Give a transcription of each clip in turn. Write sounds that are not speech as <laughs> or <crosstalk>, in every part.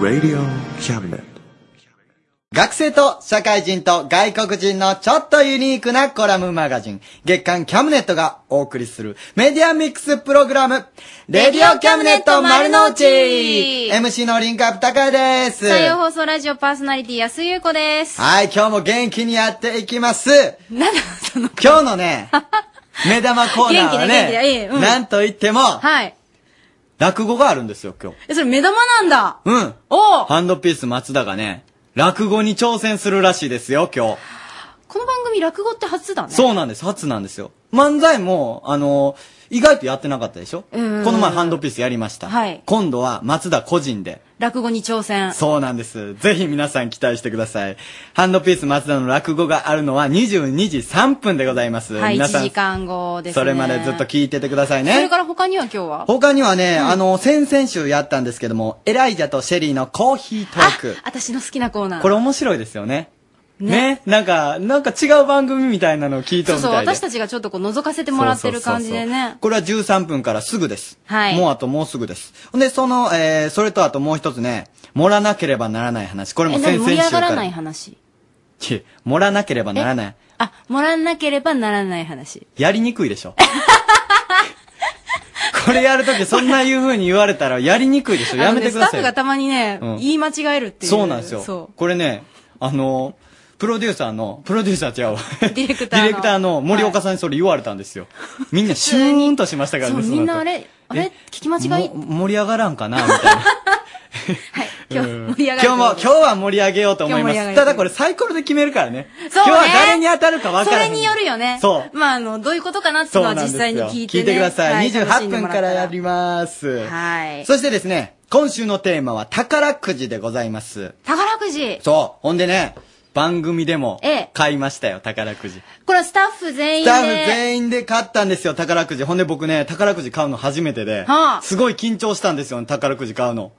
Radio Cabinet. 学生と社会人と外国人のちょっとユニークなコラムマガジン、月刊キャムネットがお送りするメディアミックスプログラム、レディオキャムネット丸の内 !MC のリンクアップ高井です採用放送ラジオパーソナリティ安井優子です。はい、今日も元気にやっていきますなんだ、その、今日 <laughs> のね、目玉コーナー元は気だ元気だいいね、うんなんといっても、はい。落語があるんですよ、今日。え、それ目玉なんだうん。おうハンドピース松田がね、落語に挑戦するらしいですよ、今日。この番組落語って初だね。そうなんです。初なんですよ。漫才も、あの意外とやってなかったでしょこうんの前ハンドピースやりました。はい今度は松田個人で。落語に挑戦。そうなんです。ぜひ皆さん期待してください。ハンドピース松田の落語があるのは22時3分でございます。はい、皆1さん、時間後ですね。それまでずっと聞いててくださいそれねか。ら他には今日は他にはね、あの、先々週やったんですけども、エライザとシェリーのコーヒートーク。私の好きなコーナー。これ面白いですよね。ねなんか、なんか違う番組みたいなのを聞いたそうみたそ、いうで。私たちがちょっとこう覗かせてもらってる感じでそうそうそうそねう。これは13分からすぐです。はいもうあともうすぐです。ほんで、その、えー、それとあともう一つね、盛らなければならない話。これもえ、先何々盛り上週かがらら。ないい話。や盛らなければならない。あ、盛らなければならない話。やりにくいでしょ。 <laughs> これやるときそんないう風に言われたらやりにくいでしょ。やめてくあのだねスタさッいフが。たまにね、うん言い間違えるっていう。そうなんですそよう。。これね、あの、プロデューサーの、プロデューサー違うわ。ディレク <laughs> デターの。ィレクターの森岡さんにそれ言われたんですよ。みんなシューンとしましたからそね、う、みんなあれれ、あれ聞き間違いも盛り上がらんかなみたい <laughs> な。今日うん盛り上がる今日も、今日は盛り上げようと思いま今日盛り上がす。りただこれサイコロで決めるからね。そうね今日は誰に当たるか分そかられんによるよね。そう。まあ、あの、どういうことかなっていうのは実際に聞いて、ね。聞いてください。は28分からやります。はいそしてですね、今週のテーマは宝くじでございます。宝くじ。そう。ほんでね、番組でもええ買いましたよ、宝くじ。これはスタッフ全員スで。タッフ全員で買ったんですよ、宝くじ。ほんで僕ね、宝くじ買うの初めてでは、あすごい緊張したんですよ、宝くじ買うの。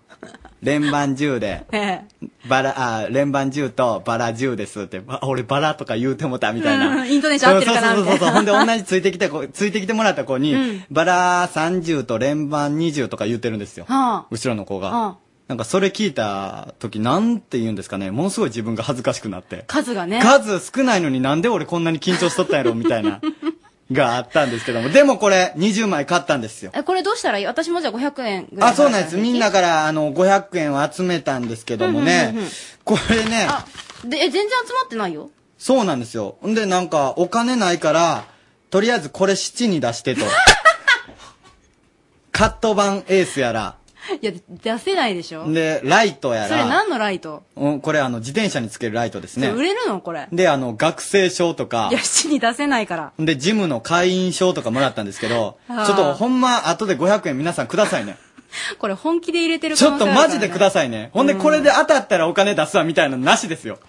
連番10で。ええバラ、あ、連番10とバラ10ですって、ば俺バラとか言うてもたみたいうんうな。 <laughs> んイントネーション合ってるかなうんそうそうそうそう。ほみんで同じついてきた子、ついてきてもらった子に、うんバラ30と連番20とか言ってるんですよ。はあ後ろの子が。はあなんかそれ聞いた時、なんて言うんですかね、ものすごい自分が恥ずかしくなって。数がね。数少ないのになんで俺こんなに緊張しとったんやろみた <laughs> いな、があったんですけども。でもこれ20枚買ったんですよ。え、これどうしたらいい私もじゃあ500円ぐらい。あ、そうなんです。みんな。から、あの、500円を集めたんですけどもねうんうんうんうん。これね、あ、で、え、全然集まってないよ。そうなんですよ。んで、なんか、お金ないから、とりあえずこれ7に <laughs> 出してと。カット版エースやら、いや、出せないでしょんで、ライトやそれら、何のライト、うん、これあの、自転車につけるライトですそれね。売れるのこれ。で、あの、学生証とかいや、、七に出せないから。で、ジムの会員証とかもらったんですけど、ちょあーっとほんま、後で500円皆さんくださいね。これ本気で入れてるち可ょ能っ性とあるマジでください。さいね。ほんで、これで当たったらお金出すわ、みたいなのなしですよ。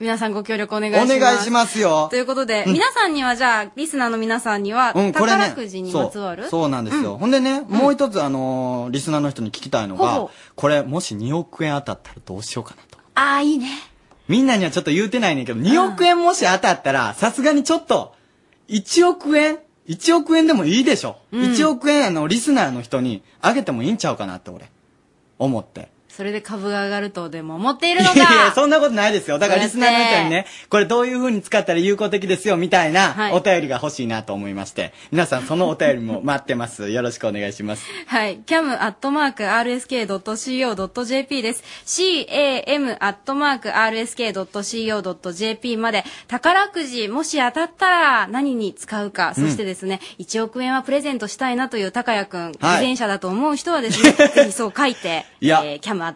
皆さんご協力お願おいします。願いしますよと。いうことで、皆さんにはじゃあ、リスナーの皆さんには、うん、これね。宝くじにまつわる、そうそうなんですよ。ほんでね、もう一つ、あのーリスナーの人に聞きたいのほうがほう、これ、もし2億円当たったらどうしようかなと。ああ、いいね。みんなにはちょっと言うてないねんけど、2億円もし当たったら、さすがにちょっと、1億円 ?1 億円でもいいでしょ。1億円、あの、リスナーの人にあげてもいいんちゃうかなって、俺、思って。それで株が上がるとでも思っているいのかやいや、そんなことないですよ。だからリスナーの人にそうやね、これどういう風に使ったら有効的ですよ、みたいはないお便りが欲しいなと思いまして、皆さんそのお便りも待ってます。よろしくお願いします。はい。cam.rsk.co.jp です。cam.rsk.co.jp まで、宝くじ、もし当たったら何に使うか、そしてですね、1億円はプレゼントしたいなという高谷くん、自転車だと思う人はです <laughs> ね、ぜひそう書いて、いやえー、cam.rk ま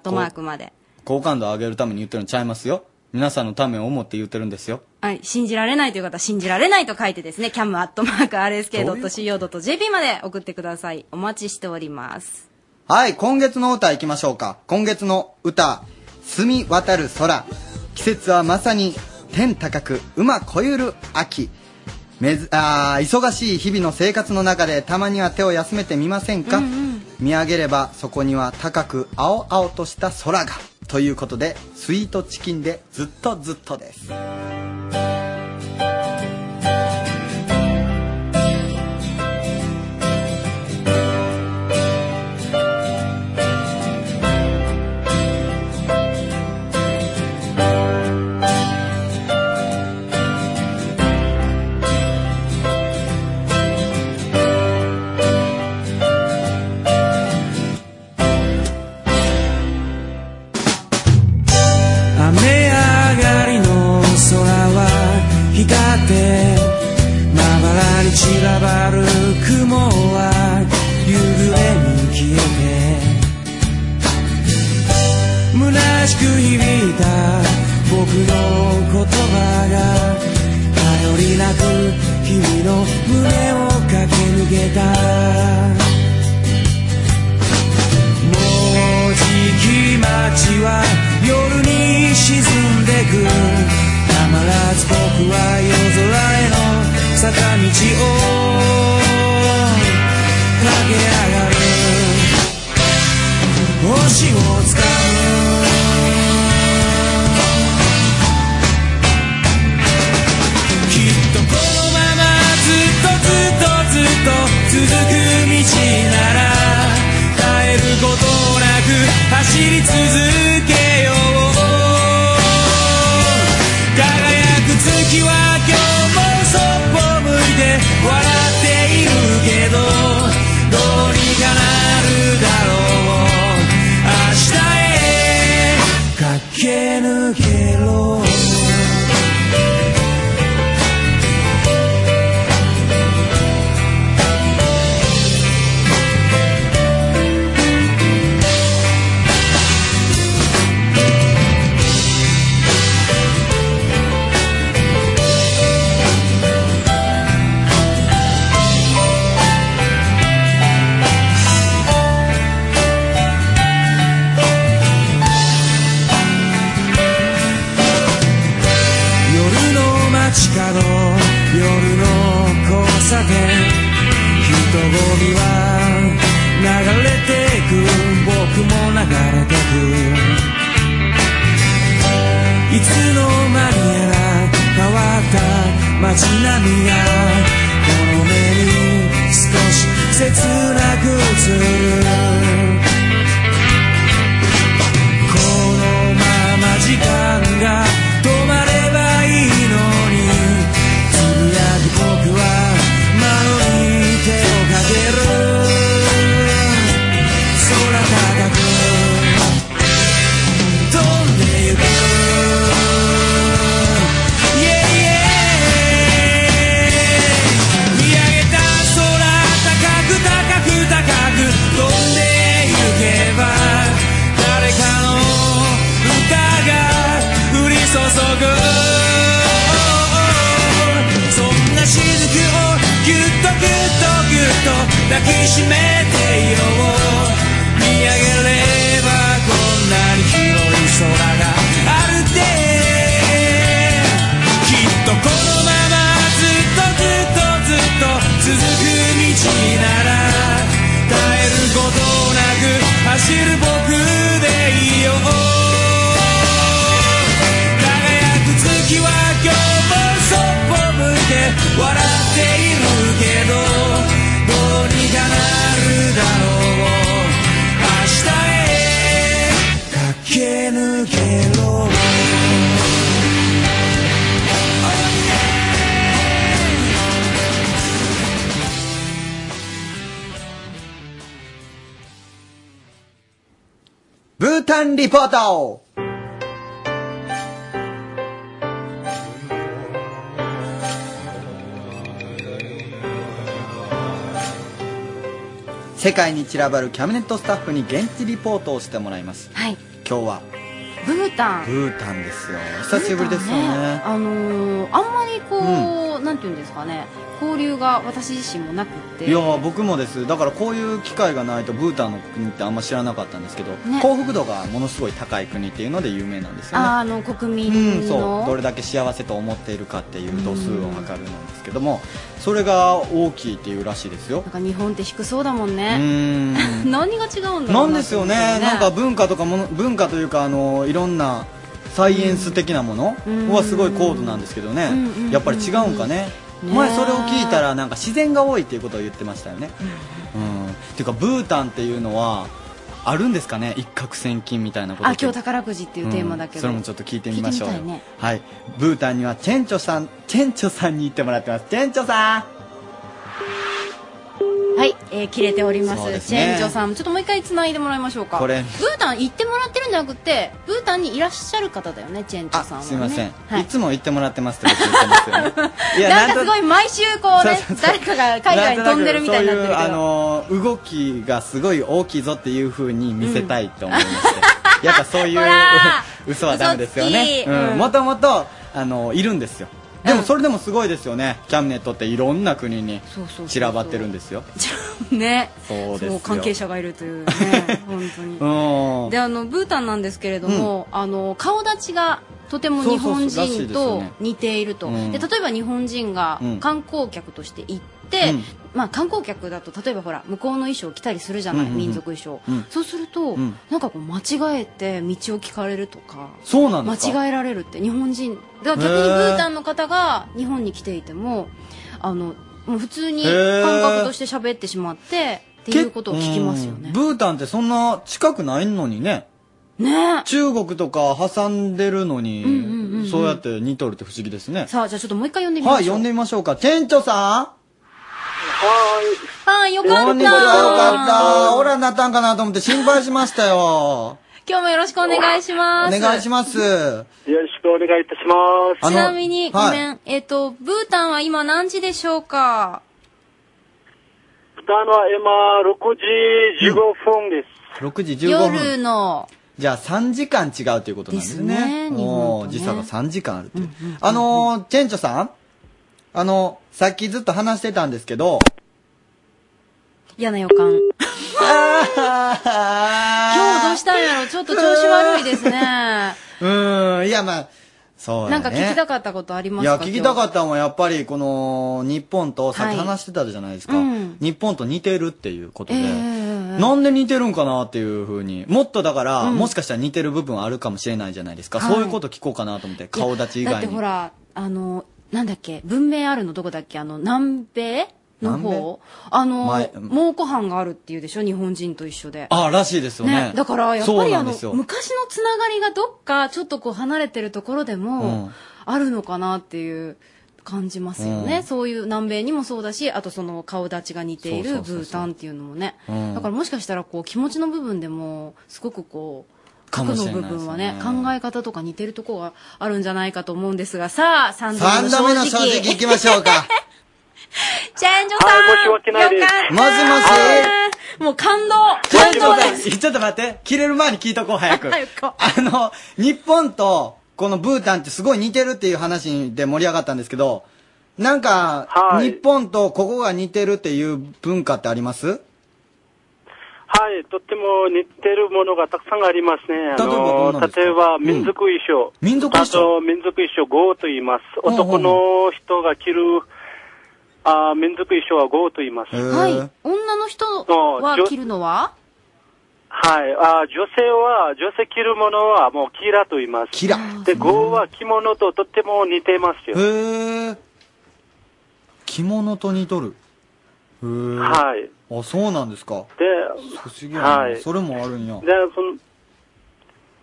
で。好感度上げるために言ってるのちゃいますよ。皆さんのためを思って言ってるんですよ。はい、信じられないという方は信じられないと書いてですね、cam.rsk.co.jp まで送ってください。お待ちしております。はい、今月の歌行きましょうか。今月の歌、澄み渡る空。季節はまさに天高く、馬こゆる秋。めずあー忙しい日々の生活の中でたまには手を休めてみませんか、見上げればそこには高く青々とした空が。ということで、スイートチキンでずっとずっとです。空に散らばる雲は夕暮れに消えて虚しく響いた僕の言葉が頼りなく君の胸を駆け抜けたもうじき街は夜に沈んでくたまらず僕は夜空への坂道を駆け上がる星をつかむきっとこのままずっとずっとずっと続く道なら耐えることなく走り続けよう輝く月は今日もそっぽ向いて笑っているけどどうにかなるだろう明日へ駆け抜けろ夜の街角夜の交差点人混みは流れてく僕も流れてくいつの間にやら変わった街並みがこの目に少し切なく映るこのまま時間が止まればいいのにつぶやく僕は窓に手をかける空高く飛んでゆく Yeah, yeah 見上げた空高く高く高く飛んでゆけば誰かの歌が降り注ぐそんな雫をぎゅっとぎゅっとぎゅっと抱きしめていよう見上げればこんなに広い空があるってきっとこのままずっとずっとずっとずっと続く道なら耐えることなく走る僕でいいよ輝く月は今日もそっぽ向いて笑っているけどどうにかなるだろう明日へ駆け抜けろブータンリポート世界に散らばるキャビネットスタッフに現地リポートをしてもらいますはい今日はブータンブータンですよ久しぶりですよブータンねあのーあんまりこう、なんていうんですかね交流が私自身もなくっていやー僕もですだからこういう機会がないとブータンの国ってあんま知らなかったんですけど、ね幸福度がものすごい高い国っていうので有名なんですよねあの国うん、民その、うどれだけ幸せと思っているかっていう度数を測るんですけども、それが大きいっていうらしいですよなんか日本って低そうだもんうーね、ん <laughs> 何が違うんだろなうんなですよねなんか文化とかもの文化というかあのいろんなサイエンス的なものうんはすごい高度なんですけどね、うんうんやっぱり違うんかね、うん前それを聞いたらなんか自然が多いっていうことを言ってましたよね、うんっていうかブータンっていうのはあるんですかね一攫千金みたいなことあって今日宝くじっていうテーマだけうど、んそれもちょっと聞いてみましょうよ聞いてみたいねはいブータンにはチェンチョさんチェンチョさんに行ってもらってますチェンチョさんはい、えー切れておりまそうすですチねェンジョさんちょっともう一回繋いでもらいましょうかこれブータン行ってもらってるんじゃなくてブータンにいらっしゃる方だよねチェンジョさんは、ね、すいません、はいい、つも言ってもらってますって言ってますよね <laughs> いなんかすとごい毎週こうね誰かが海外に飛んでるみたいになってるけどんとなくそういうあの動きがすごい大きいぞっていう風に見せたいと思いまして、 <laughs> やっぱそ <laughs> ういうほら嘘はダメですよね嘘つきうんもともとあのいるんですよでもそれでもすごいですよね、キャムネットっていろんな国にそうそうそうそう散らばってるんですよねそうですよ関係者がいるというね本当にうんであのブータンなんですけれども、あの顔立ちがとても日本そうそうそうらしい人ですよとね似ているとうんで例えば日本人がうん観光客として行って、うんまあ、観光客だと例えばほら向こうの衣装を着たりするじゃない、うんうんうん民族衣装、うんそうすると、うんなんかこう間違えて道を聞かれるとかそうなん間ですか違えられるって日本人だから逆にブータンの方が日本に来ていてもあのもう普通に感覚として喋ってしまってっていうことを聞きますようねんブータンってそんな近くないのにねね中国とか挟んでるのに、んうんうんうんそうやって似とるって不思議ですねさあじゃあちょっともう一回呼んでみまはいしょう呼んでみましょうか店長さはいよんかこっんたにちはよかったオラになったんかなと思って心配しましたよ今日もよろしくお願いしおます願いしますよろしくお願いいたします。あのちなみに、はいごめんえっ、とブータンは今何時でしょうかスターのは今、6時15分です。 6時15分夜のじゃあ3時間違うということなんですねですね日本とねおー時差が3時間あるっていう、あのーチェンチョさんあのさっきずっと話してたんですけど嫌な予 <laughs> 感今今日どうしたんやろうちょっと調子悪いですねなうーん、いや、まあ、 <laughs> そうだね。んか聞きたかかっったことありまいすかや、聞きたかっったのは、やっぱり、この、日本と、さっき話してたじゃないですか、はいうん日本と似てるっていうことで、ええなんで似てるんかなっていうふうに、もっとだから、うんもしかしたら似てる部分あるかもしれないじゃないですか、はいそういうこと聞こうかなと思って、顔立ち以だっ外てにほ。らあのなんだっけ文明あるのどこだっけあの南米の方あの前蒙古藩があるっていうでしょ日本人と一緒でああ、らしいですよね。だからやっぱそうりなあんのですよ。昔のつながりがどっかちょっとこう離れてるところでうんもあるのかなっていう感じますよね、うんそういう南米にもそうだしあとその顔立ちが似ていそるうそうそうそうブータンっていうのもねうんだからもしかしたらこう気持ちの部分でもすごくこうかも核しのれな部いですね分はね考え方とか似てるとこがあるんじゃないかと思うんですがさあ3 3度度目目のの正正直直行きましょうか。 <laughs> チェンジョあさん申し訳ないですよかったもしもしもう感動感ちょ動っとで待すってちょっと待って、切れる前に聞いとこう、早く。早くあの、日本と、このブータンってすごい似てるっていう話で盛り上がったんですけど、なんか、はい日本とここが似てるっていう文化ってありますはい、とっても似てるものがたくさんありますね。あ例えばどのんなんですか例えば民族衣う装。ん民族衣装あと、民族衣装、ゴーと言います。うんうん男の人が着る、あ民族衣装はゴーと言います。へーはい女の人は着るのははい、あ女性は、女性着るものはもうキラと言います。キラ。で、ゴーは着物ととっても似てますへよ。ー。着物と似とる。へー。はい。あ、そうなんですか。で、不思議やな、はいそれもあるんや。でその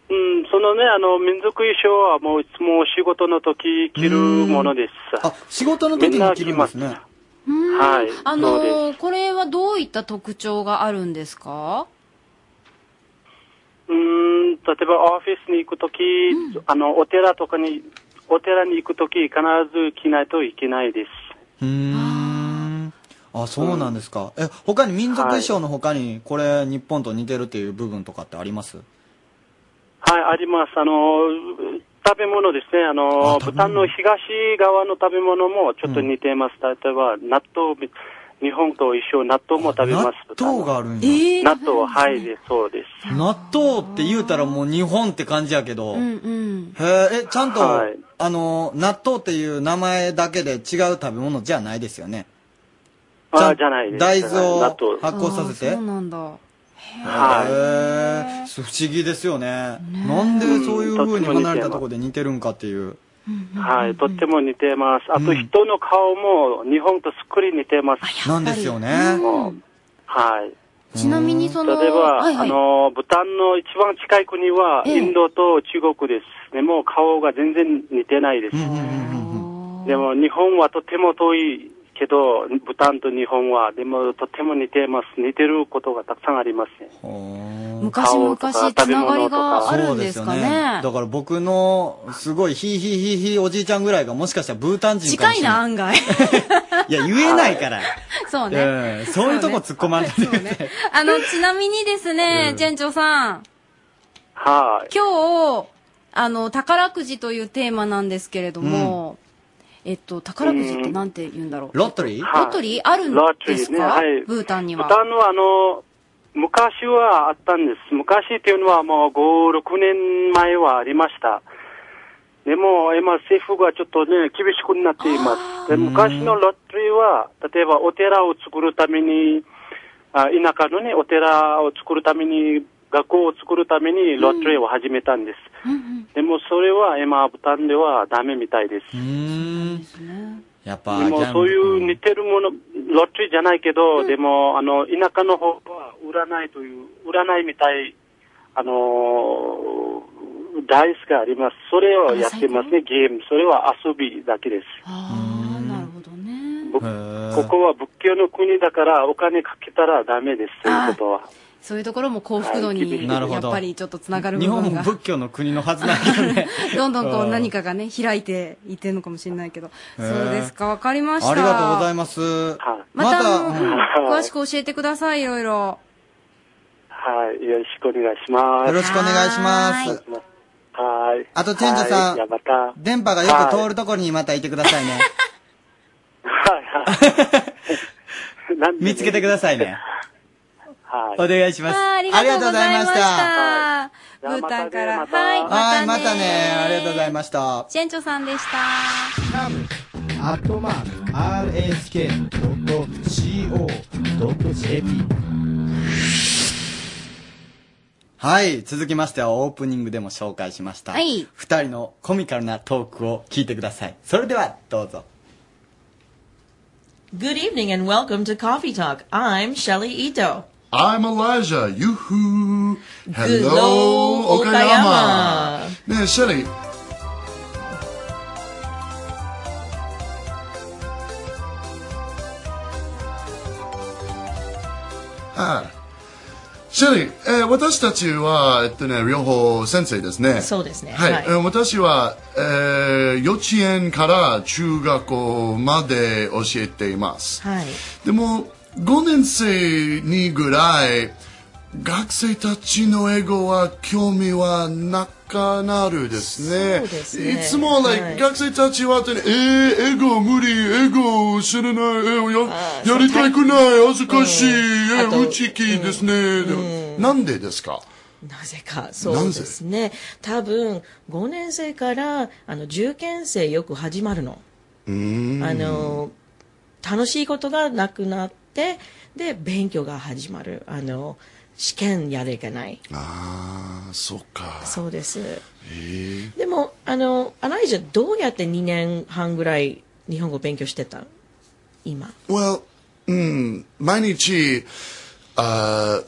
うん、そのね、あの、民族衣装はもういつもお仕事の時着るものです。あ、仕事の時に着るんですみんねな着。うーんはいあのそうーこれはどういった特徴があるんですかうん、例えばオフィスに行く時、あの、お寺とかに、お寺に行く時、必ず着ないといけないです。うーんあ、そうなんですか。え、他に民族衣装の他に、これ、日本と似てるっていう部分とかってありますはい、あります。あの、食べ物ですね。ああの、食べ物豚の東側の食べ物もちょっと似てます。例えば、納豆み、日本と一緒、納豆も食べます。納豆があるんや。え納豆は、はい、でそうです。納豆って言うたらもう日本って感じやけど、うへんうんえ、え、ちゃんと、はいあの、納豆っていう名前だけで違う食べ物じゃないですよね。ちあゃあんじゃないです。大豆納を豆。発酵させあて。ーそうなんだはへえ、す不思議ですよね。なんでそういう風に離れたとこで似てるんかっていう。い。はい。とっても似てます。あと人の顔も日本とすっくり似てます。なんですよね。うんはい。ちなみにそ例のえば、はいはあいの、ブタンの一番近い国はええインドと中国です。でも顔が全然似てないです。うんうんうんうんうん。でも日本はとても遠いけど、ブタンと日本は、でもとても似てます。似てることがたくさんありますね。昔々顔とかつながりがあそるうんですかよねだから僕の、すごい、ひいひいひいひいおじいちゃんぐらいがもしかしたらブータン人か近もしいれな。ない案 <laughs> 外いや、言えないから。そうね、うんそういうとこ突っ込まんといてあのちなみにですね、うんジェンチョさんはい。今日あの宝くじというテーマなんですけれども、えっと宝くじってなんて言うんだろうロットリーはいロトリーあるんロトリでーすねか、はいブータンにはブタンはあの昔はあったんです。昔っていうのはもう5、6年前はありました。でも今政府がちょっとね、厳しくなっています。で昔のロットリーは、例えばお寺を作るために、あ田舎のね、お寺を作るために、学校を作るためにロットリーを始めたんです。でもそれは今、ブタンではダメみたいです。うーん。やっぱ、でもギャンそういう似てるもの、ロットリーじゃないけど、でもあの田舎の方は占いという、占いみたい、あのーダイスがあります。それをやってますね、ゲーム。それは遊びだけです。ああなるほどねぶへーここは仏教の国だから、お金かけたらダメです、ということは。そういうところも幸福度はい厳しにいやなるほっどぱりちょっとつながる部日本分もが仏教の国のはずなんだよね。 <laughs> どんどんこううん何かがね開いていってるのかもしれないけどへそーうですかわかりましたありがとうございまます。またまあだのうん詳しく教えてくださいいろいろはい、よろしくお願いします。よろしくお願いしまはす。はい。あとチェンジャーさんはい、じゃあまた。は電波がよく通るところにまたいてくださいね。いはい。なんでね <laughs> 見つけてくださいね。はい。お願いします。あーありがとうございましあたりブがとうーごタざいンかましたらじゃあはいまはい、またねね。ありがとうございました。チェンチョさんでしたラムアットマーク RSK.CO.JP はい、続きましてはオープニングでも紹介しました。はい二人のコミカルなトークを聞いてください。それでは、どうぞ。 Good evening and welcome to Coffee Talk. I'm Shelley Ito. I'm Elijah. Yoo-hoo. Hello, Hello, Okayama. Okayama. ねえ、シェリー。はい。シェリー、えー私たちは、えっとね、両方先生ですね。そうですねはい。はいえー私は、えー幼稚園から中学校まで教えています。はい。でも5年生にぐらい学生たちの英語は興味はなくなるですね。そうですねいつも、like はい学生たちは、えー、英語無理、英語知らない、えーあーややりたくない、恥ずかしい、えあとー、内気ですね、でもなんでですかなぜか、そうですね。多分、5年生から、あの、受験生よく始まるの。あの、楽しいことがなくなって、で、勉強が始まる。あの、試験やれいけない。ああ、そっか。そうです。えでも、あの、アライジャ、どうやって2年半ぐらい日本語勉強してた今。ー、well、うん、毎日、あー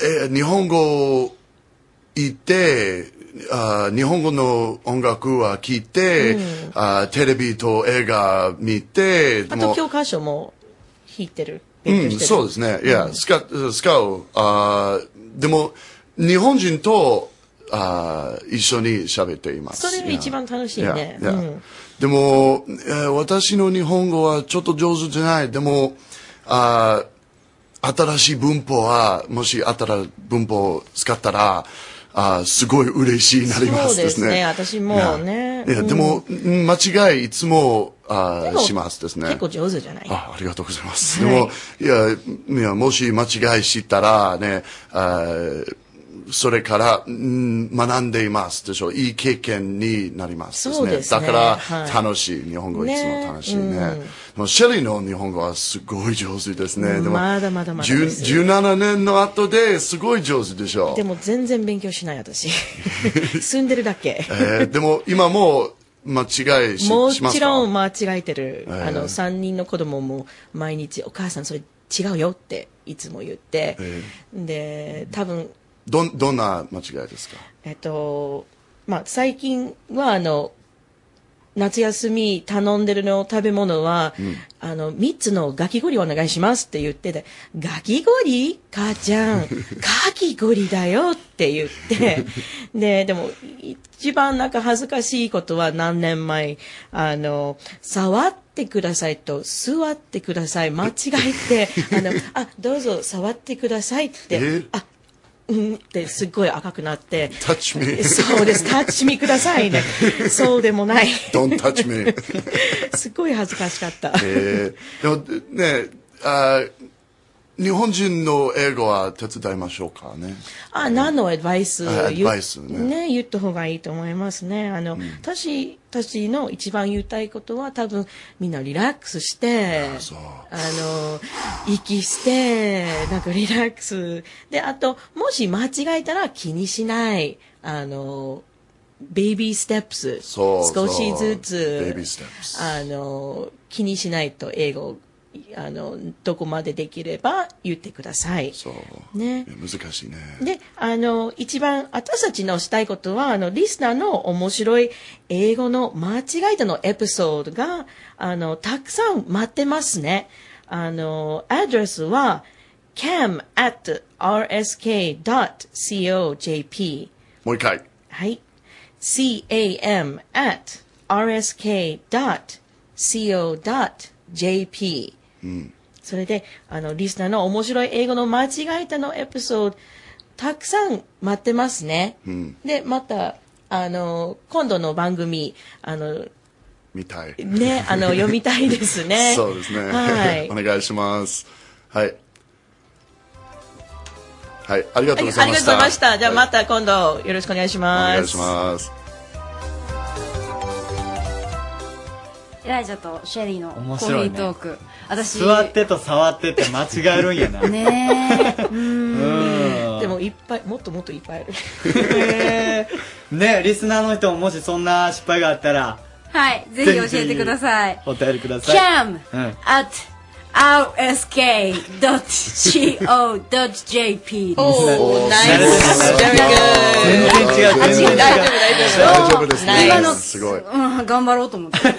えー日本語行ってあー日本語の音楽は聴いて、あーテレビと映画見てあもと、う教科書も弾いてる。う勉強してん、る。そうですね。いや、使う、使う。あーでも、日本人とあー一緒に喋っています。それが一番楽しいね。いやいやうんでも、えー私の日本語はちょっと上手じゃない。でも、あー新しい文法は、もし新しい文法を使ったら、あーすごい嬉しいになりまそうすでですすね。ね私もねいや、いやうんでも、うん間違いいつもあでーもしますですね。結構上手じゃない。あありがとうございます。はいでも、いや、いや、もし間違いしたらね、あーそれから、うん学んでいますでしょ。いい経験になりますですね。そうですねだから、はい楽しい。日本語いねつも楽しいね。うんでもシェリーの日本語はすごい上手ですね。でも、まだまだまだです10 17年の後ですごい上手でしょ。でも全然勉強しな <laughs> い私。住んでるだけ。えーでも今も間違いしもしますちかろん間違えてる。えあの、3人の子供も毎日、お母さんそれ違うよっていつも言って。で、多分、どん、ど <laughs> んな間違いですかえっと、まあ、最近はあの、夏休み頼んでるの食べ物は、あの、3つのガキゴリお願いしますって言ってて、ガキゴリ母ちゃん、ガキゴリだよって <laughs> 言って、で、でも、一番なんか恥ずかしいことは何年前、あの、触ってくださいと、座ってください、間違えて、あの、あ、どうぞ触ってくださいってえ、あ、うんってすっごい赤くなって、 touch me. そ <laughs> うです、タッチミくださいね。そうでもない。 Don't touch me. すっごい恥ずかしかった。えーでもねあー日本人の英語は手伝いましょうかね。あ、何のアドバイスあア言ドバイスね言った方がいいと思いますね。あの、私たちの一番言いたいことは多分みんなリラックスして、そうあの、息して、なんかリラックス。で、あと、もし間違えたら気にしない。あの、ベイビーステップス。そうそう少しずつ。ベイビーステップスあの、気にしないと英語、あの、どこまでできれば言ってください。そう。ねいや難しいね。で、あの、一番私たちのしたいことは、あの、リスナーの面白い英語の間違いとのエピソードが、あの、たくさん待ってますね。あの、アドレスは、cam at rsk.cojp。もう一回。はい。cam at rsk.co.jp。それで、あの、リスナーの面白い英語の間違えたのエピソード、たくさん待ってますね。で、また、あの、今度の番組、あの、見たい。。ね、あの、読みたいですねそうですね。はい <laughs> お。願いします。はい。はい。ありがあとうりごがざいましとうござた。いました。じゃあはいまた今度よろしくお願いしまおす。願いします。エライザとシェリーのコ面ーヒ白いーねトーク、私座ってと触ってって間違えるんやな。ねえうんでもいっぱい、もっともっといっぱいある。へーねリスナーの人ももしそんな失敗があったらはいぜひ教えてくださいお便りください cam うん at rsk.co.jp おー、ナイス。慣 Very れて good. 全然違う全大丈夫、然違大丈夫。大丈夫ですね。今のすごい。うん頑張ろうと思ってはう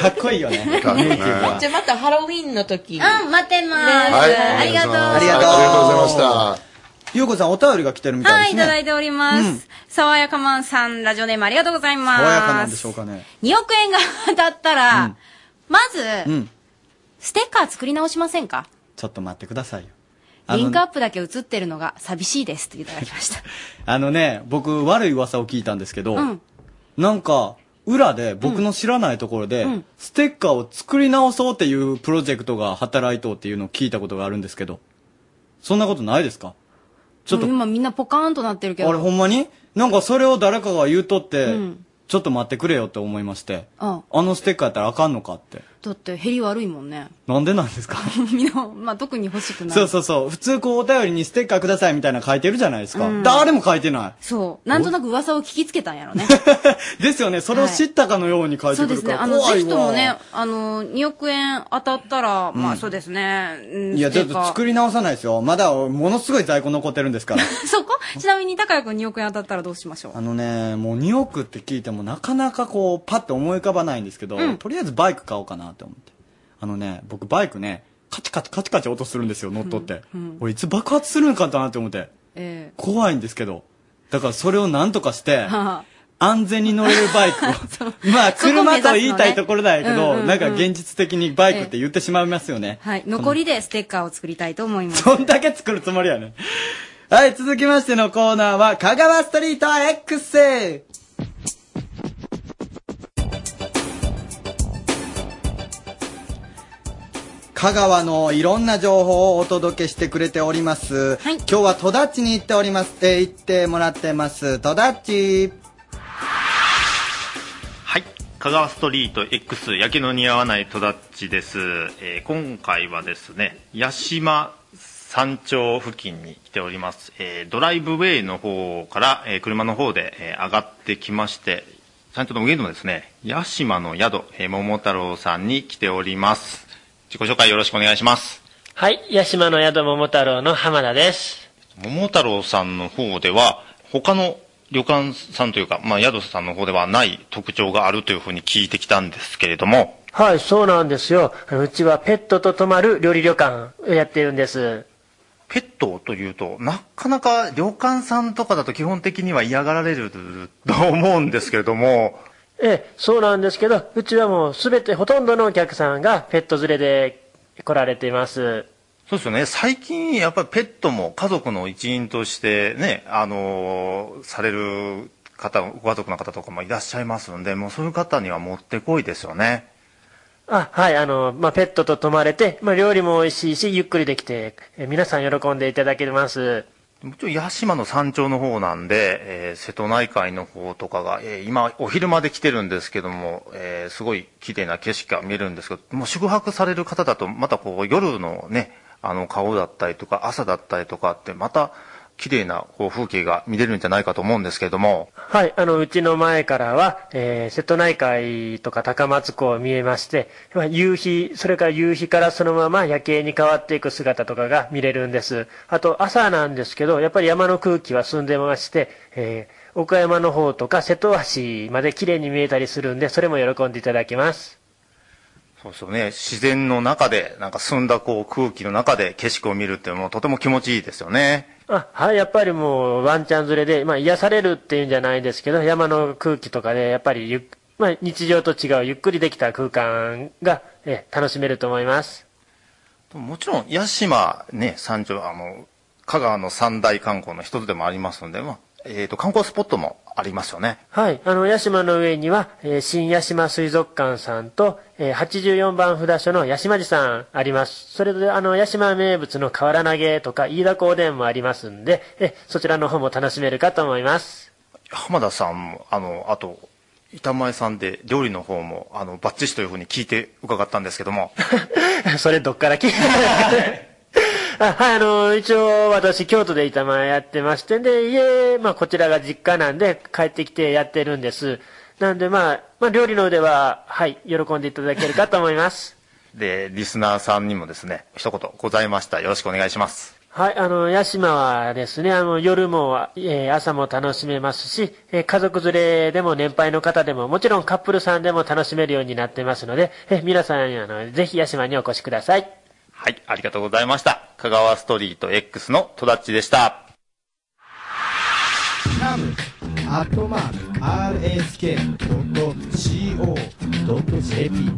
かっこいいよねい。かっこいいねはじゃあまたハロウィンの時。うん待ってます、い。ありがとあありがとううりがとうございました。ゆうこさんお便りが来てるみたはいい、いですただねいております。うん爽やかマンさん、ラジオネームありがとうございます。爽やかなんでしょうかね2億円が当たったら、うんまず、うんステッカー作り直しませんかちょっと待ってくださいよあリのンクアップだけ映ってるのが寂しいですっていただきました。あのね僕悪い噂を聞いたんですけどうん。なんか裏で僕の知らないところでうんステッカーを作り直そうっていうプロジェクトが働いとうっていうのを聞いたことがあるんですけどそんなことないですかちょっともう今みんなポカーンとなってるけど。あれほんまになんかそれを誰かが言うとって、うんちょっと待ってくれよって思いまして、うんあのステッカーやったらあかんのかって。だって減り悪いもんね。 <laughs> なんでなんですかみんな、まあ特に欲しくない。そうそうそう。普通こうお便りにステッカーくださいみたいなの書いてるじゃないですか。誰も書いてなそう。なんとなく噂を聞きつけたんやろね。い。ですよね。それを知ったかのように書いそてうくですね。るあからの、怖ぜいひともねわ。、あの、2億円当たったら、まあそうですね。うんいや、ちょっステッとカー作り直さないですよ。まだものすごい在庫残ってるんですから。そこちなみに高谷君2億円当たったらどうしましょあうのね、もう2億って聞いてもなかなかこう、パッと思い浮かばないんですけど、うんとりあえずバイク買おうかなって思って。あのね、僕バイクね、カチカチカチカチ音するんですよ、乗っ取って。俺いつ爆発するのかなって思って。え怖いんですけど。だからそれをなんとかしてえ、は安全に乗れるバイクを。まあ、そこを目車指すのねと言いたいところだけうんうんうど、んなんか現実的にバイクって言ってしまいますよね。はい残りでステッカーを作りたいと思いますそんだけ作るつもりやね。はい、続きましてのコーナーは、香川ストリート X! 香川のいろんな情報をお届けしてくれております。はい今日は戸田っちに行っております。えー行ってもらってます。戸田っち。はい。香川ストリート X 焼けの似合わないとだっちです、えー今回はですね八島山頂付近に来ております、えードライブウェイの方から、えー車の方で、えー上がってきまして山頂の上のですね八島の宿、えー桃太郎さんに来ております自己紹介よろしくお願いしますはい、八島の宿桃太郎の浜田です。桃太郎さんの方では他の旅館さんというか、まあ、宿さんの方ではない特徴があるというふうに聞いてきたんですけれども、はい、そうなんですよ。あのうちはペットと泊まる料理旅館をやってるんです。ペットというと、なかなか旅館さんとかだと基本的には嫌がられると思うんですけれども、ええ、そうなんですけど、うちはもうすべて、ほとんどのお客さんがペット連れで来られています。そうですよね。最近、やっぱりペットも家族の一員としてね、あのーされる方、ご家族の方とかもいらっしゃいますので、もうそういう方にはもってこいですよね。あ、はい、あの、まあ、ペットと泊まれて、まあ、料理も美味しいし、ゆっくりできて、え皆さん喜んでいただけます。もちろん、屋島の山頂の方なんで、えー瀬戸内海の方とかが、えー今、お昼まで来てるんですけども、えーすごい綺麗な景色が見えるんですけど、もう宿泊される方だと、またこう、夜のね、あの、顔だったりとか、朝だったりとかって、また、綺麗なこう風景が見れるんじゃないかと思うんですけれども、はい、あの、うちの前からは、えー瀬戸内海とか高松港見えまして、まあ夕日、それから夕日からそのまま夜景に変わっていく姿とかが見れるんです。あと、朝なんですけど、やっぱり山の空気は澄んでまして、えー岡山の方とか瀬戸橋まで綺麗に見えたりするんで、それも喜んでいただけます。そうですよね、自然の中で、なんか澄んだこう空気の中で景色を見るっていうのもとても気持ちいいですよね。あはい、やっぱりもうワンちゃん連れで、まあ、癒されるっていうんじゃないですけど、山の空気とかで、やっぱりゆっ、まあ、日常と違うゆっくりできた空間がえ楽しめると思います。もちろん、屋島ね、山頂、あの、香川の三大観光の一つでもありますので、まあ、えっ、と、観光スポットもありますよね。はい、あの、屋島の上には、えー新屋島水族館さんと、えー84番札所の屋島寺さんあります。それで、あの、屋島名物の河原投げとか、飯田公殿もありますんで、えそちらの方も楽しめるかと思います。浜田さんも、あの、あと、板前さんで料理の方も、あの、バッチシというふうに聞いて伺ったんですけども、 <laughs> それどっから聞いた <laughs> あはい、あの、一応私、京都で板前やってまして、で、家、まあ、こちらが実家なんで、帰ってきてやってるんです。なんで、まあ、まあ、料理の腕は、はい、喜んでいただけるかと思います。 <laughs> で、リスナーさんにもですね、一言ございましたらよろしくお願いします。はい、あの、屋島はですね、あの、夜も、えー朝も楽しめますし、えー家族連れでも年配の方でも、もちろんカップルさんでも楽しめるようになってますので、えー皆さん、あの、ぜひ屋島にお越しください。はい、ありがとうございました。香川ストリート X の戸田っちでした。ナムアットマーク RSK.CO.JP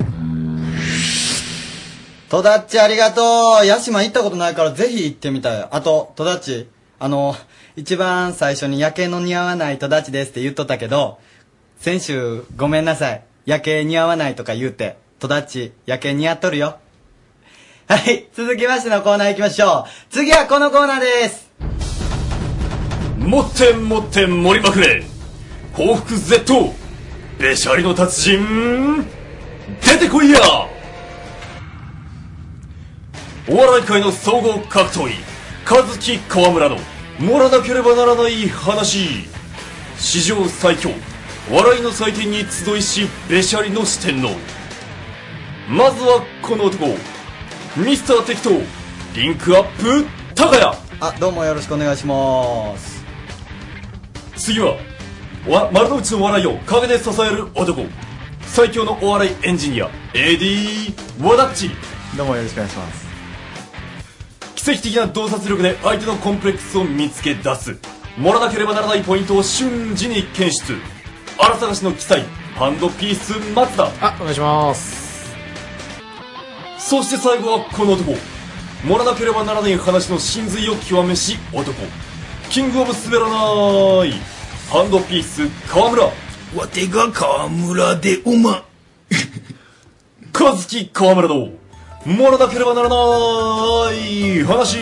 戸田っちありがとう屋島行ったことないからぜひ行ってみたい。あと、戸田っち、あの、一番最初に夜景の似合わない戸田っちですって言っとったけど、先週ごめんなさい。夜景似合わないとか言うて、戸田っち夜景似合っとるよ。はい、続きましてのコーナー行きましょう。次はこのコーナーです。持って持って盛りまくれ報復 Z べしゃりの達人出てこいやお笑い界の総合格闘技和樹川村の盛らなければならない話史上最強笑いの祭典に集いしべしゃりの四天王まずはこの男ミスター適当リンクアップ高谷あ、どうもよろしくお願いします。次はわ丸の内の笑いを陰で支える男最強のお笑いエンジニア AD 和田っちどうもよろしくお願いします奇跡的な洞察力で相手のコンプレックスを見つけ出す盛らなければならないポイントを瞬時に検出新探しの奇才ハンドピース松田あお願いしますそして最後はこの男盛らなければならない話の真髄を極めし男キングオブ滑らないハンドピース川村わてが河村で <laughs> おま和樹河村のもらなければならない話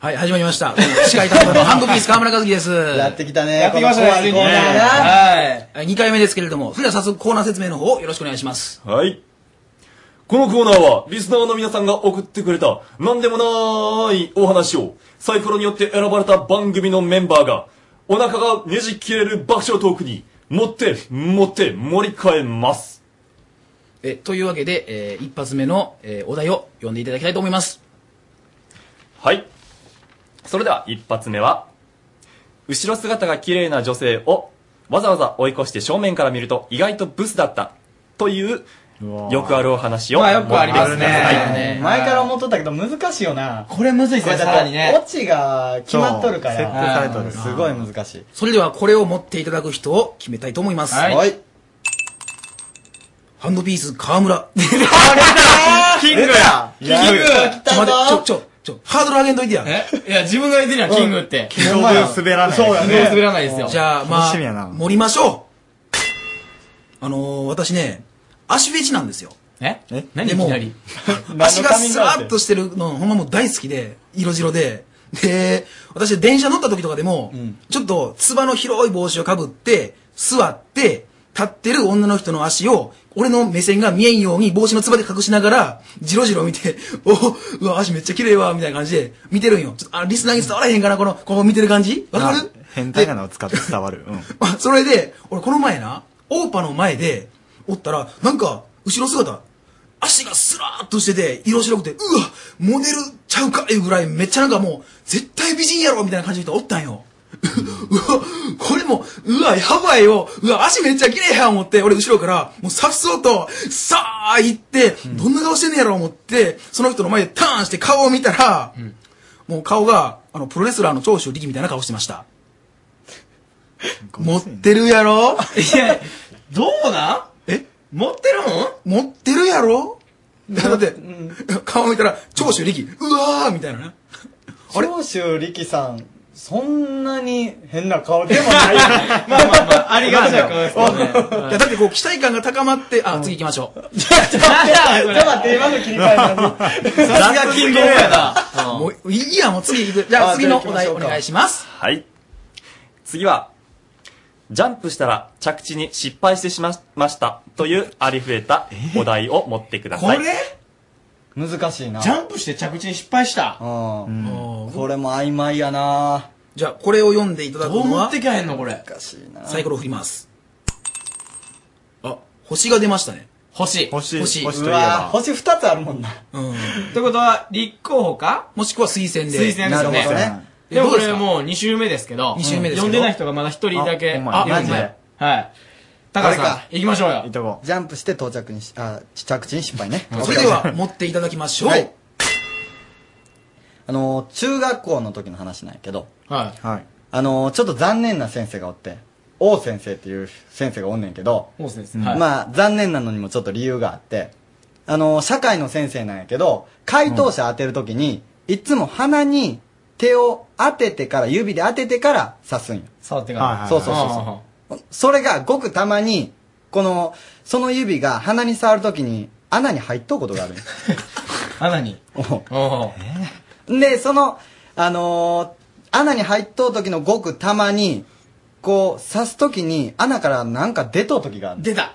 はい始まりました司会担当のハンドピース河村和樹ですやってきたねやってきましたこの怖ねいコーナーなはい2回目ですけれどもそれでは早速コーナー説明の方をよろしくお願いしますはい <laughs> このコーナーはリスナーの皆さんが送ってくれた何でもないお話をサイコロによって選ばれた番組のメンバーがお腹がねじ切れる爆笑トークに持って持って盛り替えますえというわけで、えー一発目の、えーお題を読んでいただきたいと思いますはいそれでは一発目は「後ろ姿が綺麗な女性をわざわざ追い越して正面から見ると意外とブスだったというよくあるお話をまあよくありますねはい前から思っとったけど難しいよなこれむずいっすねこれだ確っかにてねオチが決まっとるからそう設定されとるうんすごい難しいそれではこれを持っていただく人を決めたいと思います。はいはい。ハンドピース河村。キングやキングちょ、待って、ちょ、ちょ、ちょ、ハードル上げんといてや。いや自分が言ってるやんキングって昨日滑らないそうやね昨日滑らないですよじゃあ、ま楽しみやあな、盛りましょう。あのー、私ね、足フェチなんですよ。ええ何でいきもなり足がスラーっとしてるの、ほんまもう大好きで、色白で。で、私電車乗った時とかでも、ちょっと、つばの広い帽子をかぶって、座って、立ってる女の人の足を、俺の目線が見えんように帽子のつばで隠しながら、じろじろ見て、 <laughs> おうわ、足めっちゃ綺麗わ、みたいな感じで見てるんよ。ちょっと、あ、リスナーに伝わらへんかな、この、ここ見てる感じわかる変態仮名を使って伝わる。うん。 <laughs> まあそれで、俺この前な、オーパの前で、おったら、なんか、後ろ姿、足がスラーっとしてて、色白くて、うわ、モデルちゃうかいうぐらい、めっちゃなんかもう、絶対美人やろみたいな感じの人おったんよ。 <laughs> うわ、これも、うわ、やばいよ。うわ、足めっちゃ綺麗や思って、俺後ろから、もうさっそうと、さあ行って、どんな顔してんねやろ思って、その人の前でターンして顔を見たら、もう顔が、あの、プロレスラーの長州力みたいな顔してました。持ってるやろいや、どうなんえ持ってるもん持ってるやろだって、顔見たら、長州力、うわーみたいなね。長州力さんそんなに変な顔でもない <laughs> まあまあまあありがちな顔ですけどねいやだってこう、期待感が高まって、あ、次行きましょう。ちょっと待って今の切り替えたのにさすがキングオブやなもう、いいや、もう次行く。じゃああ次のじゃあ行きおまし題ょうおか願いします。はい。次は、ジャンプしたら着地に失敗してしまいましたというありふれたお題を持ってください。難しいなジャンプして着地に失敗したうんこれも曖昧やなじゃあこれを読んでいただくのはどう持ってきゃへんのこれ。難しいなサイコロ振ります。あ、星が出ましたね。星。星星。うわ星2つあるもんなうん。ということは、立候補かもしくは推薦で。推薦ですよね。でもこれもう2週目ですけど、二週目ですけど読んでない人がまだ1人だけいるんで。あほんまやマジではい。高橋さん、行きましょうよ。ジャンプして到着にしあ着地に失敗ねそれでは持っていただきましょう。はいあの中学校の時の話なんやけどははいあのちょっと残念な先生がおって王先生っていう先生がおんねんけど王先生はいまあ残念なのにもちょっと理由があってあの社会の先生なんやけど回答者当てる時に、いつも鼻に手を当ててから指で当ててから刺すんよ触ってからそうそうそはういはいそうはいそれがごくたまに、この、その指が鼻に触るときに穴に入っとうことがあるんよ穴に。で、その、あのー穴に入っとうときのごくたまに、こう、刺すときに穴からなんか出とうときがある。出 <laughs> た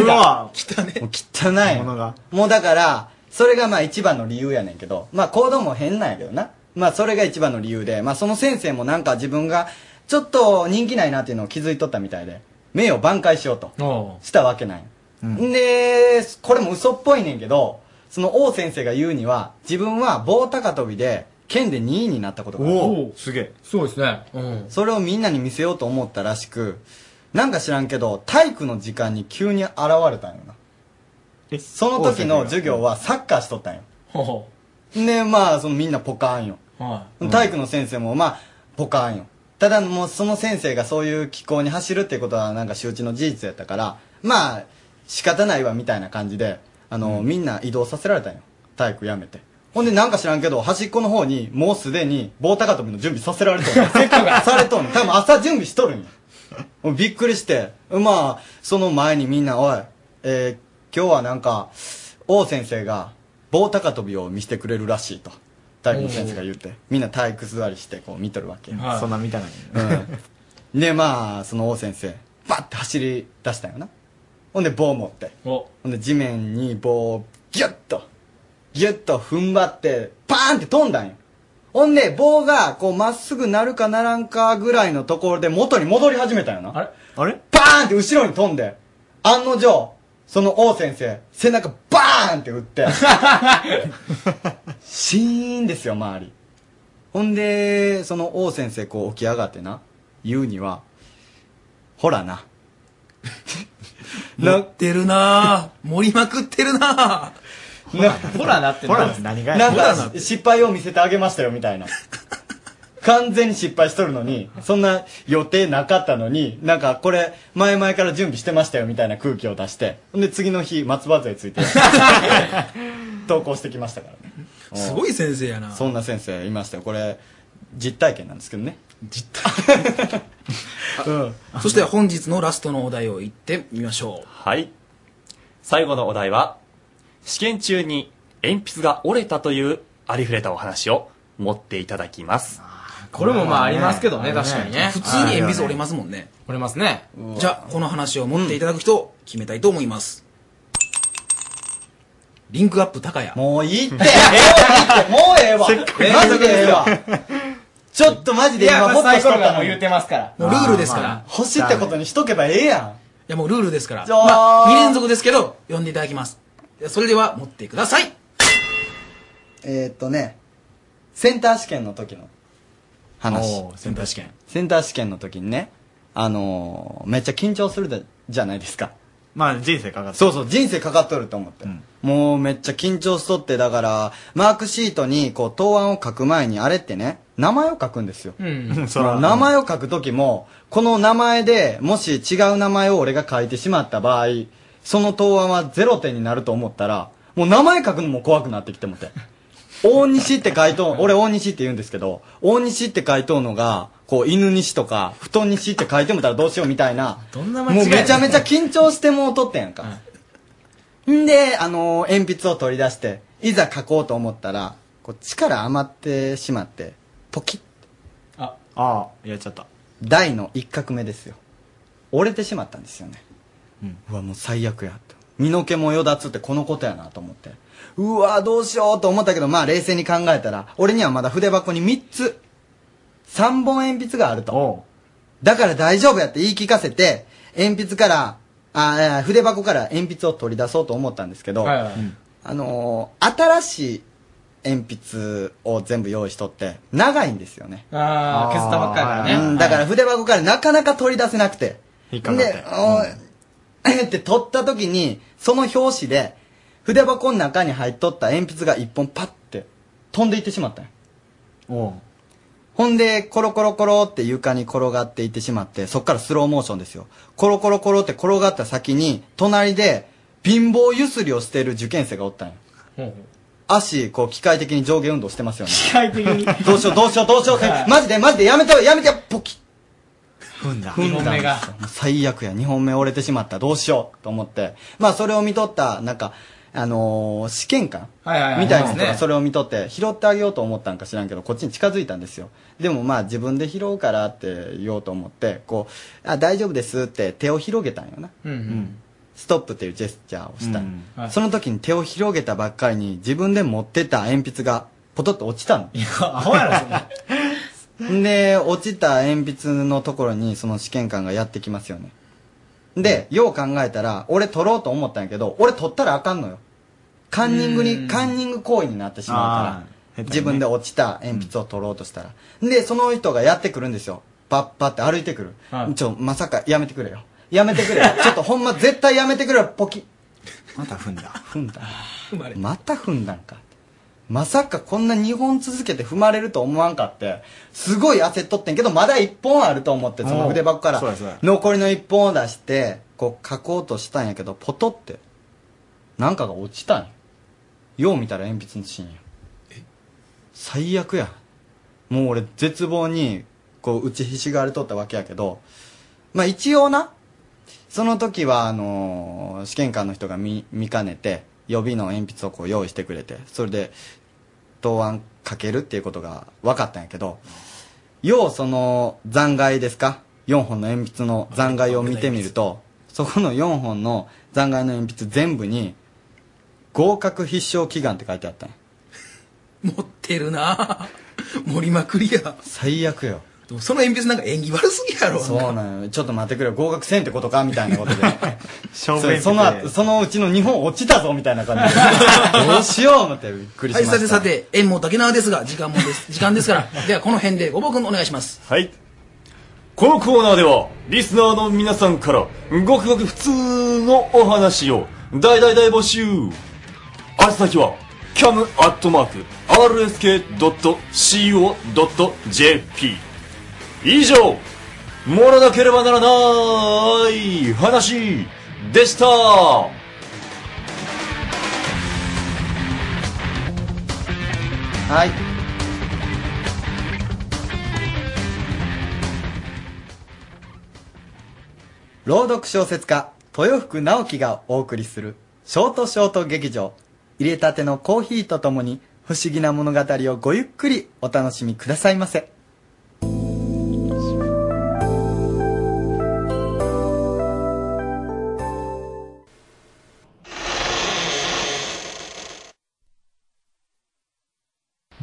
うわ汚ね。もう汚い。もうだから、それがまあ一番の理由やねんけど、まあ行動も変なんやけどな。まあそれが一番の理由で、まあその先生もなんか自分が、ちょっと人気ないなっていうのを気づいとったみたいで、名誉挽回しようと。したわけなんや、でこれも嘘っぽいねんけどその王先生が言うには自分は棒高跳びで県で2位になったことがあるすげえ。すごいですね。うん。それをみんなに見せようと思ったらしくなんか知らんけど体育の時間に急に現れたんよなその時の授業はサッカーしとったんよほうほでまあそのみんなポカーンよう。は体育の先生もまあポカーンよただもうその先生がそういう気候に走るっていうことはなんか周知の事実やったからまあ仕方ないわみたいな感じであの、みんな移動させられたんよ体育やめてほんでなんか知らんけど端っこの方にもうすでに棒高跳びの準備させられて <laughs> るされとんの多分朝準備しとるんよもうびっくりしてまあその前にみんな「おい、えー今日はなんか王先生が棒高跳びを見せてくれるらしい」と体育の先生が言ってみんな体育座りしてこう見とるわけよ、そんな見たない。うん、でまあその王先生バッて走り出したんよなほんで棒持ってほんで地面に棒をギュッとギュッと踏ん張ってパーンって飛んだんよほんで棒がこうまっすぐなるかならんかぐらいのところで元に戻り始めたんよなあれあれバーンって後ろに飛んで案の定その王先生背中バーンって打って <laughs> シーンですよ周りほんでその王先生こう起き上がってな言うには、ほらな。 <laughs> 持ってるなぁ。盛りまくってるなぁ。なほらなってほらって何がやなんほらなか失敗を見せてあげましたよみたいな完全に失敗しとるのにそんな予定なかったのになんかこれ前々から準備してましたよみたいな空気を出してほんで次の日松葉杖つい <laughs> て投稿してきましたからねすごい先生やなそんな先生いましたよこれ実体験なんですけどね実 <laughs> 体そして本日のラストのお題を言ってみましょう。はい。最後のお題は、試験中に鉛筆が折れたというありふれたお話を持っていただきます。これもまあありますけどね、確かにね。普通に鉛筆折れますもんね。折れますね。じゃあ、この話を持っていただく人を決めたいと思います。リンクアップ高谷。もういい <laughs> って、もういいって、もうええわ。マジでええわ。ちょっとマジでいや今、まあほっとしとっサイコたロがのもうに言うてますからもうルールですからまあ欲しいってことにしとけばええやん。いやもうルールですから。じゃあまあ、2連続ですけど、読んでいただきます。いやそれでは持ってください。えーっとね、センター試験の時の話。おーセンター試験。センター試験の時にね、あのーめっちゃ緊張するでじゃないですか。まあ人生かかってそうそう、人生かかっとると思って。もうめっちゃ緊張しとって、だから、マークシートにこう答案を書く前に、あれってね、名前を書くんですよ。うんそまあら名前を書くときも、この名前で、もし違う名前を俺が書いてしまった場合、その答案はゼロ点になると思ったら、もう名前書くのも怖くなってきて <laughs> もって。大西って書いとん、俺大西って言うんですけど、大西って書いとんのが、こう、犬西とか、布団西って書いてもたらどうしようみたいな。どんなもうめちゃめちゃ緊張してもうとってんやんか。んで、あのー鉛筆を取り出して、いざ書こうと思ったら、こう力余ってしまって、ポキッ。あ、ああ、やっちゃった。台の一画目ですよ。折れてしまったんですよね。うわ、もう最悪やと。身の毛もよだつってこのことやなと思って。うわ、どうしようと思ったけど、まあ冷静に考えたら、俺にはまだ筆箱に3つ、3本鉛筆があると。だから大丈夫やって言い聞かせて、鉛筆から、あいや筆箱から鉛筆を取り出そうと思ったんですけど、あのー新しい鉛筆を全部用意しとって、長いんですよね。ああ、削ったばっかりからね。うんだから筆箱からなかなか取り出せなくて。引っで、おい <laughs> って取った時に、その表紙で、筆箱の中に入っとった鉛筆が一本パッて飛んでいってしまったんよほんで、コロコロコロって床に転がっていってしまって、そっからスローモーションですよ。コロコロコロって転がった先に、隣で貧乏ゆすりをしてる受験生がおったんよ。足、こう、機械的に上下運動してますよね。機械的にどうしよう、どうしよう、どうしよう。マジで、マジで、やめてよ、やめてよ、ポキ踏んだ。踏んだんですよもう最悪や2本目折れてしまったどうしようと思ってまあそれを見とったなんかあのー試験官はいはいはいみたいなそうで人すがねそれを見とって拾ってあげようと思ったんか知らんけどこっちに近づいたんですよでもまあ自分で拾うからって言おうと思ってこうあ大丈夫ですって手を広げたんよなうんストップっていうジェスチャーをした、うんはいその時に手を広げたばっかりに自分で持ってた鉛筆がポトッと落ちたのアホやろ、 <laughs> で、落ちた鉛筆のところにその試験官がやってきますよね。で、よう考えたら、俺取ろうと思ったんやけど、俺取ったらあかんのよ。カンニングに、カンニング行為になってしまうから、自分で落ちた鉛筆を取ろうとしたら。で、その人がやってくるんですよ。パッパって歩いてくる。ちょ、まさか、やめてくれよ。やめてくれよ。ちょっとほんま絶対やめてくれよ、ポキ。また踏んだ。踏んだ。また踏んだんか。まさかこんな2本続けて踏まれると思わんかって、すごい焦っとってんけど、まだ1本あると思って、その筆箱からそうやそうや残りの1本を出して、こう書こうとしたんやけど、ポトって、なんかが落ちたんよ。よう見たら鉛筆の芯や。最悪や。もう俺絶望に、こう打ちひしがれとったわけやけど、まあ一応な、その時は、あのー試験官の人が見見かねて、予備の鉛筆をこう用意してくれて、それで、答案かけるっていうことが分かったんやけど、ようその残骸ですか ?4 本の鉛筆の残骸を見てみると、そこの4本の残骸の鉛筆全部に、合格必勝祈願って書いてあったんや持ってるなぁ。盛りまくりや。最悪よ。でもその鉛筆なんか縁起悪すぎやろ。そうなんよ。ちょっと待ってくれよ。合格せんってことかみたいなことで。正そう面その後、その <laughs> うちの2本落ちたぞみたいな感じで。どうしよう思ってびっくりしはまい、した。さてさて、 <laughs> 縁も竹縄ですが、時間もです。時間ですから。では、この辺で、ごぼうくんお願いします。はい。このコーナーでは、リスナーの皆さんから、ごくごく普通のお話を、大大大募集宛先は、cam.rsk.co.jp 以上、もらなければならない話でしたはい朗読小説家豊福直樹がお送りするショートショート劇場入れたてのコーヒーとともに不思議な物語をごゆっくりお楽しみくださいませ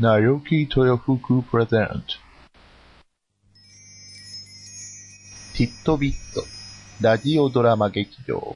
Naoki Toyofuku present ティットビットラジオドラマ劇場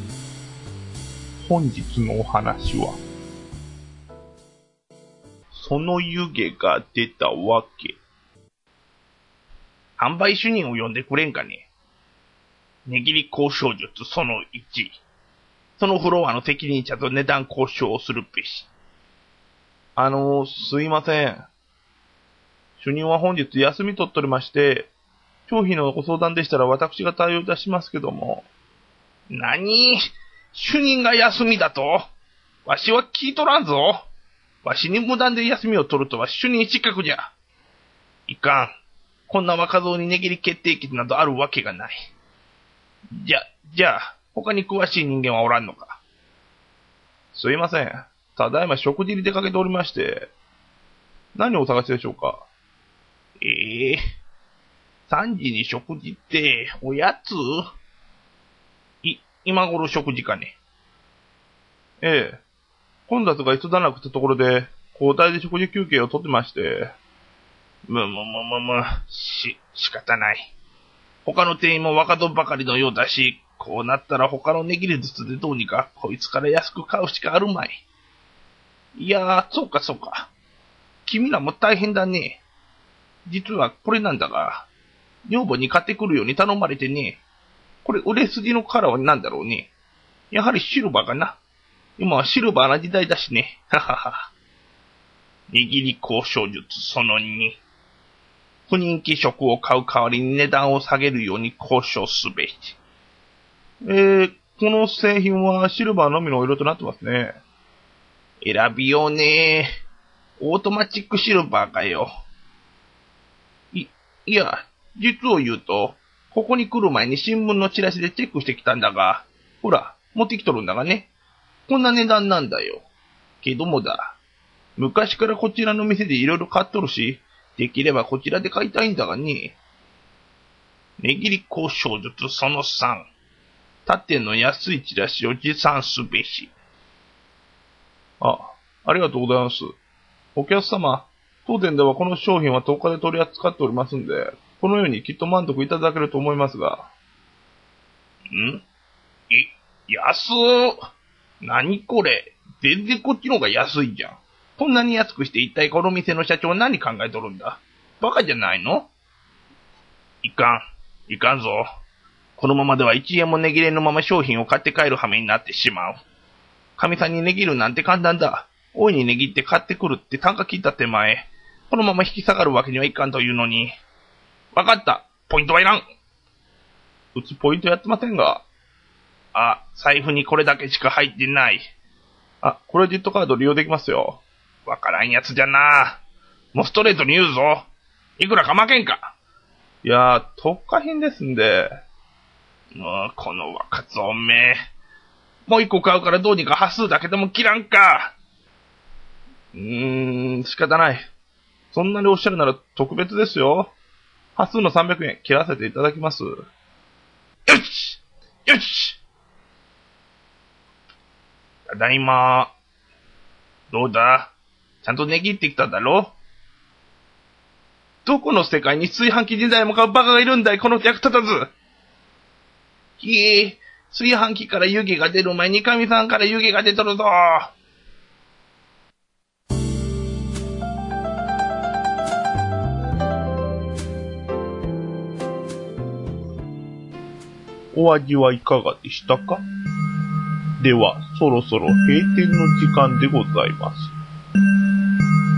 本日のお話は、その湯気が出たわけ。販売主任を呼んでくれんかね。値切り交渉術その1。そのフロアの責任者と値段交渉をするべし。あのー、すいません。主任は本日休み取っとりまして、商品のご相談でしたら私が対応いたしますけども。何主任が休みだとわしは聞いとらんぞ。わしに無断で休みを取るとは主任失格じゃ。いかん。こんな若造に値切り決定機などあるわけがない。じゃ、じゃあ、他に詳しい人間はおらんのかすいません。ただいま食事に出かけておりまして。何をお探しでしょうかええ3時に食事って、おやつい、今頃食事かね。ええ。混雑が一段落したところで、交代で食事休憩をとってまして。むむむむむ、し、仕方ない。他の店員も若どばかりのようだし、こうなったら他の値切り術でどうにかこいつから安く買うしかあるまい。いやー、そうかそうか。君らも大変だね。実はこれなんだが、女房に買ってくるように頼まれてね。これ売れ筋のカラーは何だろうね。やはりシルバーかな。今はシルバーな時代だしね。ははは。握り交渉術その2。不人気食を買う代わりに値段を下げるように交渉すべし。ええ、この製品はシルバーのみのお色となってますね。選びようねオートマチックシルバーかよ。い、いや、実を言うと、ここに来る前に新聞のチラシでチェックしてきたんだが、ほら、持ってきとるんだがね。こんな値段なんだよ。けどもだ。昔からこちらの店でいろいろ買っとるし、できればこちらで買いたいんだがね。値切り交渉術その3。縦の安いチラシを持参すべし。あ、ありがとうございます。お客様、当店ではこの商品は10日で取り扱っておりますんで、このようにきっと満足いただけると思いますが。んえ、安っ何これ全然こっちの方が安いじゃん。こんなに安くして一体この店の社長は何考えとるんだバカじゃないのいかん。いかんぞ。このままでは1円も値切れのまま商品を買って帰る羽目になってしまう。神さんに値切るなんて簡単だ。大いに値切って買ってくるって単価切った手前。このまま引き下がるわけにはいかんというのに。わかった。ポイントはいらん。うちポイントやってませんが。あ、財布にこれだけしか入ってない。あ、クレジットカード利用できますよ。わからんやつじゃな。もうストレートに言うぞ。いくらか負けんか。いやー、特価品ですんで。もう、この若造め。もう一個買うからどうにか端数だけでも切らんか。うーん、仕方ない。そんなにおっしゃるなら特別ですよ。端数の300円切らせていただきます。よし。ただいま。どうだちゃんと値切ってきただろどこの世界に炊飯器時代も買うバカがいるんだい、この役立たず。ひえ、炊飯器から湯気が出る前に神さんから湯気が出とるぞ。お味はいかがでしたかでは、そろそろ閉店の時間でございます。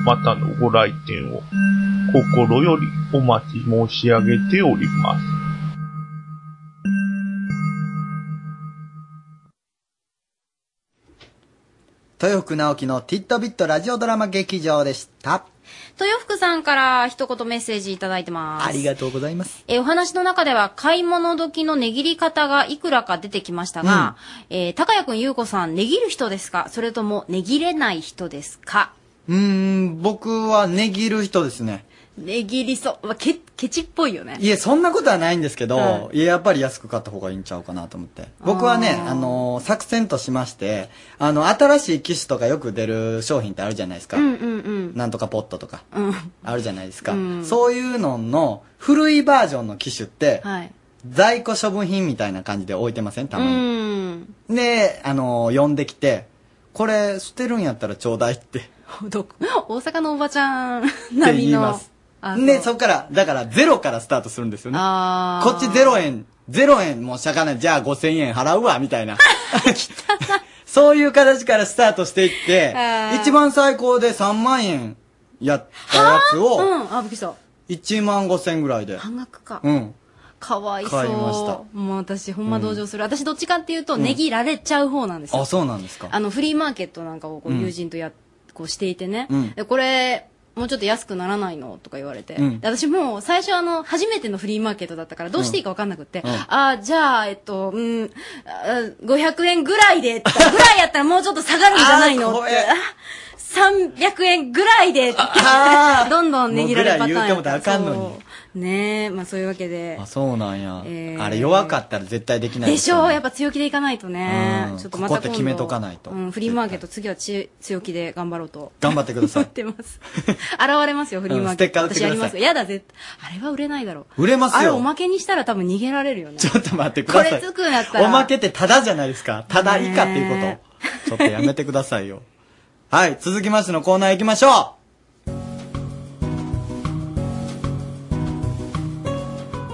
またのご来店を心よりお待ち申し上げております。豊福直樹のティットビットラジオドラマ劇場でした。豊福さんから一言メッセージいただいてます。ありがとうございます。えーお話の中では買い物時の値切り方がいくらか出てきましたが、えー高谷くん、ゆうこさん、値切る人ですかそれとも値切れない人ですかうーん、僕は値切る人ですね。値切りそう。まあケケチっぽいよね。いや、そんなことはないんですけど、、はいや、やっぱり安く買った方がいいんちゃうかなと思って。僕はね、あーあのー作戦としまして、あの、新しい機種とかよく出る商品ってあるじゃないですか。うんうんうん。なんとかポットとか、うん。あるじゃないですか。うんそういうのの、古いバージョンの機種って、はい。在庫処分品みたいな感じで置いてませんたうまに。ん。で、あのー呼んできて、これ捨てるんやったらちょうだいって。どこ大阪のおばちゃんって並言みいの。ますあで、そっから、だからゼロからスタートするんですよね。あこっちゼロ円、ゼロ円もうしゃがない。じゃあ5000円払うわ、みたいな。 <laughs> そういう形からスタートしていってあ、ー一番最高で3万円やったやつうを、ん、あ、びっくりした。 1万5千ぐらいで。半額か。うん。かわいそう。買いましたもう私、ほんま同情する。私、どっちかっていうと、値切られちゃう方なんですよ。あ、そうなんですか。あの、フリーマーケットなんかをこううん友人とや、こうしていてね、うんでこれ、もうちょっと安くならないのとか言われて、うんで私もう最初あの、初めてのフリーマーケットだったから、どうしていいか分かんなくって、うんうんあーじゃあ、えっと、うん、あ500円ぐらいで、とかぐらいやったらもうちょっと下がるんじゃないのって。300円ぐらいで、って <laughs> どんどん値切られるパターンやもうぐらい言うてもたらあかんのにそうねえ、まあそういうわけであ、。そうなんや。えーあれ弱かったら絶対できないでしょよう、ねやっぱ強気でいかないとね。うんちょっとまた今度ここって決めとかないとうん、フリーマーケット次はち強気で頑張ろう <laughs> と。頑張ってくだ <laughs> さい思っ。てます。現れますよ、フリーマーうケんスッテッカト。ー売ってく私だやさいりますよ。やだ、絶対。あれは売れないだろう。売れますよあれおまけにしたら多分逃げられるよね。ちょっと待ってくこだされい。つくんやったら。おまけってただじゃないですか。ただ以下っていうねこと。ちょっとやめてくださいよ。 <laughs> はい、続きましてのコーナー行きましょう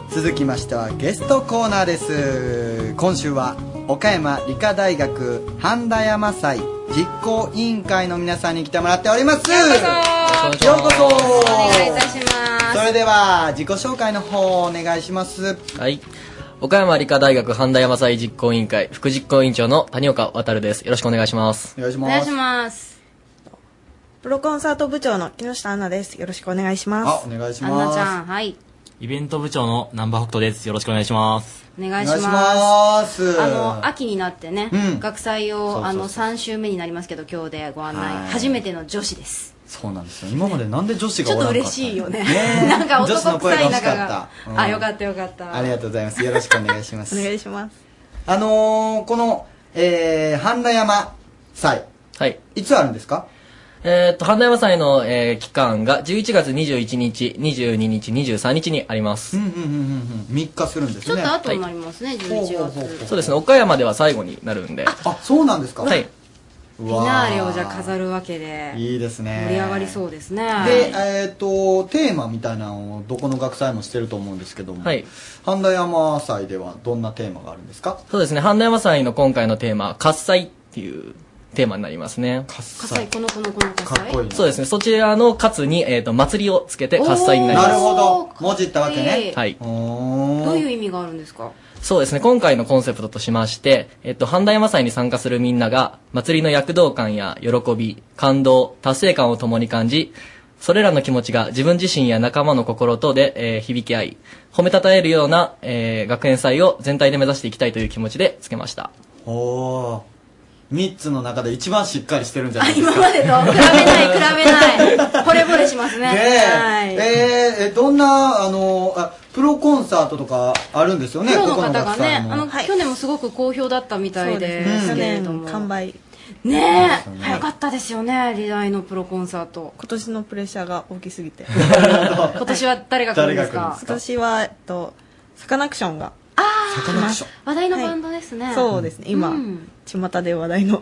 続きましてはゲストコーナーです。今週は岡山理科大学半田山祭実行委員会の皆さんに来てもらっております。ようこそようこそお願いいたします。それでは自己紹介の方お願いします。はい。岡山理科大学半田山祭実行委員会副実行委員長の谷岡渉です。よろしくお願いします。お願いしお願いしまます。プロコンサート部長の木下アンナです。よろしくお願いします。お願いすアンナちゃん、はい。イベント部長の南波北斗です。よろしくお願いします。お願いします。あの、秋になってね、うん学祭をそうそうそうあの、3週目になりますけど、今日でご案内。はい初めての女子です。そうなんですよ。今までなんで女ち子がょおっらとんかった嬉しいよね。ね <laughs> なんか女子男の声臭がい欲し中かっがた。。うんあ、よかったよかった。ありがとうございます。よろしくお願いします。お願いします。あのー、この、えー、半田山祭。はい。いつあるんですかえーっと、半田山祭の、えー期間が11月21日、22日、23日にあります。うんうんうんうん。3日するんですちょっと後になはいりますね、ほう11ほうほう月。そうですね、岡山では最後になるんで。あ、そうなんですかはい。フフィナーレをじゃあ飾るわけで。いいですね。盛り上がりそうですね。で、えっ、と、テーマみたいなのをどこの学祭もしてると思うんですけども、はい半田山祭ではどんなテーマがあるんですかそうですね、半田山祭の今回のテーマ、喝采っていうテーマになりますね。葛西、この子の子の葛西。そうですね。そちらの喝に、えっ、と、祭りをつけて喝采になります。おーなるほど文字ったわけねはい。どういう意味があるんですかそうですね。今回のコンセプトとしまして、えっと、半田山祭に参加するみんなが、祭りの躍動感や喜び、感動、達成感を共に感じ、それらの気持ちが自分自身や仲間の心とで、えー響き合い、褒めたたえるような、えー学園祭を全体で目指していきたいという気持ちでつけました。おお3つの中で一番しっかりしてるんじゃないですか今までと比べない、比べ <laughs> ない。惚れ惚れしますね。ねはい。えーえどんなあのあプロコンサートとかあるんですよねプロの方がね、ここあの、学祭も去年もすごく好評だったみたいでそうですすねけれども。去年完売。ねそえ、うですね早かったですよね、リライのプロコンサート。今年のプレッシャーが大きすぎて今年は誰が来るんですか今年は、えっと、サカナクションがあカナクション話題のバンドですね。そうですね今、うん巷で話題の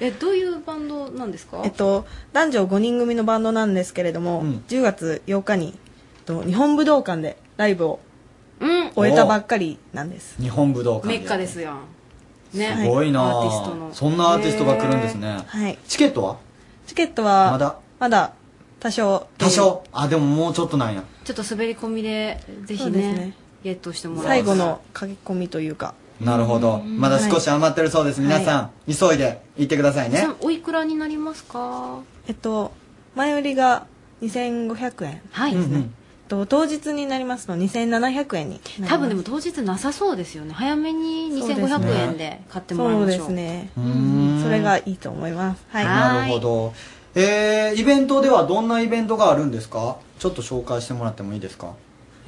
え、どういうバンドなんですかえっと男女5人組のバンドなんですけれども、10月8日に、えっと、日本武道館でライブを終えたばっかりなんです日本武道館メッカですやん。ね。すごいなアあーティストの。そんなアーティストが来るんですね、はいチケットはチケットはまだまだ多少多少あでももうちょっとなんやちょっと滑り込みで、ぜそひうですねね、ゲットしてもら最後の駆け込みというかなるほどまだ少し余ってるそうです、はい皆さん、急いで行ってくださいねさんおいくらになりますかえっと前売りが2500円はい、うんうんえっと当日になりますと2700円になります多分でも当日なさそうですよね早めにそうですね2500円で買ってもらいましょうそうですねんそれがいいと思いますはいなるほどえー、イベントではどんなイベントがあるんですかちょっと紹介してもらってもいいですか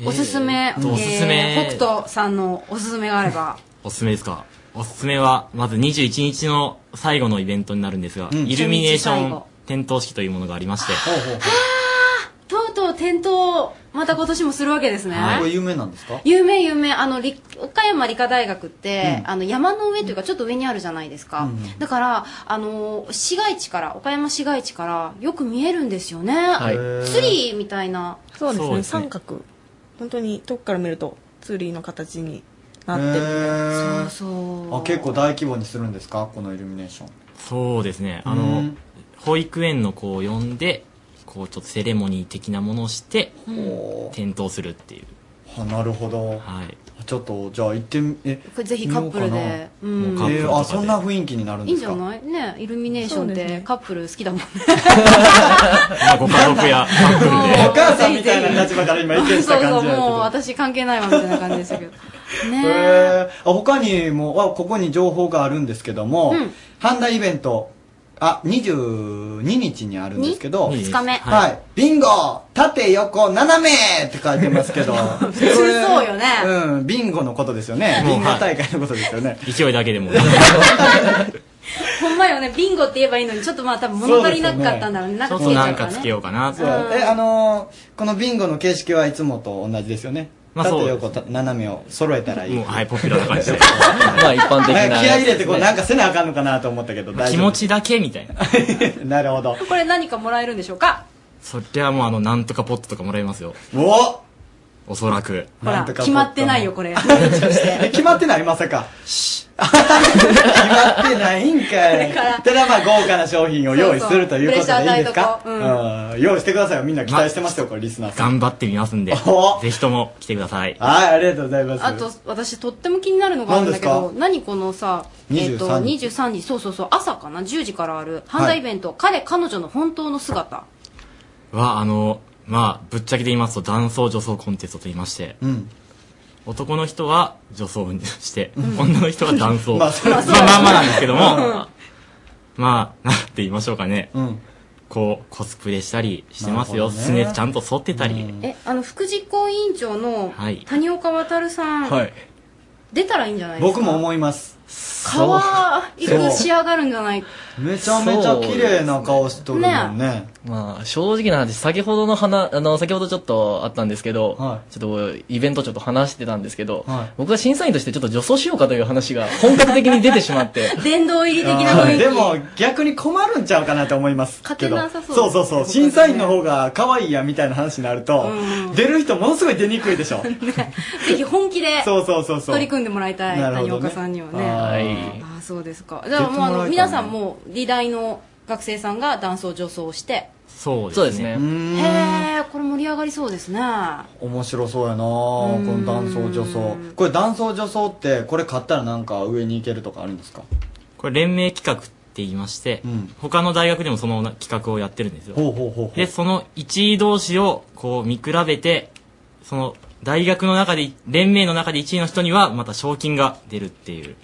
おすすめ、えーおすすめえー北斗さんのおすすめがあれ <laughs> ばおすすめですかおすすめはまず21日の最後のイベントになるんですが、んイルミネーシ最ョン後点灯式というものがありましてとうとう店頭また今年もするわけですね、これ有名なんですか有名有名あのり岡山理科大学って、うんあの山の上というかちょっと上にあるじゃないですか、だからあの市街地から岡山市街地からよく見えるんですよね、はいツリーみたいなそうですね三角本当に遠くから見るとツーリーの形になってへーるそうあ結構大規模にするんですかこのイルミネーションそうですねあうのん保育園の子を呼んでこうちょっとセレモニー的なものをしてうん点灯するっていうあなるほど、ちょっとじゃあ行ってみえこれぜひカップルで見うんようかなえーあそんな雰囲気になるんいいでんすじかゃないねイルミネーションってカップル好きだもんねご家族 <laughs> やカップルでお母さんみたぜひぜいなひ立場から今意見した感そうそじうやけもうど私関係ないわみたいな感じでしたけどねええー、あ他にもあここに情報があるんですけども、うん半田イベントあ22日にあるんですけどに二日目はい、ビンゴ縦横斜めって書いてますけど <laughs> 普通そうよねうんビンゴのことですよねもうビンゴはい大会のことですよね、 <laughs> 勢いだけでもほんまよねビンゴって言えばいいのにちょっとまあ多分物足りなかったんだろうねなんちかつょっとけちなゃんうかからつねけようかなってそうえあのーこのビンゴの形式はいつもと同じですよね、まあそう縦横た斜めを揃えたらいいもうはいポピュラーな感じ <laughs> でまあ一般的なやつですね気合い入れてこうなんかせなあかんのかなと思ったけど大気丈持ちだけみたいな夫 <laughs> なるほどこれ何かもらえるんでしょうかそりゃもうあのなんとかポットとかもらえますよおおそらくほら決まってないよこれえ決まってないまさ <laughs> か決まってないんかいこれからただまあ豪華な商品を用意するということでいいですかそうそうプレッシャーうん用意してくださいよみんな期待してますよこれリスナーさ頑ん張ってみますんでぜひとも来てくださいはいありがとうございま <laughs> すあと私とっても気になるのがあるんだけ何どです何このさえっと23 23時そうそうそう朝かな10時からある犯罪イベント彼彼女の本当の姿はあのまあぶっちゃけで言いますと男装女装コンテストと言いまして、男の人は女装にして、女の人は男装ままああそれはそうまあまあまあなんですけどうんも、まあなんて言いましょうかね、こうコスプレしたりしてますよなるほすどねねちゃんと剃ってたり、えあの副実行委員長のはい谷岡渉さんい出たらいいんじゃないですか僕も思います皮そくう仕上がるんじゃないめちゃめちゃ綺麗な顔しとるもんねまあ、正直な話、先ほどの話、あの、先ほどちょっとあったんですけど、ちょっとイベントちょっと話してたんですけど、僕が審査員としてちょっと女装しようかという話が <laughs> 本格的に出てしま <laughs> って、殿堂入り的なあ雰ー囲気でも逆に困るんちゃうかなと思います勝けてどなさそうそうそうそう審査員の方が可愛いやみたいな話になると、出る人ものすごい出にくいで <laughs> しょぜひ本気でそうそうそうそう取り組んでもらいたいなる谷ほどね岡さんにはねはあーそうですかじゃあ絶もうあ対もらえたのね皆さんもう理大の学生さんが男装女装をしてそうですねそうですねへえこれ盛り上がりそうですね面白そうやなこの男装女装これ男装女装ってこれ買ったらなんか上に行けるとかあるんですかこれ連名企画って言いまして、他の大学でもその企画をやってるんですよほうほうほうほうでその1位同士をこう見比べてその大学の中で連盟の中で1位の人にはまた賞金が出るっていう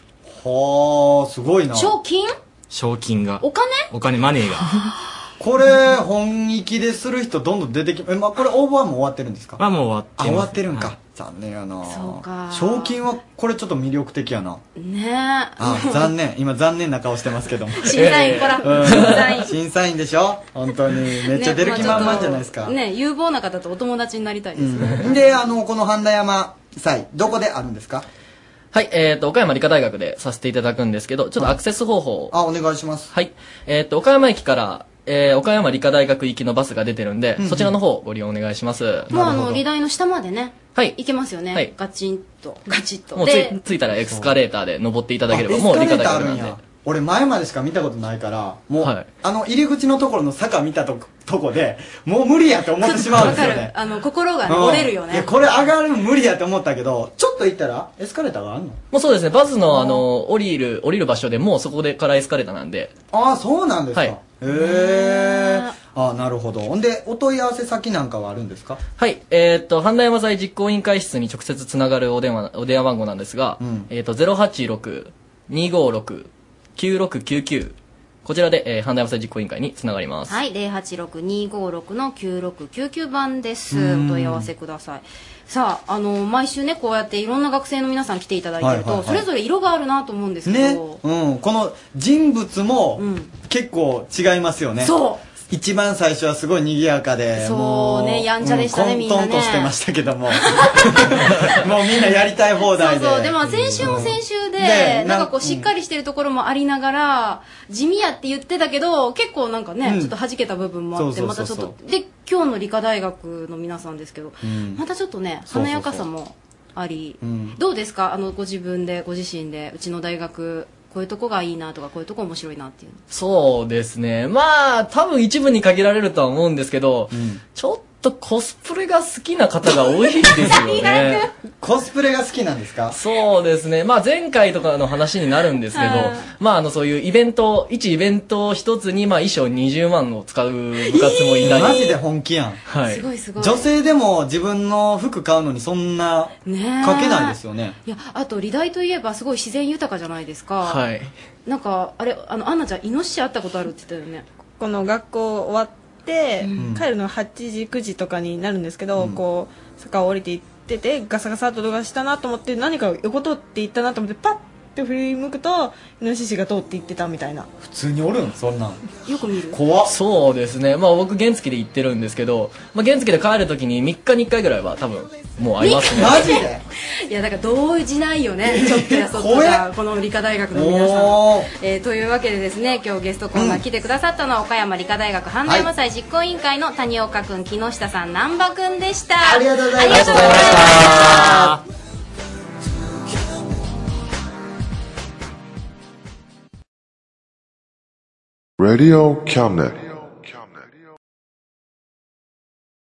はあすごいな賞金賞金がお金お金マネーが <laughs> これ本意気でする人どんどん出てきえまあこれ応募はもう終わってるんですかはもう終わってあ終わってるんか、残念やなそうか賞金はこれちょっと魅力的やなねえあ <laughs> 残念今残念な顔してますけども審査員ほらうん審査員審査員でしょ本当にめっちゃ出る気満々じゃないですか、ね,、ね有望な方とお友達になりたいですね、うんであのこの半田山祭どこであるんですかはい、えっ、と、岡山理科大学でさせていただくんですけど、ちょっとアクセス方法を。あ、お願いします。はい。えっ、と、岡山駅から、えー岡山理科大学行きのバスが出てるんで、うんうんそちらの方をご利用お願いします。もうあの議題の下までね、はい、行けますよね、はいガチンとガチッともうつい着いたらエスカレーターで登っていただければ、もう理科大学なんエスカレーターあるんでや。俺前までしか見たことないからもう、はいあの入り口のところの坂見たとことこでもう無理やと思ってしまうんですよわかねるあの心がねうん折れるよいやねこれ上がるの無理やと思ったけどちょっと行ったらエスカレーターがあるのもうそうですね、バスの、あの、降りる、降りる場所でもうそこでからエスカレーターなんで、ああそうなんですか、はいへえああなるほどほんでお問い合わせ先なんかはあるんですかはい、えーっと、半田山祭実行委員会室に直接つながるお電話、お電話番号なんですが、えーっと、086-256-9699。こちらで、えー、半田山祭実行委員会につながります。はい086256の9699番ですうんお問い合わせくださいさああの毎週ねこうやっていろんな学生の皆さん来ていただいてると、はいはいはいそれぞれ色があるなと思うんですけね、ど、うん、この人物も結構違いますよね、そ一番最初はすごい賑やかでそうもねやんちゃでしたねうんみんなね混沌としてましたけ <laughs> どももうみんなやりたい放題でそうでも先週も先週で、うんねなんかこなんうしっかりしてるところもありながら、地味やって言ってたけど結構なんかね、うんちょっと弾けた部分もあってそうまそたうちょそうっそうとで今日の理科大学の皆さんですけど、うんまたちょっとねそうそうそう華やかさもありうんどうですかあのご自分でご自身でうちの大学こういうとこがいいなとかこういうとこ面白いなっていうのそうですね。まあ、多分一部に限られるとは思うんですけど、ちょっとコスプレが好きな方が <laughs> 多いですよね。コスプレが好きなんですかそうですね。まあ前回とかの話になるんですけど、まああのそういうイベント、一イベント一つにまあ衣装20万を使う部活もいたり。マジで本気やん、はいすごいすごい女性でも自分の服買うのにそんなねえかけないですよねいやあと理大といえばすごい自然豊かじゃないですか、はいなんかあれあのアンナちゃんイノシシ会ったことあるって言ってたよねこの学校終わって、うん帰るの8時9時とかになるんですけど、こう坂を降りていっててガサガサっと音がしたなと思って何か横通っていったなと思ってパッて振り向くとイノシシが通っていってたみたいな普通におるんそんなんよく見る怖そうですね。まあ僕原付で行ってるんですけど、まあ原付で帰るときに3日に1回ぐらいは多分もうありますね。いでやだから同意しないよねちょっとやそっとじゃこの理科大学の皆さん、えーというわけでですね今日ゲストコーナー来てくださったのは、岡山理科大学阪大山祭実行委員会の谷岡君木下さん南波君でしたありがとうございました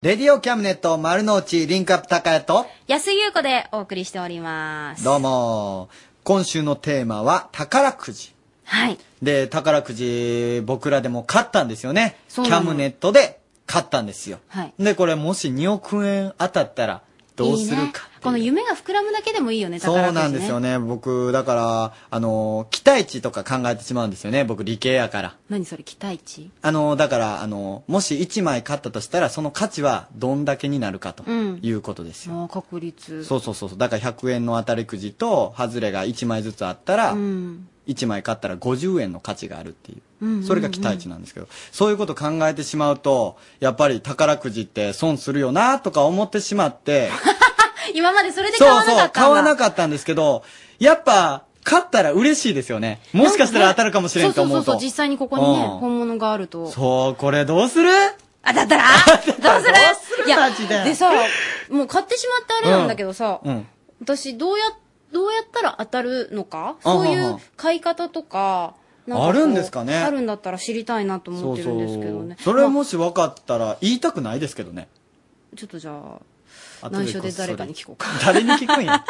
レディオキャムネット丸の内リンクアップ高谷と安井優子でお送りしておりますどうも今週のテーマは宝くじはいで宝くじ僕らでも買ったんですよねキそうなャのムネットで買ったんですよはいでこれもし2億円当たったらどうするかいいねこの夢が膨らむだけでもいいよねそう宝くじねなんですよね僕だからあの期待値とか考えてしまうんですよね僕理系やから何それ期待値あのだからあのもし1枚買ったとしたらその価値はどんだけになるかとうんいうことですよ、もう確率そうそうそうそうだから100円の当たりくじと外れが1枚ずつあったら、うん1枚買ったら50円の価値があるっていううんうんうんそれが期待値なんですけどそういうこと考えてしまうとやっぱり宝くじって損するよなとか思ってしまって今までそれで買そうわなかそうった買んだわなかったんですけどやっぱ買ったら嬉しいですよねもしかしたら当たるかもしれんと思うそうそうそうとそう実際にここにねうん本物があるとそうこれどうするあだったらどうするいやででさもう買ってしまってあれなんだけどさ、うん私どうやっどうやったら当たるのかあはそはういう買い方とか、なんこうあるんですかねあるんだったら知りたいなと思そっうてるそんですけどねう。。それまもし分かったら言いたくないですけどね。あちょっとじゃあ、後で内緒で誰かに聞こうか。 <laughs> 誰に聞くんや。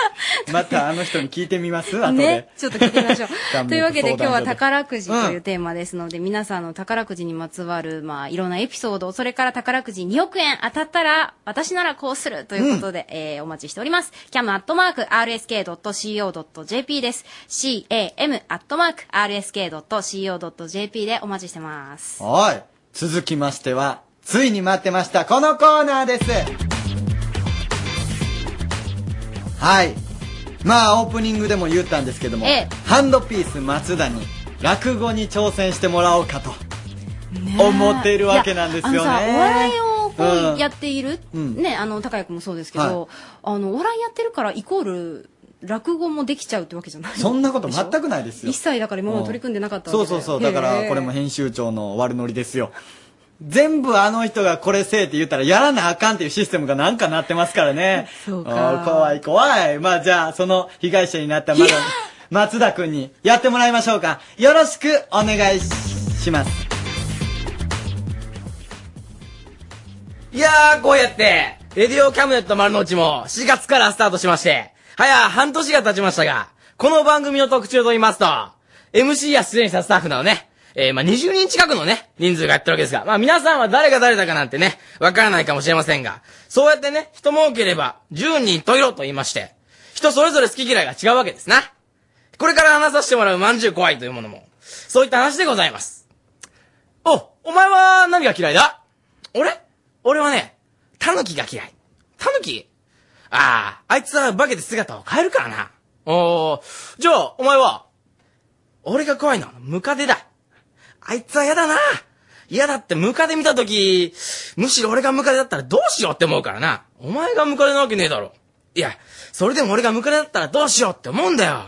またあの人に聞いてみます後 <laughs> で。ね、ちょっと聞いてみましょう。 <laughs> というわけで今日はい。宝くじというテーマですので、皆さんの宝くじにまつわる、まあ、いろんなエピソード、それから宝くじ2億円当たったら、私ならこうするということで、えーお待ちしております。cam.rsk.co.jp です。cam.rsk.co.jp でお待ちしてます。はい。続きましては、ついに待ってました、このコーナーです。はい。まあ、オープニングでも言ったんですけども、ええハンドピース松田に落語に挑戦してもらおうかと、思っているわけなんですよね。いやあのさお笑いをこうんうやっている、うんね、あの、高谷君もそうですけど、あの、お笑いやってるからイコール、落語もできちゃうってわけじゃないそんなこと全くないですよ一。切だから今まで取り組んでなかったわけそうでそうそう。だから、これもへ編集長の悪ノリですよ。全部あの人がこれせえって言ったらやらなあかんっていうシステムがなんかなってますからね。そうかあー怖い怖い。まあじゃあ、その被害者になったまだ松田くんにやってもらいましょうか。よろしくお願いします。いやー、こうやって、レディオキャムネット丸の内も4月からスタートしまして、はや半年が経ちましたが、この番組の特徴と言いますと、MC や出演したスタッフなどね、えー、まあ、20人近くのね、人数がやってるわけですが、まあ、皆さんは誰が誰だかなんてね、わからないかもしれませんが、そうやってね、人も多ければ、10人といろと言いまして、人それぞれ好き嫌いが違うわけですな。これから話させてもらうまんじゅう怖いというものも、そういった話でございます。お、お前は何が嫌いだ俺俺はね、タヌキが嫌い。タヌキああ、あいつは化けて姿を変えるからな。おー、じゃあ、お前は俺が怖いのはムカデだ。あいつは嫌だな。嫌だってムカデ見たとき、むしろ俺がムカデだったらどうしようって思うからな。お前がムカデなわけねえだろ。いや、それでも俺がムカデだったらどうしようって思うんだよ。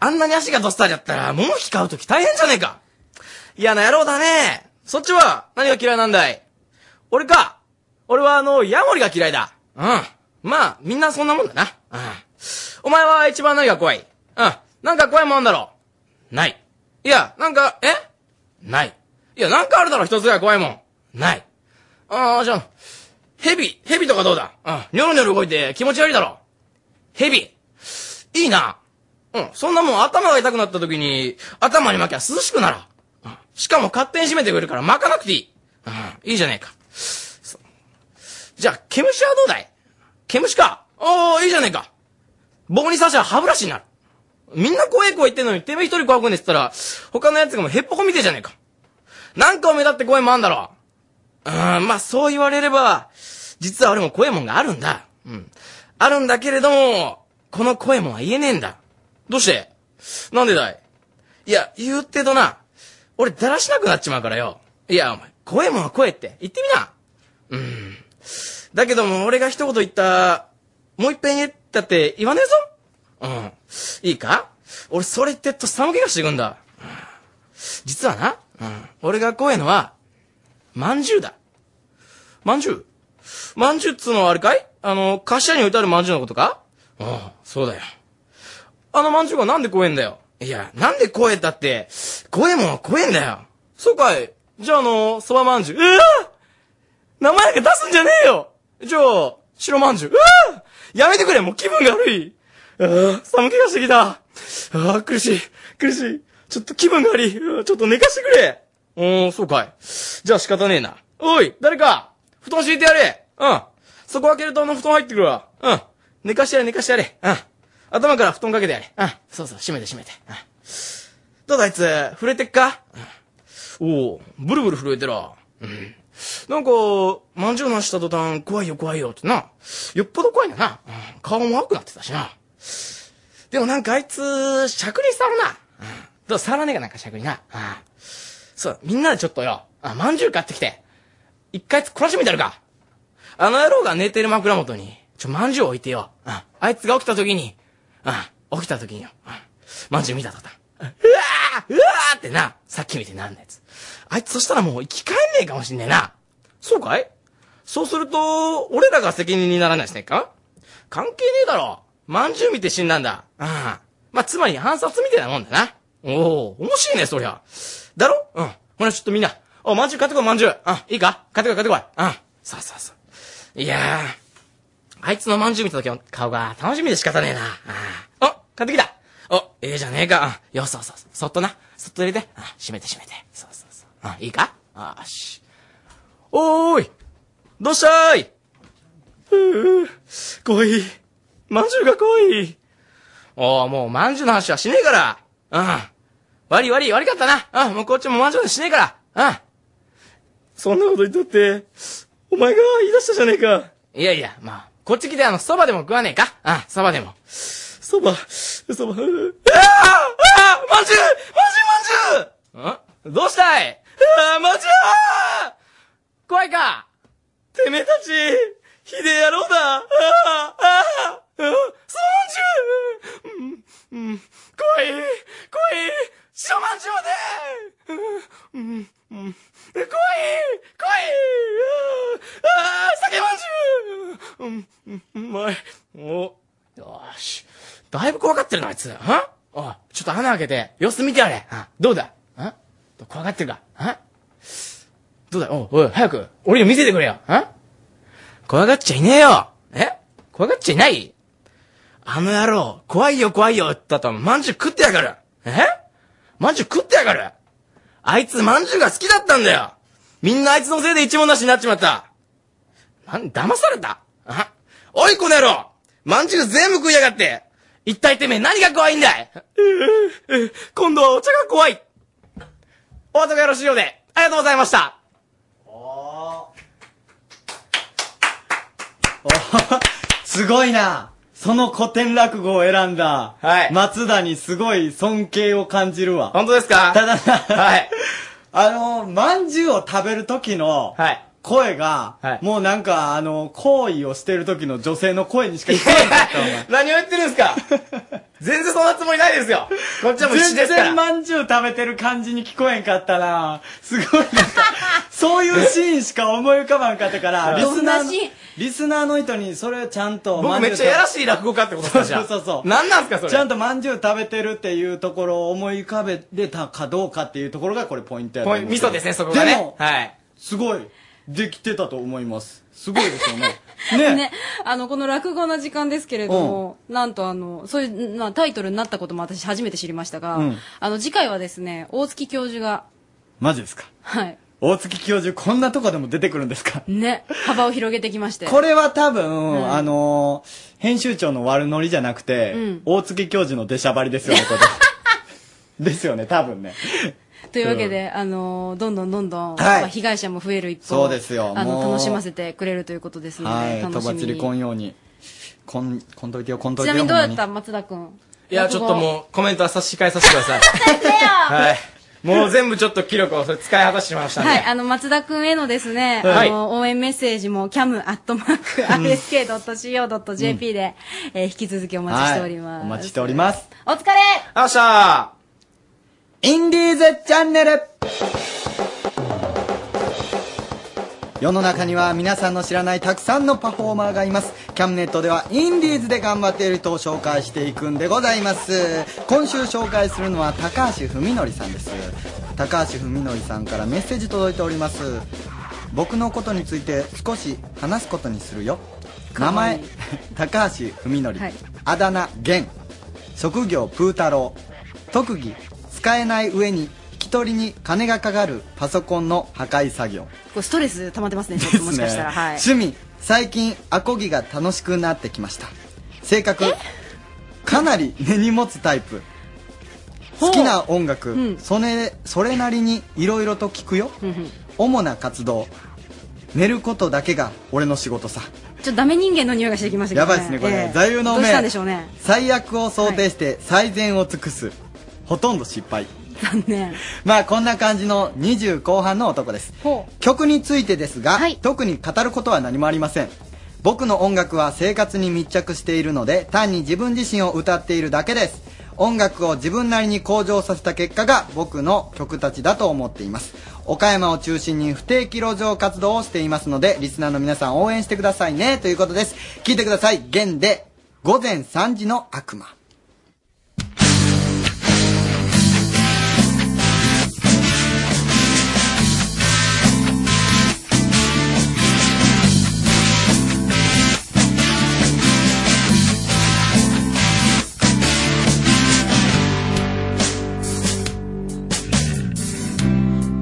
あんなに足がどっさりだったら、桃引買うとき大変じゃねえか。嫌な野郎だね。そっちは、何が嫌いなんだい俺か。俺はあの、ヤモリが嫌いだ。うん。まあ、みんなそんなもんだな。うん。お前は一番何が怖いうん。なんか怖いもんあんだろう。ない。いや、なんか、えない。いや、なんかあるだろ、一つぐらい怖いもん。ない。ああ、じゃあ、ヘビ、ヘビとかどうだうん。ニョロニョロ動いて気持ち悪いだろ。ヘビ。いいな。うん。そんなもん頭が痛くなった時に、頭に巻きゃ涼しくなる。うんしかも勝手に締めてくれるから巻かなくていい。うん。いいじゃねえか。そじゃあ、毛虫はどうだい毛虫か。おー、いいじゃねえか。棒に刺しゃ歯ブラシになる。みんな怖い怖い言ってんのに、てめえ一人怖くねえっつったら、他の奴がもうへっぽこ見てえじゃねえか。なんかおめえだって怖いもんあんだろ。うーん、まあそう言われれば、実は俺も怖いもんがあるんだ。うん。あるんだけれども、この怖いもんは言えねえんだ。どうしてなんでだいいや、言うってえとな、俺だらしなくなっちまうからよ。いや、お前、怖いもんは怖いって。言ってみな。うん。だけども、俺が一言言った、もう一遍言えったって言わねえぞ。うん。いいか俺、それ言ってっと寒気がしてくんだ。うん実はな、うん、俺が怖いのは、まんじゅうだ。まんじゅうまんじゅうっつうのはあれかいあの、頭に置いてあるまんじゅうのことかああ、そうだよ。あのまんじゅうがなんで怖えんだよ。いや、なんで怖えだって、怖えもんは怖えんだよ。そうかい。じゃああの、そばまんじゅう。うわあ名前なんか出すんじゃねえよじゃあ、白まんじゅう。うわあやめてくれもう気分が悪いああ、寒気がしてきた。ああ、苦しい。苦しい。ちょっと気分が悪い。うわちょっと寝かしてくれ。うーん、そうかい。じゃあ仕方ねえな。おい、誰か布団敷いてやれうん。そこ開けるとあの布団入ってくるわ。うん。寝かしてやれ、寝かしてやれ。うん。頭から布団かけてやれ。うん。そうそう、閉めて閉めて。うん。どうだあいつ、触れてっかうん。おお、ブルブル震えてら。うん。なんか、まんじゅうなした途端、怖いよ怖いよってな。よっぽど怖いんだな。うん顔も青くなってたしな。でもなんかあいつ、しゃくり触るな。うん。どう、触らねえかなんかしゃくりな。うん。そう、みんなでちょっとよ、あ、まんじゅう買ってきて。一回懲らしめてやるか。あの野郎が寝てる枕元に、ちょ、まんじゅう置いてよ。うん。あいつが起きた時に、うん。起きた時によ。うん。まんじゅう見た途端。うわーうわーってな、さっき見てなんのやつ。あいつそしたらもう生き返んねえかもしんねえな。そうかいそうすると、俺らが責任にならないしねえか関係ねえだろ。まんじゅう見て死んだんだ。ああ。まあ、つまり暗殺みたいなもんだな。おお、面白いね、そりゃ。だろうん。ほら、ちょっとみんな。お、まんじゅう買ってこい、まんじゅう。あ、いいか買ってこい、買ってこい。あ、さあさあさあ。いやーあいつのまんじゅう見た時の顔が楽しみで仕方ねえな。ああ、買ってきた。お、ええじゃねえか。うんよ、そうそうそう。そっとな。そっと入れて。あ、閉めて閉めて。そうそうそう。あ、いいかあーし。おーいどうしたーいふぅ、怖い。まんじゅうが怖い。おー、もうまんじゅうの話はしねえから。うん。悪い悪い、悪かったな。うん、もうこっちもまんじゅうでしねえから。うん。そんなこと言ったって、お前が言い出したじゃねえか。いやいや、まあ、こっち来てあの、そばでも食わねえかあ、そばでも。そば、そば、うーああまんじゅうまんじゅうまんじゅうんどうしたいああ、まんじゅうあー怖いかてめえたち、ひでえ野郎だああああうんそうまんじゅううん、うん、怖い怖い白まんじゅうでうん、うん、うん、怖い怖いああー、酒まんじゅううん、うん、うまい。お、よーし。だいぶ怖がってるな、あいつ。はおいちょっと穴開けて、様子見てやれ。あどうだあ怖がってるかあどうだおうおい、早く、俺にも見せてくれよ。あ怖がっちゃいねえよ。え怖がっちゃいないあの野郎、怖いよ怖いよって言ったと、まんじゅう食ってやがる。えまんじゅう食ってやがる。あいつまんじゅうが好きだったんだよ。みんなあいつのせいで一文なしになっちまった。なん、騙されたあおい、この野郎まんじゅう全部食いやがって一体てめえ何が怖いんだい今度はお茶が怖いお後がよろしいようで、ありがとうございましたすごいなその古典落語を選んだ、松田にすごい尊敬を感じるわ。本当ですかただな、はい。 <laughs> あの、まんじゅうを食べる時の、声が、もうなんか、あの、行為をしてる時の女性の声にしか聞こえなかったお前。何を言ってるんですか全然そんなつもりないですよこっちはもう必死ですから全然まんじゅう食べてる感じに聞こえんかったなすごいなんか、そういうシーンしか思い浮かばんかったから、 <laughs> リどスんナなーの、リスナーの人にそれをちゃんと、僕めっちゃやらしい落語家ってことそかうじゃそあうそうそう。何なんすかそれちゃんとまんじゅう食べてるっていうところを思い浮かべてたかどうかっていうところがこれポイントやと思うポイ味噌ですねそこがねでも、すごい、できてたと思います。すごいですよね。 <laughs> ねねあの、この落語の時間ですけれども、なんとあの、そういう、まあ、タイトルになったことも私初めて知りましたが、うんあの、次回はですね、大月教授が、マジですか。はい、大月教授、こんなとこでも出てくるんですかね、幅を広げてきまして。これは多分、うんあのー編集長の悪ノリじゃなくて、うん大月教授の出しゃばりですよね、これ。 <laughs> ですよね、多分ね。というわけで、あのどんどんどんどん、はいまあ被害者も増える一方そうですよあのもう楽しませてくれるということですので、はい、と楽しばみちりこんように。こん、こんといてよ、こんといちてなよ。みにどうやほんっまた松田君いや、ちょっともう、コメントは差し控えさせてくだ <laughs> さい。はい。もう全部ちょっと記録をそれ使い果たしてしまいましたはい、ね。あの、松田君へのですね、はいあの、応援メッセージも cam.rsk.co.jp で、えー引き続きお待ちしております。はいお待ちしております。お疲れあっしゃインディーズチャンネル世の中には皆さんの知らないたくさんのパフォーマーがいますキャムネットではインディーズで頑張っている人を紹介していくんでございます今週紹介するのは高橋文則さんです高橋文則さんからメッセージ届いております僕のことについて少し話すことにするよ名前高橋文則、はいあだ名源職業プー太郎特技使えない上に引き取りに金がかかるパソコンの破壊作業これストレス溜まってますね、ちょっともしかしたら。はい。趣味最近アコギが楽しくなってきました性格かなり根に持つタイプ好きな音楽、うんそれそれなりにいろいろと聞くよ主な活動寝ることだけが俺の仕事さちょっとダメ人間の匂いがしてきましたけど、ね。やばいですねこれねええ座右の銘どうしたんでしょうね。最悪を想定して最善を尽くす、ほとんど失敗残念。まあこんな感じの20後半の男ですほ曲についてですが、特に語ることは何もありません僕の音楽は生活に密着しているので単に自分自身を歌っているだけです音楽を自分なりに向上させた結果が僕の曲たちだと思っています岡山を中心に不定期路上活動をしていますのでリスナーの皆さん応援してくださいねということです聞いてください「弦で午前3時の悪魔。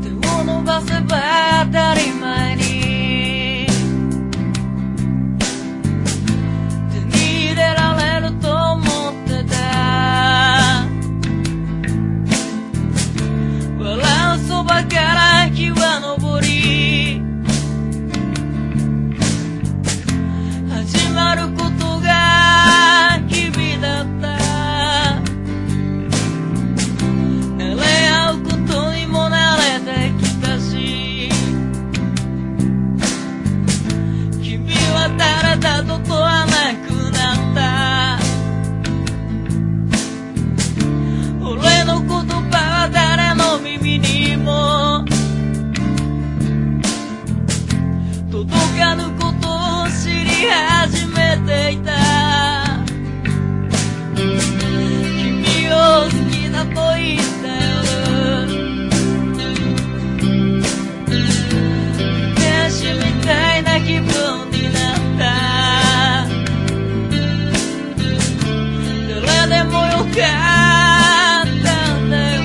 手を伸ばせば当たり前に手に入れられると思ってた笑うそばから日は昇り始まることが日々だった慣れ合うことにも慣れてきたし君は誰だと問わなくなった俺の言葉は誰の耳にも届かぬことを知り始めていた君を好きだと言った夜天使みたいな気分になった誰でもよかったんだよ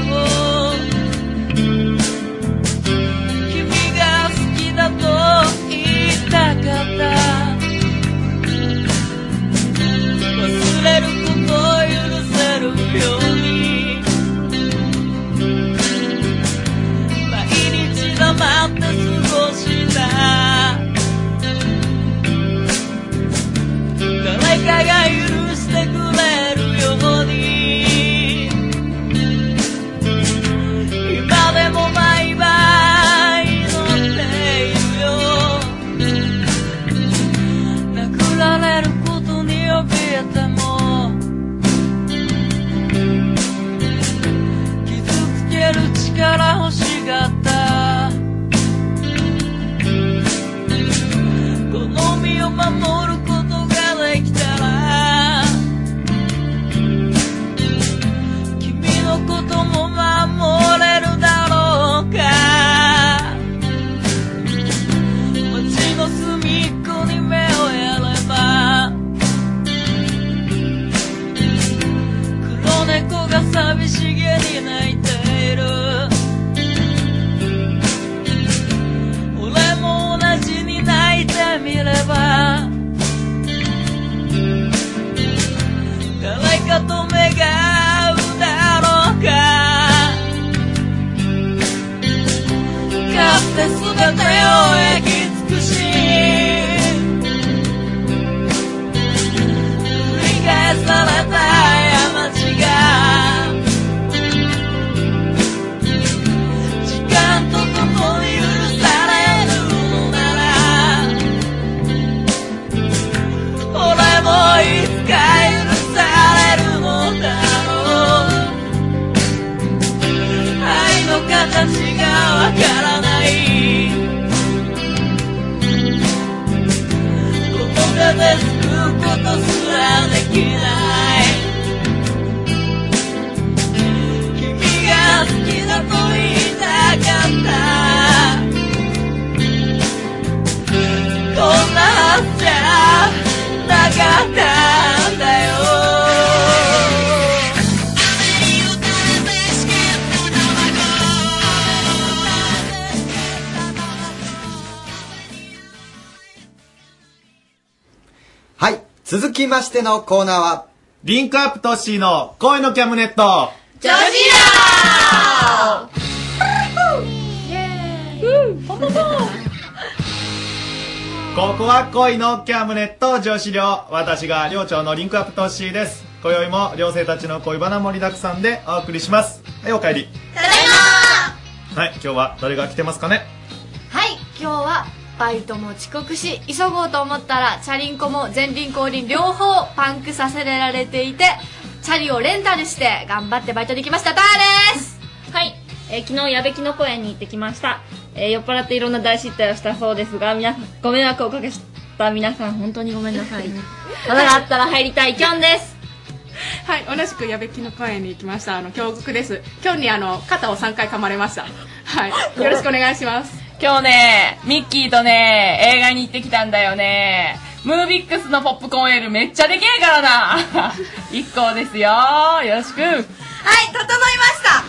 君が好きだと言いたかった忘れることを許せるように毎日黙って過ごした誰かが許してくれるように今でも毎晩祈っているよなくられることに怯えても傷つける力欲しがったこの身を守ることができたら君のことも守れるだろうか街の隅っこに目をやれば黒猫が寂しげに泣いている俺も同じに泣いてみれば誰かと目が合うだろうか勝って全てを焼き尽くし繰り返された過ちが時間とともに許されるのなら俺もいつか許されるのだろう愛の形がわからないこの手で救うことすらできない君が好きだと言いたかったこんなはずじゃなかったんだよはい。続きましてのコーナーは、リンクアップトッシーの声のキャムネット。ジョジラここは恋のキャムネット女子寮。私が寮長のリンクアップトッシーです。今宵も寮生たちの恋バナ盛りだくさんでお送りします。はい、お帰り。ただいまはい、今日は誰が来てますかねはい今日はバイトも遅刻し急ごうと思ったらチャリンコも前輪後輪両方パンクさせられていてチャリをレンタルして頑張ってバイトできましたターですはい、えー昨日矢部きの公園に行ってきました、えー酔っ払っていろんな大失態をしたそうですが皆さんご迷惑をおかけしった皆さん本当にごめん <laughs> なさい花があったら入りたいキョンですはい同じく矢部きの公園に行きましたあの京極です今日にあの肩を3回噛まれましたはいよろしくお願いします今日ね、ミッキーとね、映画に行ってきたんだよね。ムービックスのポップコーンエールめっちゃでけえからな。 <laughs> 一行ですよ。よろしく。はい、整いました。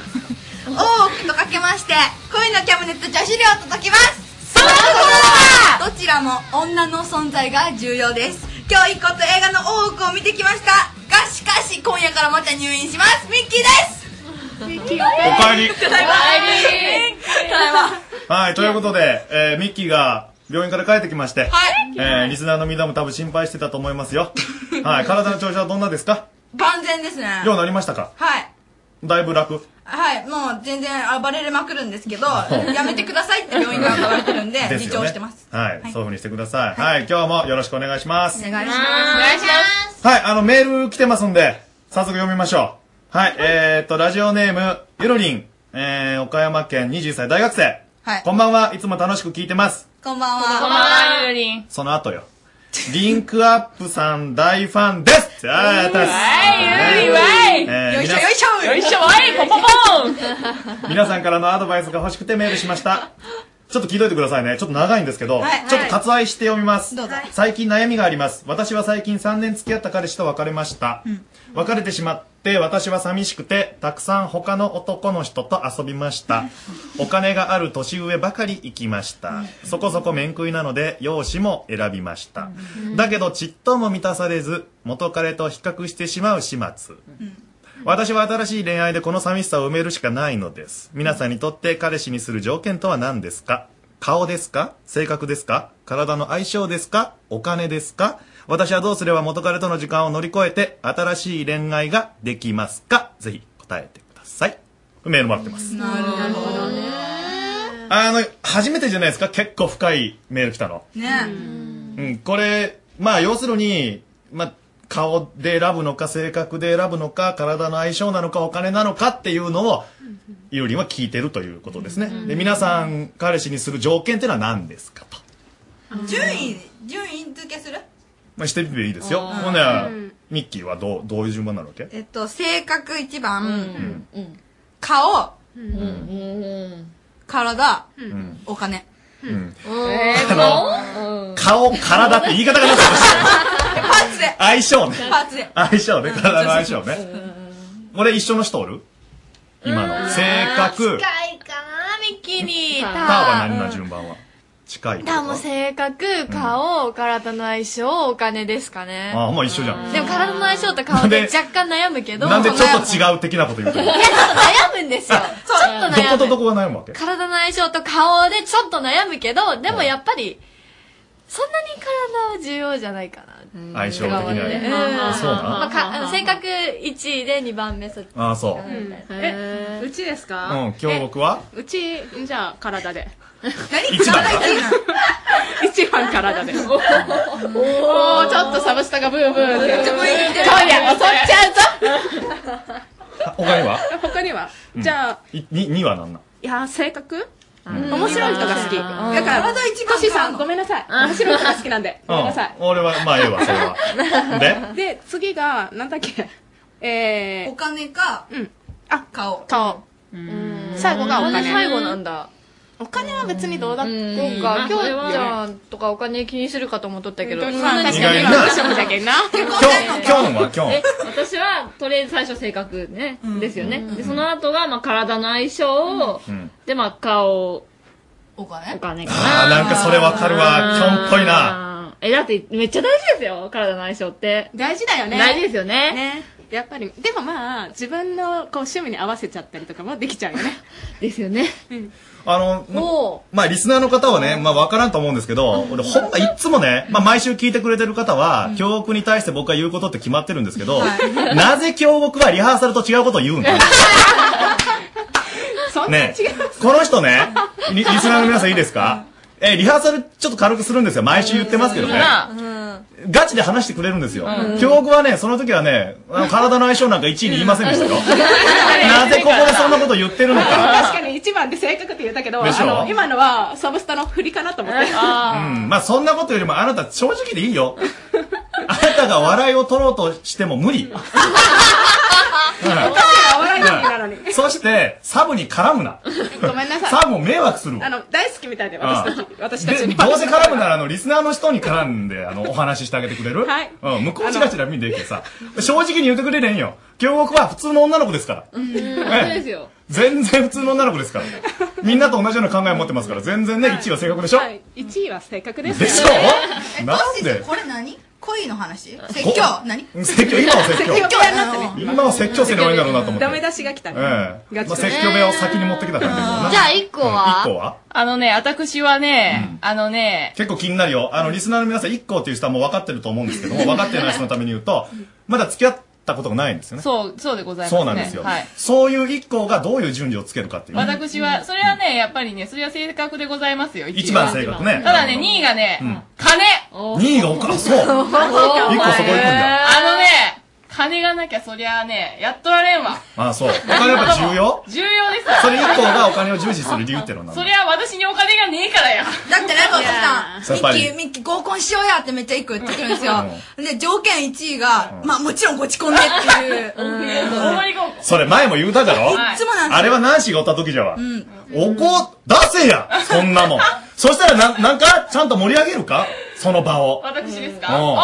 大奥とかけまして、恋のキャムネット女子寮と解きます。その心はどちらも女の存在が重要です。今日一個と映画の大奥を見てきました。がしかし、今夜からまた入院します。ミッキーです。ミッキーおおかえりただいま。ただいま。はい、ということで、えーミッキーが病院から帰ってきまして、はいえーリスナーのみんなも多分心配してたと思います <laughs> よ。はい、体の調子はどんなですか万全ですね。ようなりましたかはい。だいぶ楽はい、もう全然暴れまくるんですけど、やめてくださいって病院が言われてるんで、です自よね重してます。はい、そういうふうにしてください。はい、今日もよろしくお願いします。お願いします。お願いします。はい、あの、メール来てますんで、早速読みましょう。はい、えーっと、ラジオネーム、ゆろりん、えー、岡山県21歳大学生。はいこんばんはいつも楽しく聞いてます。こんばんは。こんばんは、ゆうりん。その後よ。リンクアップさん大ファンですあーたすはい、ゆうりん、わい。えーよいしょ、皆よいしょ。よいしょ、わい、ポンポンポン。皆さんからのアドバイスが欲しくてメールしました。ちょっと聞いといてくださいね。ちょっと長いんですけど、はいちょっと割愛して読みます。どうぞ最近悩みがあります。私は最近3年付き合った彼氏と別れました。別れてしまって、私は寂しくて、たくさん他の男の人と遊びました。お金がある年上ばかり行きました。そこそこ面食いなので、容姿も選びました。だけど、ちっとも満たされず、元彼と比較してしまう始末。私は新しい恋愛でこの寂しさを埋めるしかないのです。皆さんにとって彼氏にする条件とは何ですか顔ですか性格ですか体の相性ですかお金ですか私はどうすれば元彼との時間を乗り越えて新しい恋愛ができますかぜひ答えてください。メールもらってます。なるほどね。あの、初めてじゃないですか結構深いメール来たの。ねうん、これ、まあ、要するに、まあ、顔で選ぶのか、性格で選ぶのか、体の相性なのか、お金なのかっていうのを、ゆりんは聞いてるということですね。で、皆さん、彼氏にする条件っていうのは何ですかと。順位、順位付けするまあ、してみていいですよ。あーほんならうん、ミッキーはどう、どういう順番なわけえっと、性格一番、うん。顔、うん。体、んお金。うん。えーの顔、体って言い方がど <laughs> うかパーツで。相性ね。パーツで。相性ね。体の相性ね。これ一緒の人おる今の。性格。近いかな、ミッキーに。タターは何な順番は近いってことターも性格、顔、体の相性、お金ですかね。ああ、もう一緒じゃん。でも体の相性と顔でなんで若干悩むけど。なんでちょっと違う的なこと言うといるや、ちょっと悩むん <laughs> ですよ。ちょっと悩どことむ。どこが悩むわけ体の相性と顔でちょっと悩むけど、でもやっぱり、そんなに体は重要じゃないかな。相性う的にんは。そうなんまあか性格1位で2番目そっち。ああ、そう。うえうちですかん、今日僕はうちじゃあ体で一番一番体でおおーちょっとサブスタがブーブーってめっちゃブー言ってる今夜襲っちゃうぞあ他には他にはうんじゃあいに2は何なんいやー性格面白い人が好き。だあーから、体一番コシさんごめんなさい。面白い人が好きなんで。ごめんなさい。うん。俺は、まあええわ、それは。でで、次が、なんだっけ。えー、お金か、うん。あ、顔。顔。最後がお金。最後なんだ。お金は別にどうだっていそいうまかあ、きょうそちれはゃんとかお金気にするかと思っとったけど。うんまあ確かに意外な私もだけな。きょんはきょんえ、私は、とりあえず最初性格ね、ですよね。で、その後が、まあ、体の相性を、うんで、まあ、顔、お金お金かああ、なんかそれわかるわ。きょんっぽいな。な。え、だって、めっちゃ大事ですよ、体の相性って。大事だよね。大事ですよね。ね。やっぱり、でもまあ、自分のこう趣味に合わせちゃったりとかもできちゃうよね。 <laughs> ですよね。あの、もまあ、リスナーの方はね、まあ、わからんと思うんですけど、俺、ほんま、いっつもね、まあ、毎週聞いてくれてる方は、京極に対して僕が言うことって決まってるんですけど、はい <laughs> なぜ京極はリハーサルと違うことを言うんだそんなに違ねう。この人ね、リリスナーの皆さんいいですかえ、リハーサルちょっと軽くするんですよ。毎週言ってますけどね。うん。ガチで話してくれるんですようん。京極はね、その時はね、あの体の相性なんか1位に言いません <laughs> でしたうよ。んなぜここでそんなこと言ってるの確かか。に一番で正確って言ったけど、あでしょの、今のはサブスタの振りかなと思って。うん、まあそんなことよりもあなた正直でいいよ。あなたが笑いを取ろうとしても無理。おかしいな笑い芸人なのに。そして、サブに絡むな。ごめんなさい。サブも迷惑するわあの、大好きみたいで、私たち、私たちでに。どうせ絡むならあのリスナーの人に絡んであのお話ししてあげてくれる、はいうん、向こうチラチラ見てきてさ正直に言ってくれれんよ京極は普通の女の子ですからうんそうですよ全然普通の女の子ですからみんなと同じような考えを持ってますから全然ね1位は正確でしょ、はい。1位は正確です。でしょなんでこれ何恋の話説ご教何説教今は説教説教やなってね今は説教せればいいんだろうなと思ってダメ出しが来たね。ええガチまあ、説教部屋を先に持ってきた感じだけどなじゃあ一個はうん一個はあのね、私はね、あのね、結構気になるよ。あの、リスナーの皆さん、1個っていう人はもう分かってると思うんですけども、分かってない人のために言うと、まだ付き合ったことがないんですよね。そう、そうでございますね。そうなんですよ。はい。そういう1個がどういう順序をつけるかっていう。私は、それはね、やっぱりね、それは正確でございますよ。一番正確ねただね、2位がね、うん金2位がおかそう。1個そこ行くんだ。あのね、金がなきゃそりゃあね、やっとられんわ。あ、そう。お金やっぱ重要 <laughs> 重要ですわそれ1個がお金を重視する理由ってのはそ何りゃ私にお金がねえからよ。だってなんかお父さんやっぱりミッキー、ミッキー合コンしようやってめっちゃ一個言ってくるんですよ。で、条件1位が、まあもちろんごち込んでっていう。それ前も言うたじゃろいつもなんですよあれはナンシーがおった時じゃわ。うん。おこ、出せやそんなもん。そしたらな、なんか、ちゃんと盛り上げるかその場を。私ですかうんおうおうおう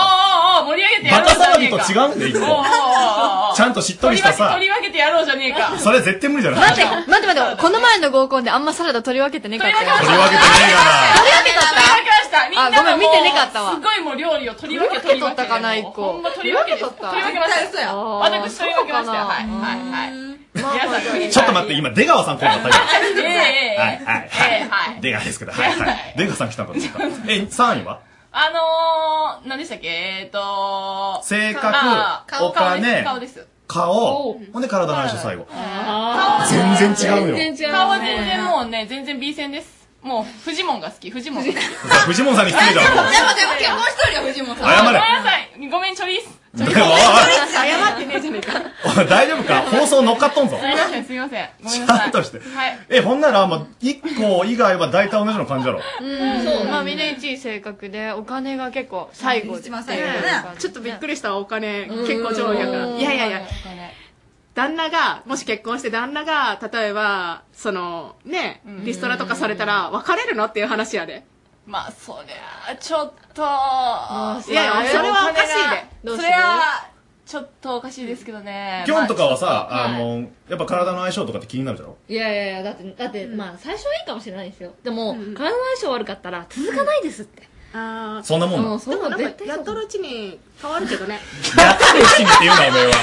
盛り上げてバやろうカじゃ騒ねぎえとか。違うんで、いつも。ちゃんとしっとり取りした分さけ、取、り分けてやろうじゃねえか。それ絶対無理じゃない待って、待って待って、この前の合コンであんまサラダ取り分けてねかったよ。取り分けてねえがな取り分けた取り分けました。みんながあごめん見てねかったわもうすごいもう料理を取り分け取り分け。取ったかな、一個。ほんま取り分けです取り分けました。嘘や私取り分けましたよ。はい、はい、はい。皆さん取り分けちょっと待って、今、出川さん来なかった今。ええはい、はい、ええははいい。出川ですけど、はい、はい。出川さん来たのかどうか。え、3位はあのー、何でしたっけえーと性格あー顔お金顔です。顔、ほんで体の相性最後。顔です全然違うよ全然違うね、顔は全然もうね、全然 B 戦です。もう、フジモンが好き、フジモン。さあ、藤本さんに失礼だ <laughs> わ。でも結婚しとるよ、フジモンさん謝れごめんなさい。ごめん、ちょりっす。おい謝ってねえじゃねえか。おい大丈夫か放送乗っかっとんすぞい。ません、すいません。ごめんなちさゃい。んとして。はい。え、ほんなら、まあ、1個以外は大体同じような感じだろ。うん、そうまあみんな1位正確で、お金が結構最後で。一番最後だねちょっとびっくりしたお金、結構上位やから。いやいやいや。旦那が、もし結婚して旦那が、例えば、その、ね、リストラとかされたら、別れるのっていう話やで。まあ、そりゃ、ちょっと、いやいやそれはおかしいでどうそするれは、ちょっとおかしいですけどね。キョンとかはさ、まあの、やっぱ体の相性とかって気になるじゃろいやいやいや、だって、だって、まあ、最初はいいかもしれないですよ。でも、体の相性悪かったら、続かないですって。あそんなもんなうそでんもななんん絶か、やっとるうちに変わるけどね。やったるうちにって言うな、おめえは。だ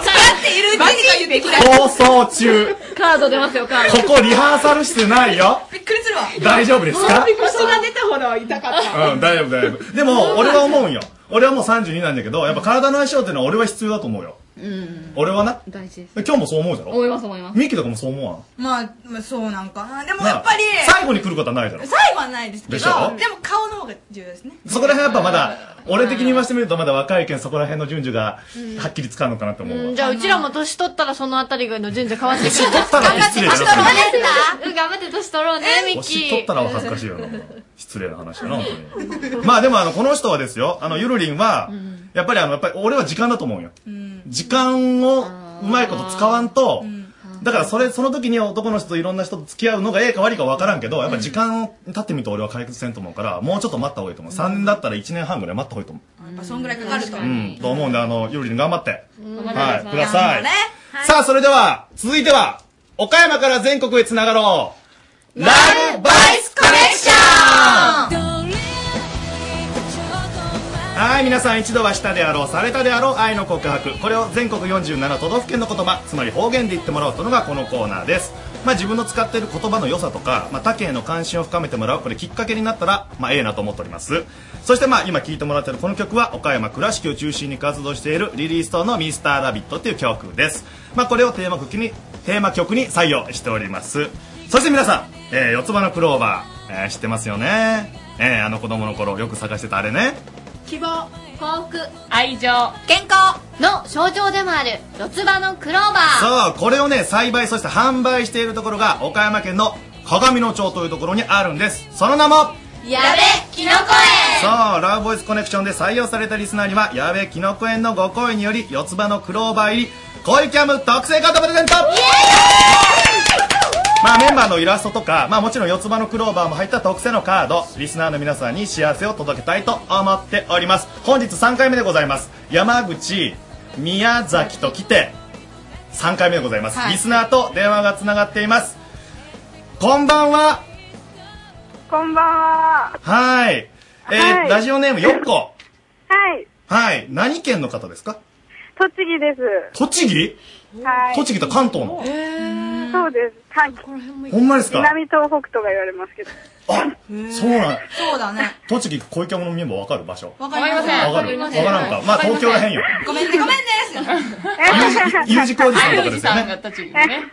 っているうちに言ってきた放送中。カード出ますよ、カード。ここリハーサルしてないよ。びっくりするわ大丈夫ですか人が出たほど痛かった。うん、大丈夫、大丈夫。でも、俺は思うんよ。俺はもう32なんだけど、やっぱ体の相性ってのは俺は必要だと思うよ。うん。俺はな。大事です。今日もそう思うじゃろいます思いま。ミッキーとかもそう思わん。まあ、まあそうなんかな。でもなあやっぱり、最後に来ることはないだろ。最後はないですけでど、しょでも顔の方が重要ですね。そこら辺やっぱまだ、俺的に言わしてみるとまだ若いけんそこら辺の順序がうんはっきりつかんのかなと思うわ。うんじゃあうちらも年取ったらそのあたりぐらいの順序変わってくる。年取ったら失礼だな頑張って年取ろうねうん頑張って年取ろうね、ミッキー。年取ったらは恥ずかしいよな。 <laughs> 失礼な話だな、本 <laughs> 当に。まあでもあの、この人はですよ、あの、ゆるりんは、やっぱりあの、やっぱり俺は時間だと思うよ。時間をうまいこと使わんと、だからそれ、その時に男の人といろんな人と付き合うのがええか悪いか分からんけど、やっぱ時間経ってみると俺は解決せんと思うから、もうちょっと待った方がいいと思う。3年だったら1年半ぐらい待った方がいいと思やっぱそんぐらいかかると。う。うん、と思うんで、あの、ゆるりん頑張って。うんはい、ください。ねさあ、それでは、続いては、岡山から全国へつながろう。ラブバイスコレクションはい、皆さん一度はしたであろう、されたであろう愛の告白。これを全国47都道府県の言葉、つまり方言で言ってもらおうというのがこのコーナーです。まあ自分の使っている言葉の良さとか、まあ他県への関心を深めてもらう、これきっかけになったら、まあええなと思っております。そしてまあ今聴いてもらっているこの曲は岡山倉敷を中心に活動しているリリーストのミスターラビットという曲です。まあこれをテーマ曲に、テーマ曲に採用しております。そして皆さん、えー四つ葉のクローバー、えー知ってますよね。えーあの子供の頃よく探してたあれね。希望幸福愛情健康の象徴でもある四つ葉のクローバーそうこれをね栽培そして販売しているところが岡山県の鏡野町というところにあるんですその名もやべきのこそうラブボイスコネクションで採用されたリスナーには矢部きのこ園のご好意により四つ葉のクローバー入り恋キャム特製カードプレゼントまあメンバーのイラストとか、まあ、もちろん四つ葉のクローバーも入った特製のカードリスナーの皆さんに幸せを届けたいと思っております本日3回目でございます山口宮崎と来て3回目でございます、はいリスナーと電話がつながっていますこんばんはこんばんは。はい。えーはいラジオネームよっこ。はい。はい。何県の方ですか栃木です。栃木はい。栃木と関東の。そうです。関東。ほんまですか南東北とか言われますけど。そうなん。そうだね。栃木小池物見ればわかる場所。わかりませんわかるわからんか。まあ東京らへんよ。ごめんね、ごめんね。 U 字工事さんのことですよね。が立ち入るね。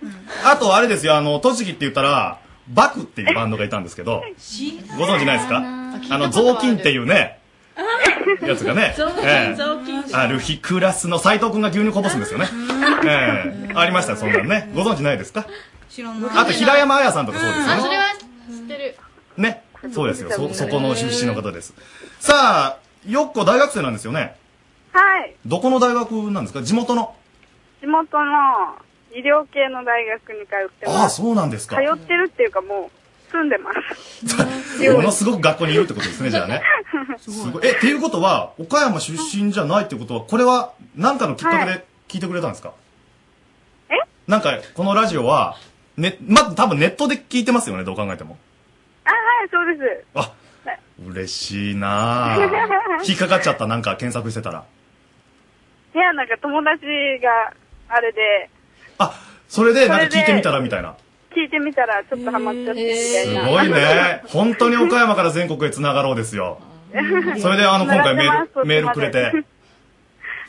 あとあれですよ、あの、栃木って言ったら、バクっていうバンドがいたんですけど、ご存知ないですかあの、雑巾っていうね、やつがね雑巾ええ雑巾ある日クラスの斎藤くんが牛乳こぼすんですよね。ええありましたよ、そんなんね。ご存知ないですか知らない。あと平山彩さんとかそうですよあねそ。れは知ってるね。そうですよ。そ、そこの出身の方です。さあ、よっこ大学生なんですよね。はい。どこの大学なんですか地元の。地元の医療系の大学に通ってます。ああ、そうなんですか。通ってるっていうかもう、住んでま <laughs> す。ものすごく学校にいるってことですね、じゃあね。すすごい。え、っていうことは、岡山出身じゃないってことは、これは何かのきっかけはで聞いてくれたんですか、えなんか、このラジオは、ね、まず多分ネットで聞いてますよね、どう考えても。 <laughs> あ、はい、そうです。あ、嬉しい <laughs> なぁ。引っかかっちゃった、なんか検索してたら。いや、なんか友達が、あれで、それで、なんか聞いてみたらみたいな。聞いてみたらちょっとハマっちゃってみすたいな。ごいね。本当に岡山から全国へ繋がろうですよ。 <laughs> それで、あの、今回メール、メールくれて。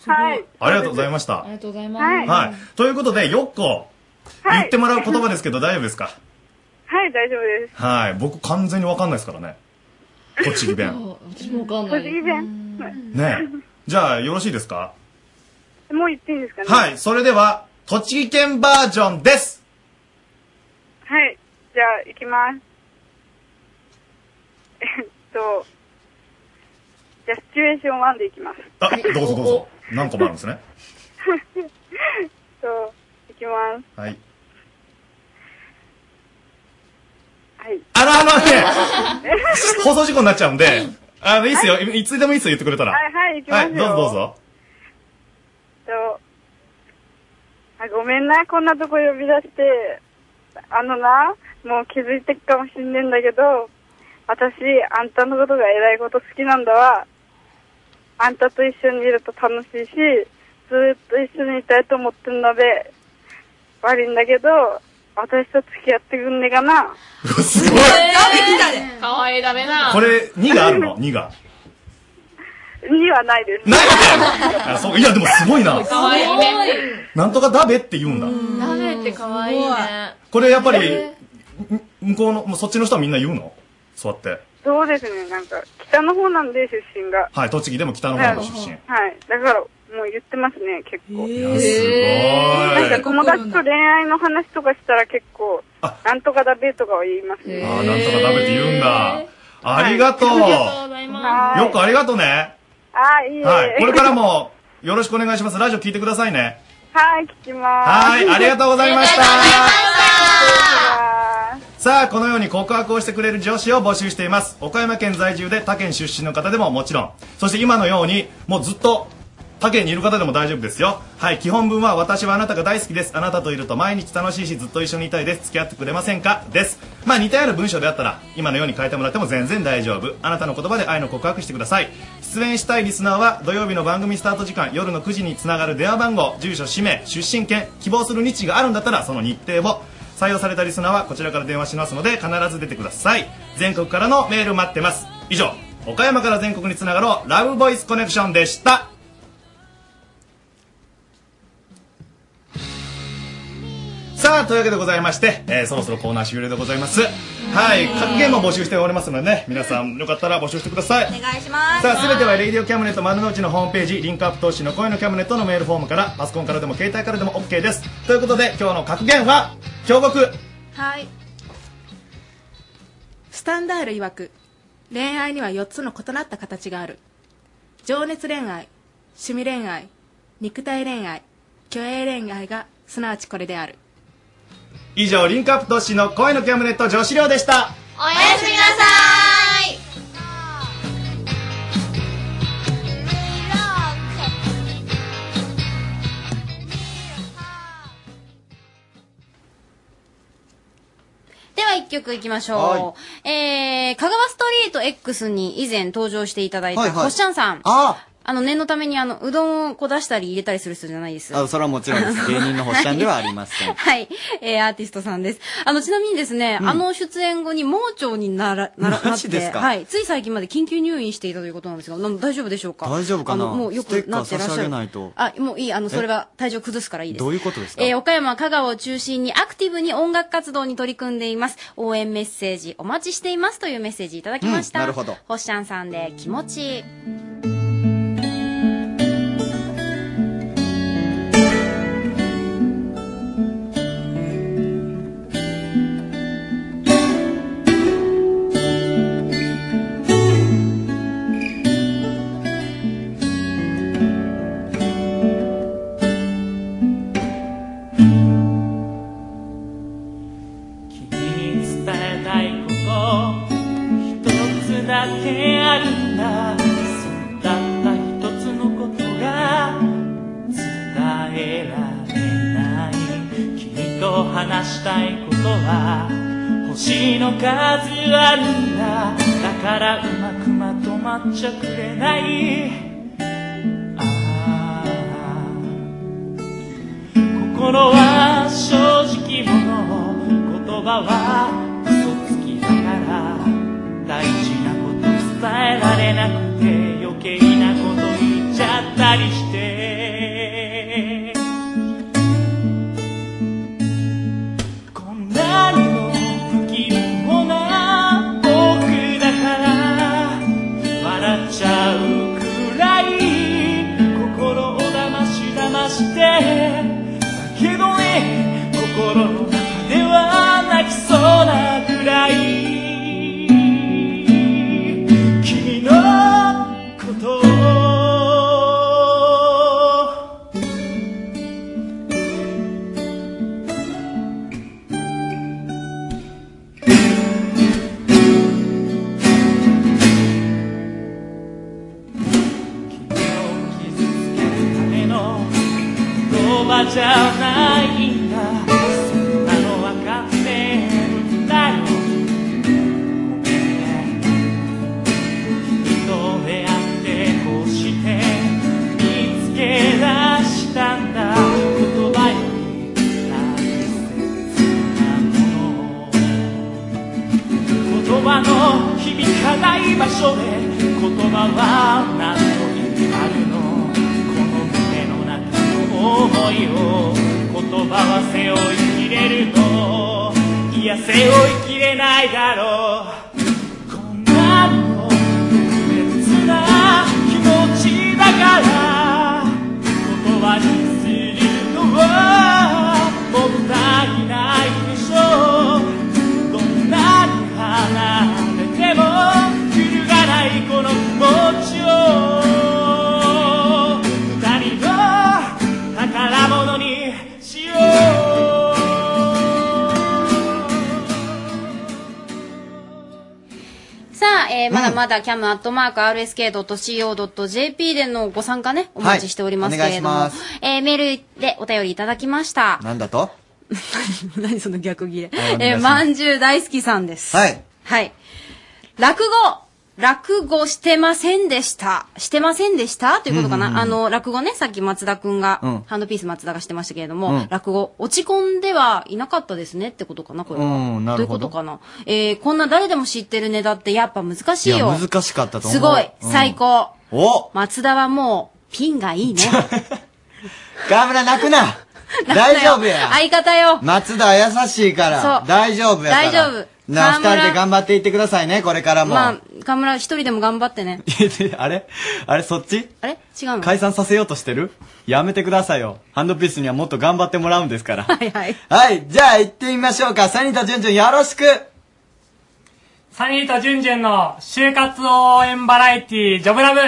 はい。ありがとうございましたあ。りがとうございますはい。ということで、よっこ、言ってもらう言葉ですけど大丈夫ですか <laughs> はい、大丈夫です。はい。僕完全にわかんないですからね。栃木 <laughs> 弁。私もわかんない。栃木弁。ねえじゃあ、よろしいですかもう言っていいんですかねはい。それでは、栃木県バージョンですはい。じゃあ、行きます。えっと、じゃあ、シチュエーション1で行きます。 <laughs> あ、どうぞどうぞ。何個もあるんですね。えっと、行きます。はい。はい。あらあ <laughs> らね、放送事故になっちゃうんで、あの、いいっすよ。いいつでもいいっすよ、言ってくれたら。はい、はい、行きますどうよ。ぞどう。ぞ。えっと、あ、ごめんな、こんなとこ呼び出して。あのな、もう気づいてっかもしんねえんだけど、私、あんたのことが偉いこと好きなんだわ。あんたと一緒にいると楽しいし、ずーっと一緒にいたいと思ってんので、悪いんだけど、私と付き合ってくんねえかな。すごいかわいいダメな。これ、2があるの ?2 が。にはないです。あ、そうか。いや、でもすごいな。可愛いねなんとかだべって言うんだ。ダメって可愛いねこれやっぱり、ん向こうの、もうそっちの人はみんな言うのそうやって。そうですね、なんか、北の方なんで、出身が。はい、栃木でも北の方の出身。はい。だから、もう言ってますね、結構。やすごいなんか友達と恋愛の話とかしたら結構、なんとかだべとかは言いますね。ああ、なんとかだべって言うんだ。ありがとう。よくありがとうね。あーいいえ。はい。これから。も、よろしくお願いします。ラジオ聞いてくださいね。 <laughs> はい、聞きます。はい、ありがとうございました。あさあ、このように告白をしてくれる女子を募集しています。岡山県在住で他県出身の方でももちろん。そして今のように、もうずっと他県にいる方でも大丈夫ですよ。はい、基本文は私はあなたが大好きです。あなたといると毎日楽しいしずっと一緒にいたいです。付き合ってくれませんかです。まあ似たような文章であったら、今のように変えてもらっても全然大丈夫。あなたの言葉で愛の告白してください。出演したいリスナーは土曜日の番組スタート時間、夜の9時につながる電話番号、住所、氏名、出身県、希望する日時があるんだったらその日程を、採用されたリスナーはこちらから電話しますので必ず出てください全国からのメール待ってます以上岡山から全国につながろうラブボイスコネクションでしたささあというわけでございまして、えーそろそろコーナー終了でございますはい格言も募集しておりますのでね皆さんよかったら募集してくださいお願いしますさあ全てはレイディオキャムネット丸の内のホームページリンクアップ投資の声のキャムネットのメールフォームからパソコンからでも携帯からでも OK ですということで今日の格言は京極はいスタンダール曰く恋愛には4つの異なった形がある情熱恋愛趣味恋愛肉体恋愛虚栄恋愛がすなわちこれである以上リンクアップ投資の声のキャムネット女子寮でしたおやすみなさいでは一曲いきましょう。えー、香川ストリート X に以前登場していただいはいたはいコッシャンさん。ああの、念のためにあの、うどんをこう出したり入れたりする人じゃないです。あ、それはもちろん <laughs> です。芸人の星ちゃんではありません。はい。えー、アーティストさんです。あの、ちなみにですね、うんあの出演後に盲腸になら、なら、なマっジですて、かはい。つい最近まで緊急入院していたということなんですが、なん大丈夫でしょうか大丈夫かなあの、もうよスくテッカーなってらっし差しゃ上げる。ないとあ、もういい。あの、それは体調崩すからいいです。どういうことですかえー岡山、香川を中心にアクティブに音楽活動に取り組んでいます。応援メッセージお待ちしていますというメッセージいただきました。うんなるほどほっしゃんさんで気持ちいい。君に伝えたいこと一つだけあるんだそうたった一つのことが伝えられない君と話したいことは星の数あるんだだからうまくまとまっちゃくれない心は正直者言葉は嘘つきだから大事なこと伝えられなくて余計なこと言っちゃったりしてこんなにも不器用な僕だから笑っちゃうくらい心を騙し騙してだけどね心のでは泣きそうなぐらい君のことを君を傷つけるための言葉じゃないんだそんなの分かってるんだよごめんね君と出会ってこうして見つけ出したんだ言葉より大切なもの言葉の響かない場所で言葉は何の意味あるの胸の中の思いを言葉は背負いきれるといや背負いきれないだろうこんなの特別な気持ちだから言葉にするのはもったいないでしょうどんなに離れても揺るがないこの気持ちを二人の宝物にしよさあ、えーまだまだ cam.rsk.co.jp でのご参加ね、お待ちしておりますけれども、はいお願いしますえーメールでお便りいただきました。なんだと <laughs> 何その逆切れ。お願いえしー、まますんじゅう大好きさんです。はい。はい。落語落語してませんでした。してませんでしたということかな、うんうんうんあの、落語ね、さっき松田くんが、うんハンドピース松田がしてましたけれどうも、ん落語、落ち込んではいなかったですねってことかな、これは。うんなるほどういうことどかな。えー、こんな誰でも知ってるネタってやっぱ難しいいよ。や、難しかったと思う。すごい、うん最。高。お <laughs> 松田はもう、ピンがいいね。河村泣くな大丈夫や相方よ。松田は優しいからそう大丈夫やから大丈夫な河二村人で頑張っていってくださいねこれからも、まあ、河村一人でも頑張ってね。あれあれそっちあれ違うの解散させようとしてるやめてくださいよ。ハンドピースにはもっと頑張ってもらうんですから。はいはい。 <laughs> はい、じゃあ行ってみましょうか。サニーとジュンジュンよろしくサニーとジュンジュンの就活応援バラエティジョブラブ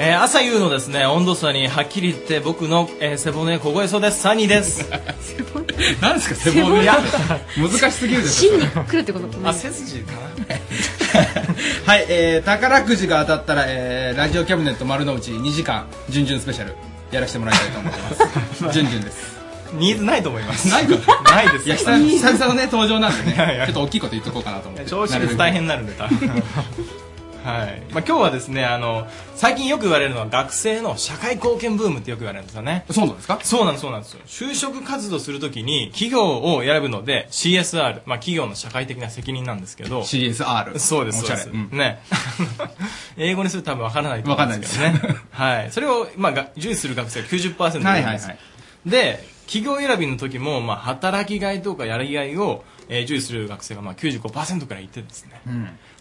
えー朝夕のですね温度差にはっきり言って僕の、えー背骨凍えそうですサニーです <laughs> <laughs> 何ですか背背骨いや難しすぎるでしょ芯に来るってことあ背筋かなはい、えー、宝くじが当たったら、えー、ラジオキャビネット丸の内2時間、準々スペシャル、やらせてもらいたいと思ってます。準々です。ニーズないと思います。ないかないですいや、久々久々のね、登場なんでね、ちょっと大きいこと言っとこうかなと思って。調子率大変になるんで多分はいまあ、今日はですねあの最近よく言われるのは学生の社会貢献ブームってよく言われるんですよねそうなんですかそうなんですそうなんですよ就職活動するときに企業を選ぶので CSR、まあ、企業の社会的な責任なんですけど CSR そうですそうでおしす、ゃれうんね英語にすると多分わからないと思うんですけどねわかんないではい、それを、まあ、が重視する学生が90%いるんです、はいはいはいで企業選びの時も、まあ、働きがいとかやりがいを、えー重視する学生が、まあ、95%くらいいてですね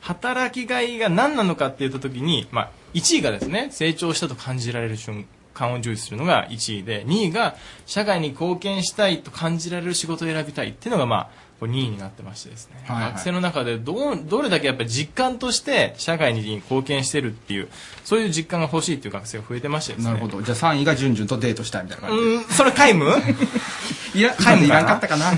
働きがいが何なのかって言った時に、まあ、1位がですね成長したと感じられる瞬間を重視するのが1位で2位が社会に貢献したいと感じられる仕事を選びたいっていうのが、まあ、こう2位になってましてですね、はいはい学生の中でどうどれだけやっぱり実感として社会に貢献してるっていうそういう実感が欲しいっていう学生が増えてましてですねなるほど。じゃあ3位が準々とデートしたいみたいな感じうんそれ皆無いらちょっと <laughs> いらんかったかな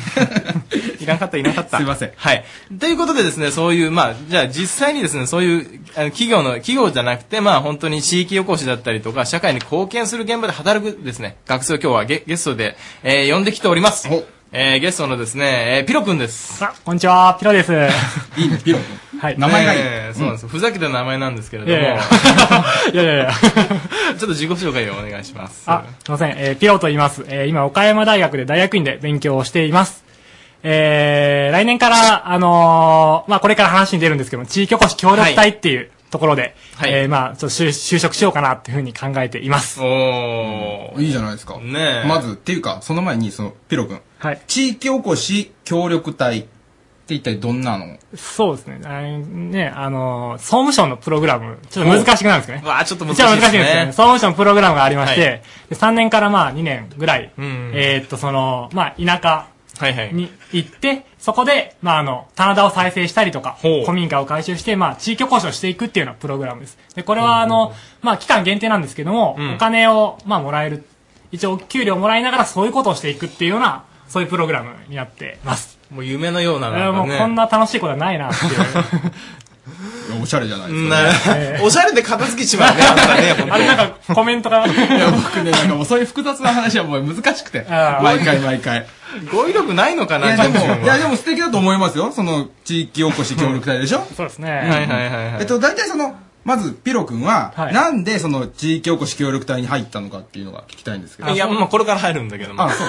いらんかった、いらんかった。すいません。はい。ということでですね、そういう、まあ、じゃあ実際にですね、そういう、あの企業の、企業じゃなくて、まあ、本当に地域おこしだったりとか、社会に貢献する現場で働くですね、学生を今日はゲゲストで、えー呼んできております。えーゲストのですね、えーピロくんです。こんにち <laughs> は、ピロです。いいね、ピロ。はい。ねえそうなんです。ふざけた名前なんですけれども。いやいやいやいやいや。 <laughs> ちょっと自己紹介をお願いします。あ、すいません。えーピロと言います。えー今、岡山大学で大学院で勉強をしています。えー来年から、あのーまあ、これから話に出るんですけども、地域おこし協力隊っていうところで、えーまあ、ちょっと就就職しようかなっていうふうに考えています。おいいじゃないですか。ねえまず、っていうか、その前に、その、ピロ君。はい。地域おこし協力隊って一体どんなのそうですね。あね、あのー総務省のプログラム、ちょっと難しくなるんですけどね。わあ、ちょっと難一しい番で難すね。しいんですよね。総務省のプログラムがありまして、はいで3年からまあ2年ぐらい、んえーっと、その、まあ、田舎はいはい。に行って、そこで、まあ、あの、棚田を再生したりとか、古民家を改修して、まあ、地域交渉していくっていうようなプログラムです。で、これは、あの、まあ、期間限定なんですけども、うんお金を、まあ、もらえる。一応、給料もらいながらそういうことをしていくっていうような、そういうプログラムになってます。もう夢のようなえーもうこんな楽しいことはないなっていう。おしゃれじゃないですか、ね。なおしゃれで片付けちまうね、あなたね、本当に。コメントが。いや、僕ね、なんかもうそういう複雑な話はもう難しくて。あー毎回毎回。語彙力ないのかいな、や、でジョンジョンも、はいや、でも素敵だと思いますよ。その、地域おこし協力隊で <laughs> しょそうですね。はいはいはいはいえっと、大体その、まず、ピロ君は、なんでその、地域おこし協力隊に入ったのかっていうのが聞きたいんですけど。いや、もうこれから入るんだけども。<laughs> あ、そう。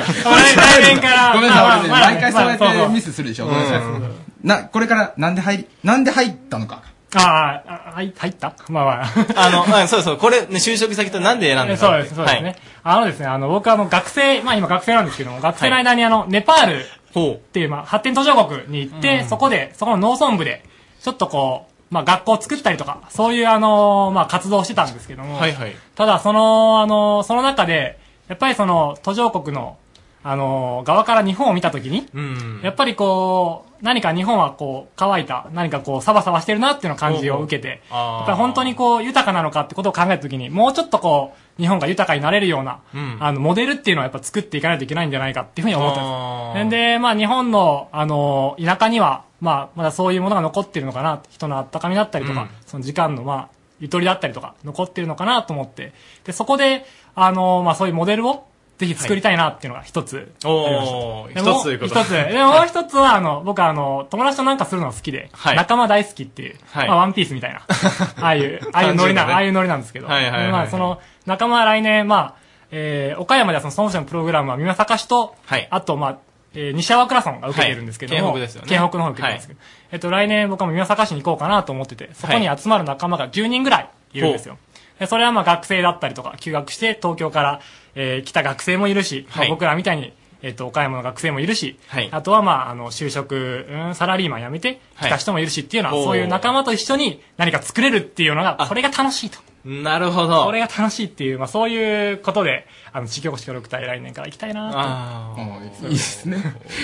来年からごめんなさい、まあ俺ね、まあ毎回そうやっまあそうそてうミスするでしょ。ごめんなさいうん。な、これから、なんで入り、なんで入ったのか。あーあ、はい入ったまあまあ。あの、うんそうそう、これ、ね、就職先となんで選んだかっそていうです、そうですね。はいあのですね、あの、僕はあの、学生、まあ今学生なんですけども、学生の間にあの、ネパールっていう、まあ、発展途上国に行って、うんそこで、そこの農村部で、ちょっとこう、まあ学校を作ったりとか、そういうあの、まあ活動をしてたんですけども、はいはい。ただ、その、あの、その中で、やっぱりその、途上国の、あの、側から日本を見たときに、うん。やっぱりこう、何か日本はこう、乾いた、何かこう、サバサバしてるなっていうのを感じを受けて、あーやっぱり本当にこう、豊かなのかってことを考えたときに、もうちょっとこう、日本が豊かになれるような、うんあの、モデルっていうのはやっぱ作っていかないといけないんじゃないかっていうふうに思ったんです。で、まあ日本の、あの、田舎には、まあ、まだそういうものが残ってるのかな、人の温かみだったりとか、その時間の、まあ、ゆとりだったりとか、残ってるのかなと思って、で、そこで、あの、まあそういうモデルを、ぜひ作りたいなっていうのが一つありました。おーでも一つということ一つ。で、もう一つは、あの、僕あの、友達となんかするのが好きで、はい仲間大好きっていう、はいまあワンピースみた <laughs> いな、ああいう、ああいうノリな、単純なねああいうノリなんですけど、はいはいはいはいまあその、仲間は来年、まあ、えー、岡山ではその総務省のプログラムは三坂市と、あと、まあ、えー、西粟倉村が受けてるんですけども、はい県北ですよね県北の方受けてるんですけど、えっと、来年僕は三坂市に行こうかなと思ってて、そこに集まる仲間が10人ぐらいいるんですよ。でそれはまあ学生だったりとか、休学して東京から、えー来た学生もいるし、まあ僕らみたいに、えっ、と、岡山の学生もいるし、あとはまあ、あの、就職、うんサラリーマン辞めて来た人もいるしっていうのは、はいそういう仲間と一緒に何か作れるっていうのが、これが楽しいと。なるほど。これが楽しいっていう、まあそういうことで、あの、地域おこし協力隊来年から行きたいなと。いいで <laughs> すね。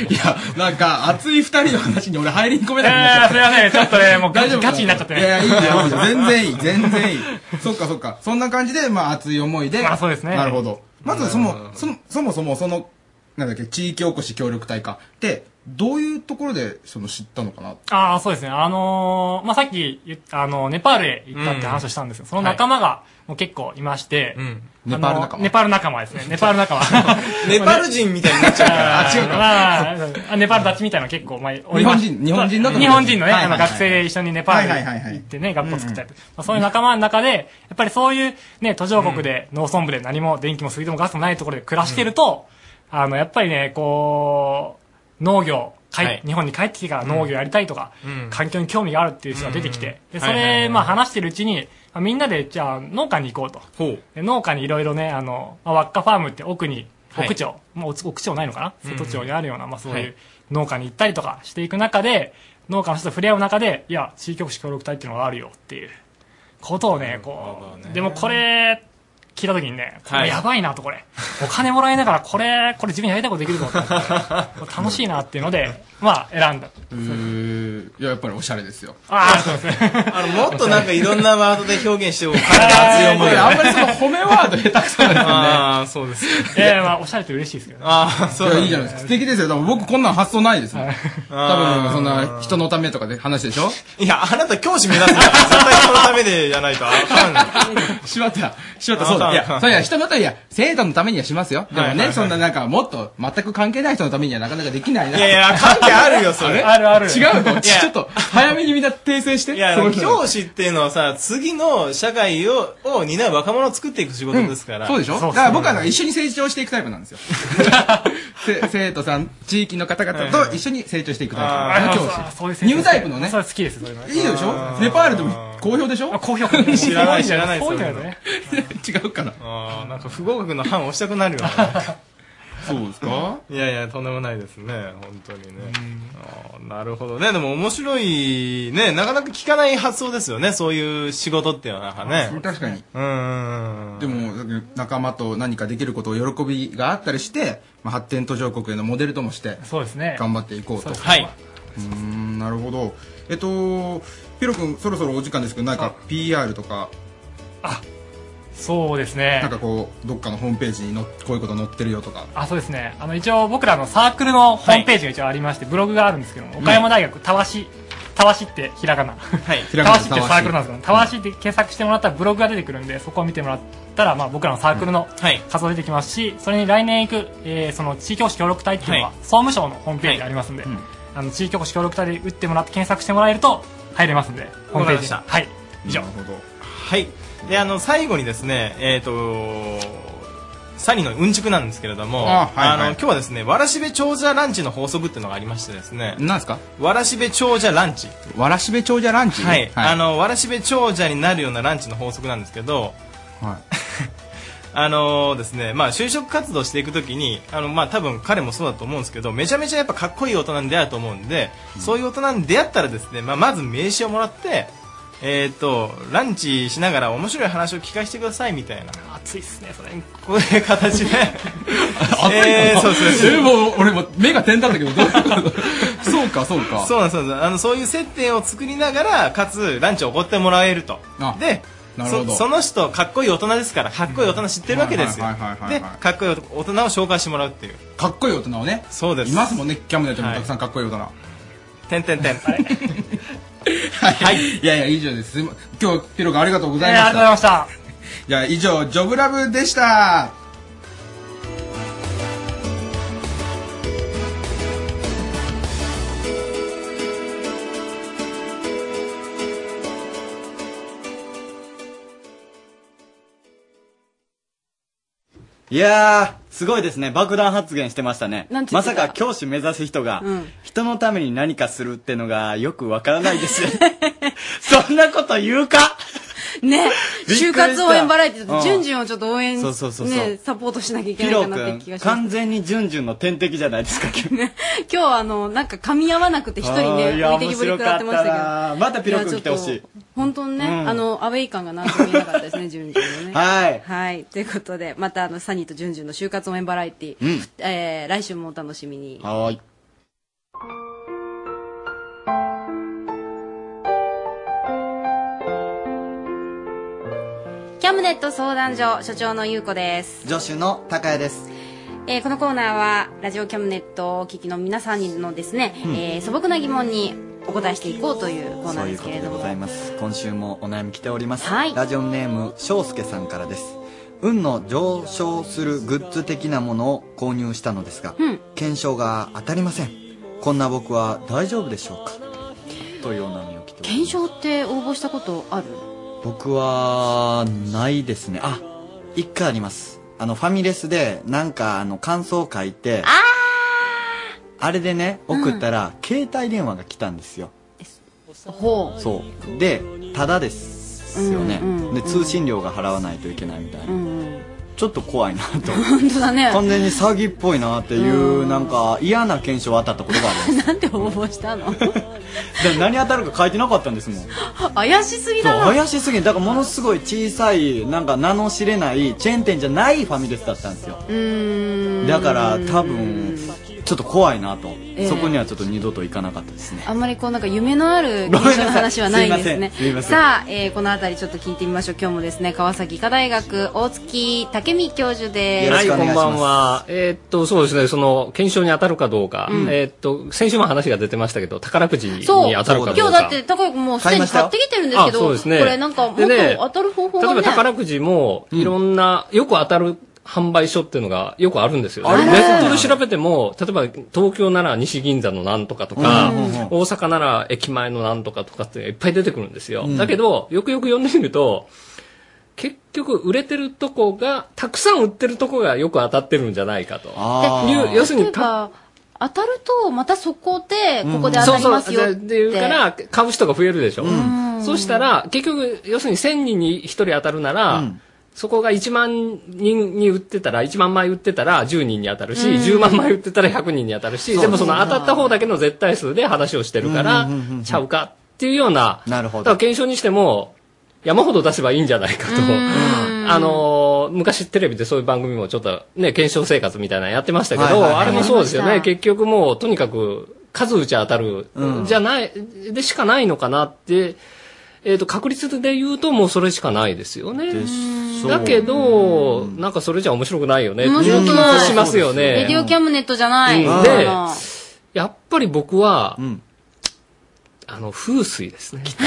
いや、なんか、熱い二人の話に俺入り込めなくえーなすいませんちょっとねもうガチ大丈夫ガチになっちゃってねい <laughs> や、いいんだよ。全然いい、全 <laughs> 然いい。そっかそっか。そんな感じで、まあ、熱い思いで。まあそうですねなるほど。まず、そも、そも、そもそも、その、なんだっけ、地域おこし協力隊か。で、どういうところで、その、知ったのかなああ、そうですね。あのーまあ、さっき言っ、あの、ネパールへ行ったって話をしたんですけど、その仲間が、もう結構いまして、あのネパール仲間ネパール仲間です <laughs> ね。ネパール仲間。ネパール人みたいになっちゃうからあ違うかま <laughs> あまあまあ、ネパール立ちみたいなの結構、まあ、おりま日本人日本人の友日達本人のね、はいはいあはいの学生で一緒にネパールはいはいはいは行ってね、学校作ったりとか、まあ、そういう仲間の中で、やっぱりそういうね、途上国で、農村部で何も電気も水道もガスもないところで暮らしてると、あの、やっぱりね、こう、農業、かいはい日本に帰ってきてから農業やりたいとか、うん環境に興味があるっていう人が出てきて、うでんそはいはいはれ、いまあ話してるうちに、まあみんなで、じゃあ農家に行こうと。で農家にいろいろね、あの、まあ、輪っかファームって奥に、はい奥町、もう奥町ないのかな瀬戸町にあるような、まあそうはいいう農家に行ったりとかしていく中で、農家の人と触れ合う中で、いや、地域おこし協力隊っていうのがあるよっていうことをね、こう、でもこれ、聞いた時にね、こはれいやばいなとこれ、お金もらいながらこれ、これ自分やりたいことできるぞって思って <laughs> これ楽しいなっていうので、まあ選んだ。うーいや、やっぱりおしゃれですよ。あ <laughs> あ、そうですね。あの、もっとなんかい <laughs> ろんなワードで表現しておか熱い思いあんまりその褒めワード下手くそなんですよね。ああ、そうです。ええまあおしゃれって嬉しいですけどね。ああ、そういやいいじゃないですか。素敵ですよ。多分僕こんなん発想ないですもん。多分、そんな人のためとかで話でしょ <laughs> いや、あなた教師目指すから、絶対人のためでじゃないとあかんの。柴田、柴田、そうだ。いや、そういや、人のため、いや、生徒のためにはしますよ。でもはいはいはね、いそんななんか、もっと全く関係ない人のためにはなかなかできないな。いやいや関係あるよそれあれあるある違うのちょっと、早めにみんな訂正して。いやその、教師っていうのはさ、次の社会を、を担う若者を作っていく仕事ですから。そうでしょだから僕はなんか一緒に成長していくタイプなんですよ。せ生徒さん、地域の方々と一緒に成長していくタイプのあーそうい教う師。先生ニュータイプのね。それ好きです、それはいいでしょネパールでも好評でしょ好評知らない、知らない。そそうういういうののね。 <laughs> 違うかな。ああ、なんか不合格の判押したくなるよね。そうですか <laughs> いやいや、とんでもないですね。本当にね。あーなるほどね。でも面白いね。なかなか聞かない発想ですよね。そういう仕事っていうのはなんかね。確かに。うん。でも、仲間と何かできることを喜びがあったりして、まあ、発展途上国へのモデルともして、そうですね。頑張っていこうと。そうですねはい。うーん、なるほど。えっと、ピロ君、そろそろお時間ですけど、なんか PR とか、そうですね。なんかこう、どっかのホームページにのこういうこと載ってるよとか。あそうですねあの一応僕らのサークルのホームページが一応ありまして、ブログがあるんですけども岡山大学たわしたわしってひらがな、はい、ひ <laughs> らたがなわでしってサークルなんですけどたわしって検索してもらったらブログが出てくるんでそこを見てもらったら、まあ、僕らのサークルの活動出てきますし、それに来年行く、えーその地域おこし協力隊っていうのは、はい総務省のホームページがありますんで、あの地域おこし協力隊で打ってもらって検索してもらえると入れますんでホームページにわかりましたはい以上はい。で、あの、最後にですね、えっ、と、サニーのうんちくなんですけれども、あはいはいの、今日はですね、わらしべ長者ランチの放送部っていうのがありましてですね、なんですかわらしべ長者ランチ。わらしべ長者ランチはい。あ、の、わらしべ長者になるようなランチの法則なんですけど、は <laughs> あのですね、まあ、就職活動していくときに、あの、まあ、多分彼もそうだと思うんですけど、めちゃめちゃやっぱかっこいい大人に出会うと思うんで、そういう大人に出会ったらですね、まあ、まず名刺をもらって、えっ、と、ランチしながら面白い話を聞かせてくださいみたいな。熱いっすね、それ。こういう形で。 <laughs> あえーそうそうそうえーもう、 <laughs> 俺も目が点だったけど、どういうことそうか、そうか。そうなんですそうなんですあのそういう接点を作りながらかつランチをおごってもらえるとでなるほどそその人かっこいい大人ですからかっこいい大人知ってるわけですよはいはいはいはいはでいかっこいい大人を紹介してもらうっていうかっこいい大人をね。そうですいますもんね、キャムネットにもたくさんかっこいい大人。てんてんてんはい。いやいや、以上です。すいま今日、ピロ君ありがとうございました。ありがとうございました <laughs> じゃあ、以上、ジョブラブでした。いやー、すごいですね。爆弾発言してましたねなんて。言まってたさか教師目指す人が、うん人のために <laughs> 何かするってのがよくわからないですよね。そんなこと言うか <laughs> ね、就活応援バラエティーだうんと、ジュンジュンをちょっと応援、そうそうそうそうね、サポートしなきゃいけピないロかなって気君がします。完全にジュンジュンの天敵じゃないで <laughs> すか君今日あの、なんか噛み合わなくて一人あーいね、や置いてきぼり食らってましたけ面白かったなど。またピロ君来てほしいやちょっと本当にね、うんあの、アウェイ感がなんとも言えなかったですね、ジュンジュンのね。はいはい。ということで、またあの、サニーとジュンジュンの就活応援バラエティうんえー来週もお楽しみに。はーいキャムネット相談所所長のゆうこです。助手の高谷ですえーこのコーナーはラジオキャムネットをお聞きの皆さんにのですね、うんえー素朴な疑問にお答えしていこうというコーナそうーいでうすこけとれでどごもざいます今週もお悩み来ております、はいラジオネーム翔介さんからです運の上昇するグッズ的なものを購入したのですが、うん検証が当たりませんこんな僕は大丈夫でしょうかというお悩みを来ております検証って応募したことある僕はないですねあ一回ありますあのファミレスでなんかあの感想を書いてあれでね送ったら、携帯電話が来たんですよほうそうでタダですよね、うんうんうんで通信料が払わないといけないみたいな、うんうんちょっと怖 <laughs> いなと本当だね完全に詐欺っぽいなっていう、なんか嫌な検証を当たったことがあ <laughs> りますなんで応募したの <laughs> で何当たるか書いてなかったんですもんそう怪しすぎだな怪しすぎるだからものすごい小さいなんか名の知れないチェーン店じゃないファミレスだったんですようーんだから多分ちょっと怖いなと、ええそこにはちょっと二度と行かなかったですねあんまりこうなんか夢のある現象の話はないですねごめんなさいすいませんすいませんさあ、えーこの辺りちょっと聞いてみましょう今日もですね川崎医科大学大月武美教授ですはい、こんばんは。えーっと、そうですね、その、検証に当たるかどうか。うんえーっと、先週も話が出てましたけど、宝くじにそう当たるかどうか。今日だって高井君もうすでに買ってきてるんですけあそどうですねこれなんかもっとでね当たる方法例がえねば宝くじも、いろんな、よく当たる販売所っていうのがよくあるんですよあるね。ねネットで調べても、例えば東京なら西銀座のなんとかとか、うん大阪なら駅前のなんとかとかっていっぱい出てくるんですよ。うんだけど、よくよく読んでみると、結局売れてるとこが、たくさん売ってるとこがよく当たってるんじゃないかと。いう要する例にえ、ば当たるとまたそこでここでそ当たうりそうますよって,、っていうから、買う人が増えるでしょ。そうしたら、結局、要するに1000人に1人当たるなら、そこが1万人に売ってたら、1万枚売ってたら10人に当たるし、うん10万枚売ってたら100人に当たるし、そうでもその当たった方だけの絶対数で話をしてるからうんうんうんうん、ちゃうかっていうような、なるほだから検証にしても、山ほど出せばいいんじゃないかと。 <laughs> あのー昔テレビでそういう番組もちょっとね、検証生活みたいなのやってましたけど、はいはいはいあれもそうですよやりね。ました結局もう、とにかく、数打ち当たる、うんじゃない、でしかないのかなって、えっ、と、確率で言うともうそれしかないですよね。だけど、なんかそれじゃ面白くないよね。面白くないっていう気もしますよレディオね。キャムネットじゃない、うんあでのやっぱり僕は、あの、風水ですね。きた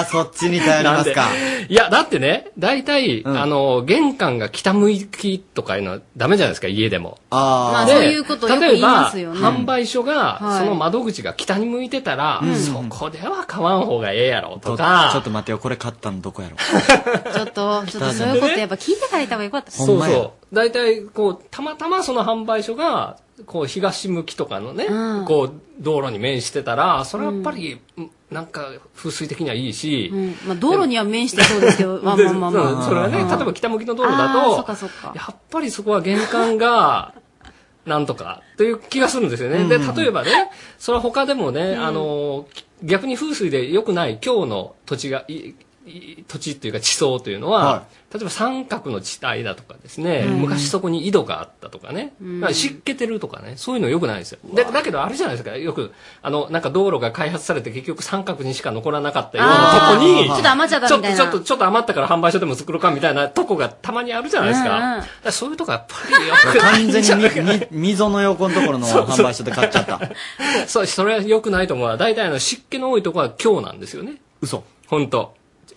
ーそっちに頼りますかなんでいや、だってね、大体、あの、玄関が北向きとかいうのはダメじゃないですか、家でも。まあでそういうことよく言いますよね例えば、販売所が、はそいの窓口が北に向いてたら、うんそこでは買わん方がええやろ、ととか。ちょっと待ってよこれ買ったのどこやろちょっとちょっとそういうことやっぱ聞いてから言った方がよかったそうそう。大体、こう、たまたまその販売所が、こう、東向きとかのね、うんこう、道路に面してたら、それはやっぱり、なんか、風水的にはいいし、うんまあ、道路には面してそうですけど、まあまあまあまあ、でそれはね、例えば北向きの道路だあーと、そっかそっかやっぱりそこは玄関が、なんとか、という気がするんですよね。で、うん例えばね、それは他でもね、うんあの、逆に風水で良くない今日の土地が、いい土地っていうか地層というのは、例えば三角の地帯だとかですね、うん昔そこに井戸があったとかね、うんまあ湿気てるとかね、そういうの良くないですよ。でだけどあるじゃないですか、よく、あの、なんか道路が開発されて結局三角にしか残らなかったようなとこあーに、ちょっと余っちゃったみたいなちょっと、ちょっとちょっと余ったから販売所でも作ろうかみたいなとこがたまにあるじゃないですか。うんうんだからそういうとこやっぱりよくな完いん <laughs> 全じゃないにみみ溝の横のところのそうそう販売所で買っちゃった <laughs> そう、それは良くないと思うのは、大体あの湿気の多いとこは今日なんですよね。嘘。本当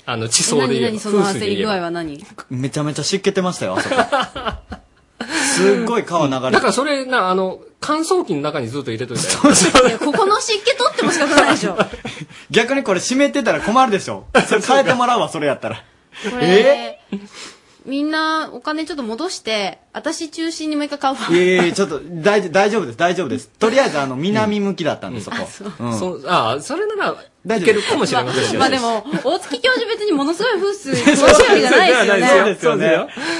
あの、地え層で何言え何ば。その風焦水でり言え具ば合は何めちゃめちゃ湿気てましたよあ <laughs> そこすっごい川流れてだからそれな、あの、乾燥機の中にずっと入れといたらいやここの湿気取っても仕方ないでしょ <laughs> 逆にこれ湿ってたら困るでしょそれ変えてもらうわそれやったらこれ、みんなお金ちょっと戻して、私中心にもう一回買うわ。いやいやいやちょっと大丈夫大丈夫です大丈夫ですとりあえずあの南向きだったんで、そこ、うんそあそれなら大いけるかもしれませんよまあでも、大月教授別にものすごい風水詳しいわけじゃないですそよね。うで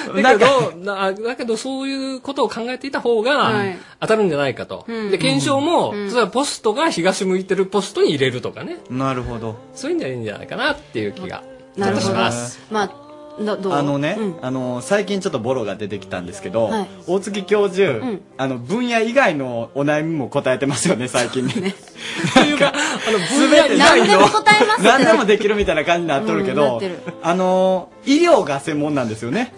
すよねだけど、なだけどそういうことを考えていた方はがい当たるんじゃないかと。うんで、検証も、う例んえばポストが東向いてるポストに入れるとかね。なるほど。そういうんじゃいいんじゃないかなっていう気が。なるほちど。ょっとしまますあ、どどうあのね、あの最近ちょっとボロが出てきたんですけど、はい大月教授、うんあの分野以外のお悩みも答えてますよね最近ね。 <laughs> あの全てない何のでも答えますね何でもできるみたいな感じになっとるけうんなど、ってるあの医療が専門なんですよね。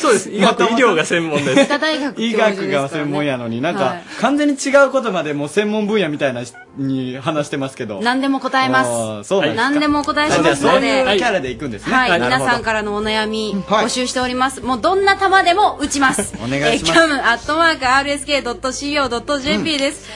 そうです医学医療が専門です北大学教医授ですからね学が専門やのになんか、はい完全に違うことまでもう専門分野みたいなしに話してますけど何でも答えまあーす。そうなんですか何でもお答えしあじゃまあすそうのいで。うキャラでいくんですねはい、皆さんらからのお悩み募集しております。もうどんな球でも打ちます。 <laughs> お願いしますえー cam.rsk.co.jp です。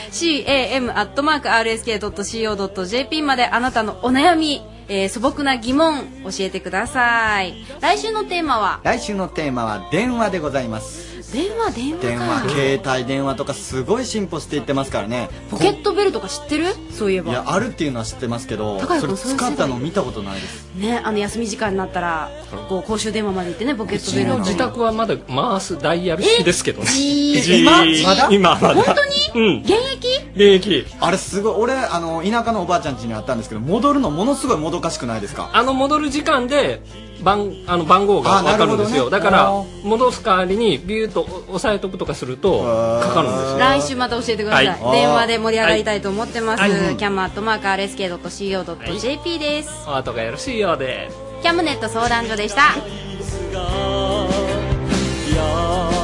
cam.rsk.co.jp まであなたのお悩み、えー素朴な疑問教えてください。来週のテーマは来週のテーマは電話でございます電話電話か電話携帯電話とかすごい進歩していってますからねポケットベルとか知ってるそういえいやば。あるっていうのは知ってますけど高いそ子れそういう世代使ったの見たことないですね、あの休み時間になったら、こう公衆電話まで行ってね、ポケットベルを。自宅はまだ回すダイヤル式ですけどね。じーじー今まだ今まだ。本当に、うん現役現役あれすごい俺あの田舎のおばあちゃん家にあったんですけど戻るのものすごいもどかしくないですかあの戻る時間で番あの番号が分かるんですよ、あなだかるほどねらあ戻す代わりにビューッと押さえとくとかするとかかるんですよ来週また教えてください、はい電話で盛り上がりたいと思ってます、はいはいキャムアットマーク RSK.CO.JP です、パートがよろしいようでキャムネット相談所でしたや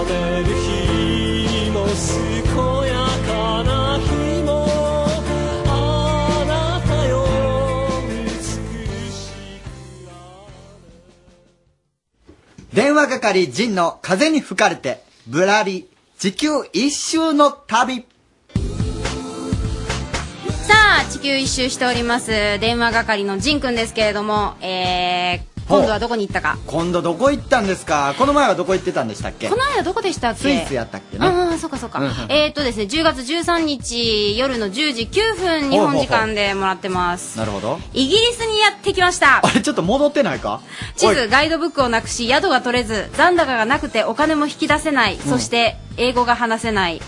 める日も健やかな日もあなたよ美しい電話係陣の風に吹かれてぶらり地球一周の旅さあ地球一周しております電話係のジンくんですけれども、えー、今度はどこに行ったか今度どこ行ったんですかこの前はどこ行ってたんでしたっけこの間どこでしたっけスイスやったっけねああそうかそうか、うんうんえー、っとですね10月13日夜の10時9分日本時間でもらってますなるほどイギリスにやってきましたあれちょっと戻ってないか地おい図ガイドブックをなくし宿が取れず残高がなくてお金も引き出せない、そして英語が話せない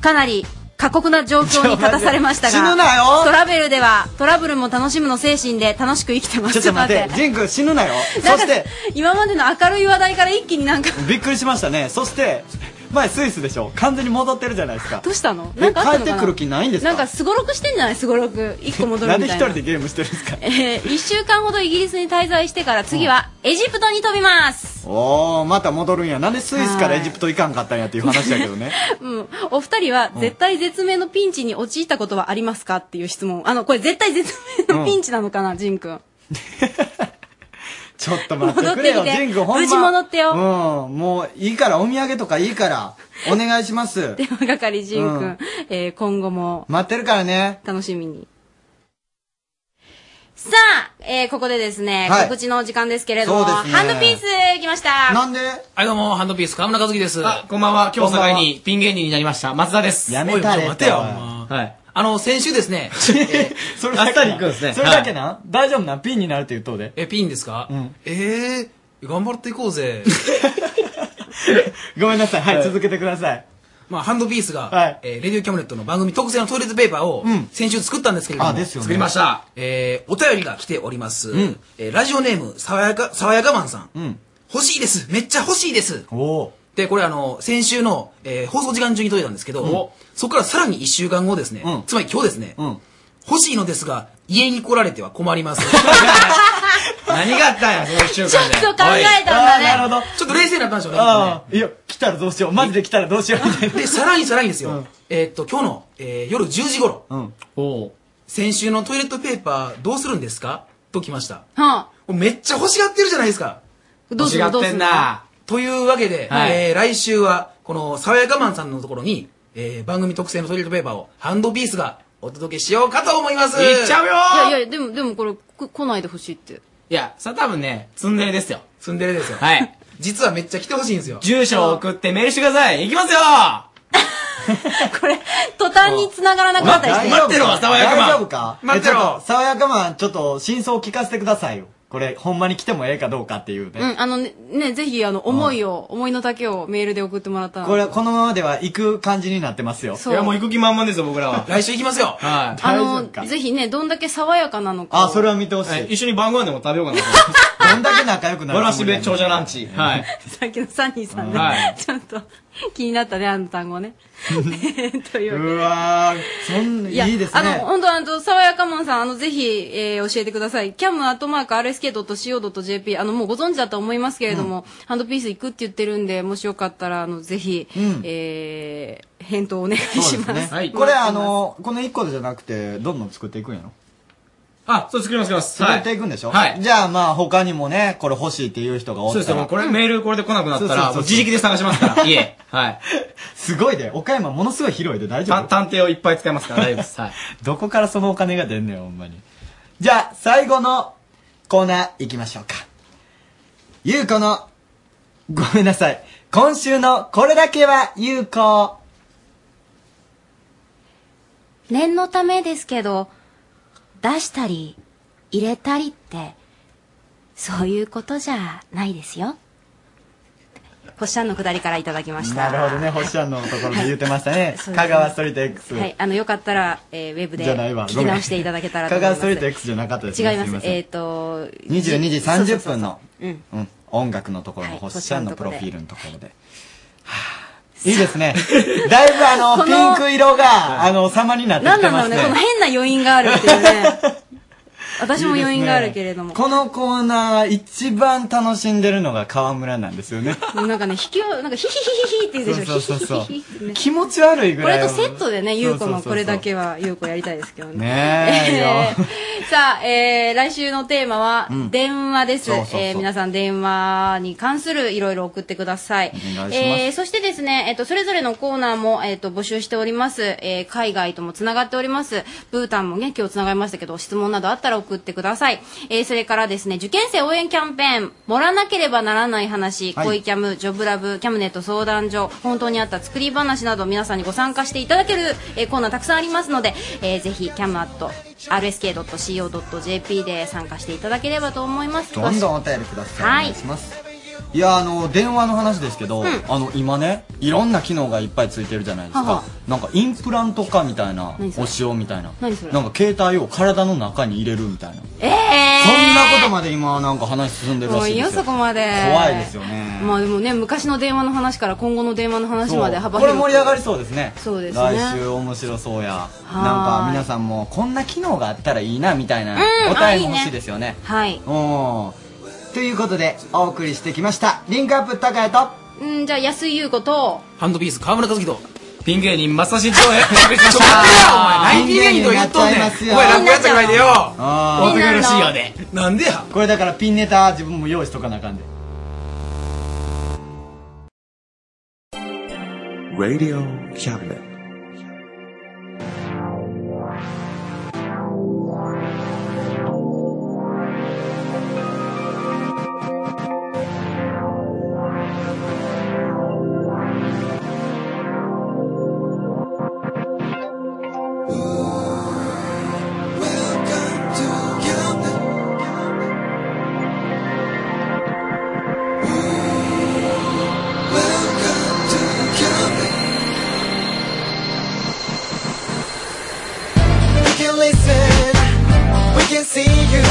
かなり過酷な状況に立たされましたがちょ待って死ぬなよトラベルではトラブルも楽しむの精神で楽しく生きてま <laughs> すちょっと待ってジン君死ぬなよそなんかして今までの明るい話題から一気になんかびっくりしましたねそして前スイスでしょ完全に戻ってるじゃないですかどうしたのえなんかあったのかな帰ってくる気ないんですかなんかすごろくしてんじゃないすごろく一個戻なるんみで一たいな人でゲームしてるんですかえー、1週間ほどイギリスに滞在してから次はエジプトに飛びますおおまた戻るんやなんでスイスからエジプト行かんかったんやっていう話だけど <laughs> ねうん、お二人は絶対絶命のピンチに陥ったことはありますかっていう質問あのこれ絶対絶命のピンチなのかな、ジン君ちょっと待ってくれよ戻ってきてジン君ほんま無事戻ってようんもういいからお土産とかいいからお願いします電話係ジン君、うんえー今後も待ってるからね楽しみにさあ、えーここでですね、はい告知の時間ですけれども、そうですねハンドピース来ましたではい、どうも、ハンドピース、河村和樹です。あ、こんばんは今日を境にピン芸人になりました、松田です。やめたれおいちょっと待てよ、お前はい。あの、先週ですね、 <laughs> それだけなあっさり行くんですねそれだけな、大丈夫なピンになるって言うとうでえ、ピンですかうんえー、頑張っていこうぜ。 <laughs> ごめんなさいはい、続けてくださいまあ、ハンドピースが、はいえーレディオキャムネットの番組特製のトイレットペーパーをうん、先週作ったんですけれども、あですよね作りました。えー、お便りが来ております。うんえーラジオネーム、さわやか、さわやかまんさん。うん欲しいですめっちゃ欲しいですおで、これあの、先週の、えー放送時間中に届いたんですけど、そこからさらに1週間後ですね、つまり今日ですね、欲しいのですが、家に来られては困り <laughs> ます。何があったんや、その1週間で。ちょっと考えたんだねおいあーなるほど。ちょっと冷静になったんでしょうね。ああいや来たらどうしようマジで来たらどうしようみたいな <laughs> で、さらにさらにですよ、えーっと、今日の、えー夜10時頃、先週のトイレットペーパーどうするんですかと来ました。はもうめっちゃ欲しがってるじゃないですか。どうするどうするというわけで、はいえー来週は、この、さわやかマンさんのところに、えー番組特製のトイレットペーパーを、ハンドピースがお届けしようかと思います。いやいやでもでもこれこ来ないでほしいっていや、それ多分ね、ツンデレですよ。ツンデレですよ。はい。 <laughs> 実はめっちゃ来てほしいんですよ。住所を送ってメールしてください。いきますよ途端に繋がらなかったりして。大丈夫か待ってろえちょっと爽やかマン、ちょっと真相を聞かせてくださいよ。これ、ほんまに来てもええかどうかっていうね。うん、あのね、ねぜひ、あの、思いを、思いの丈をメールで送ってもらったら。これ、このままでは行く感じになってますよ。そういやもう行く気満々ですよ、僕らは。 <laughs> 来週行きますよ。はい。あの、ぜひね、どんだけ爽やかなのか。あ、それは見てほしい。一緒に晩ご飯でも食べようかな。どんだけ仲良 <laughs> くなるわらしべ長者ランチ。はい。 <laughs> さっきのサニーさんね、はいちょっと気になったね、あの単語ね。 <laughs> というわけでうわー、そん、いやいいですあの、ね。本当あの、爽やかマンさん、あの、ぜひ、えー教えてください。cam.rsk.co.jp、あの、もうご存知だと思いますけれども、ハンドピース行くって言ってるんで、もしよかったら、あの、ぜひ、うんえー返答お願いします。ねこれ、あの、この1個じゃなくて、どんどん作っていくんやろあ、そう、作ります、作ります。作っていくんでしょはい。じゃあまあ他にもね、これ欲しいっていう人がおっそうでたすよ、もらうこれメールこれで来なくなったそうそうそら、うもう自力で探しますから、家。はい。すごいで、岡山ものすごい広いで大丈夫探偵をいっぱい使いますから、大丈夫です。はい。 <laughs> どこからそのお金が出んねん、ほんまに。じゃあ、最後のコーナー行きましょうか。ゆうこの、ごめんなさい。今週のこれだけはゆうこ。念のためですけど、出したり、入れたりって、そういうことじゃないですよ。星さんのくだりからいただきました。なるほどね、星ちゃんのところで言ってましたね。 <laughs> そうですね香川ストリート X。はい、あの、よかったら、えーウェブでじゃないわ聞き直していただけたらと香思いま川す。ストリート X じゃなかったですね。違います。せんえっ、と、 22時30分のうん。うん、音楽のところの星ちゃんのはいプ星ちゃんのとこロろでフィールのところで。はあいいですね。だいぶあの、このピンク色が、あの、様になってなんきてなんだろますうね。ね、この変な余韻があるっていうね。 <laughs> 私も余韻があるけれども。このコーナー、一番楽しんでるのが川村なんですよね。なんかね、引きを、なんかヒヒヒヒヒって言うでしそょ。うそヒうヒそうそうヒヒヒって <laughs> ね気持ち悪いぐこられい。とセットでね、ゆうこそうそうそうのそうこれだけはゆうこやりたいですけどね。ねえ <laughs> よ。さあ、えー、来週のテーマはうん、電話です。そうそうそうえー皆さん電話に関するいろいろ送ってください。お願いしますえーそしてですね、えっ、と、それぞれのコーナーも、えっ、と、募集しております。えー海外ともつながっております。ブータンもね、今日つながりましたけど、質問などあったら送ってください。えーそれからですね、受験生応援キャンペーン、盛らなければならない話、はい恋キャム、ジョブラブ、キャムネット相談所、本当にあった作り話など皆さんにご参加していただける、えーコーナーたくさんありますので、えーぜひ、キャムアット、rsk.co.jp で参加していただければと思います。どんどんお便りください。はいお願いします。いや、あの、電話の話ですけど、うんあの、今ね、いろんな機能がいっぱいついてるじゃないですははか。なんか、インプラント化みたいな何、それお塩みたいな。何それなんか、携帯を体の中に入れるみたいな。えそんなことまで今、なんか話進んでーるらもうしいいいでよ、すよ。そこまで。怖いですよね。まあでもね、昔の電話の話から今後の電話の話までそう幅これ広く。盛り上がりそうですねそうですね来週面白そうやーいなんか皆さんもこんな機能があったらいいなみたいなうんおあ便いりいもね欲しいですよねはい。うんということでお送りしてきましたリンクアップ高谷とうん、じゃあ、安井優子と、ハンドピース、河村和樹と。ピン芸人、松田慎長へ、お送りしましおた。前、ピン芸人と言っとんねん。お前、落語やったらいいでよ。あお送りらしいよね。ねなんでやこれだからピンネタ自分も用意しとかなあかんで Radio Cabinet. We can listen, we can see you.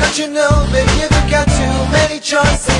Don't you know, baby, you've got too many choices.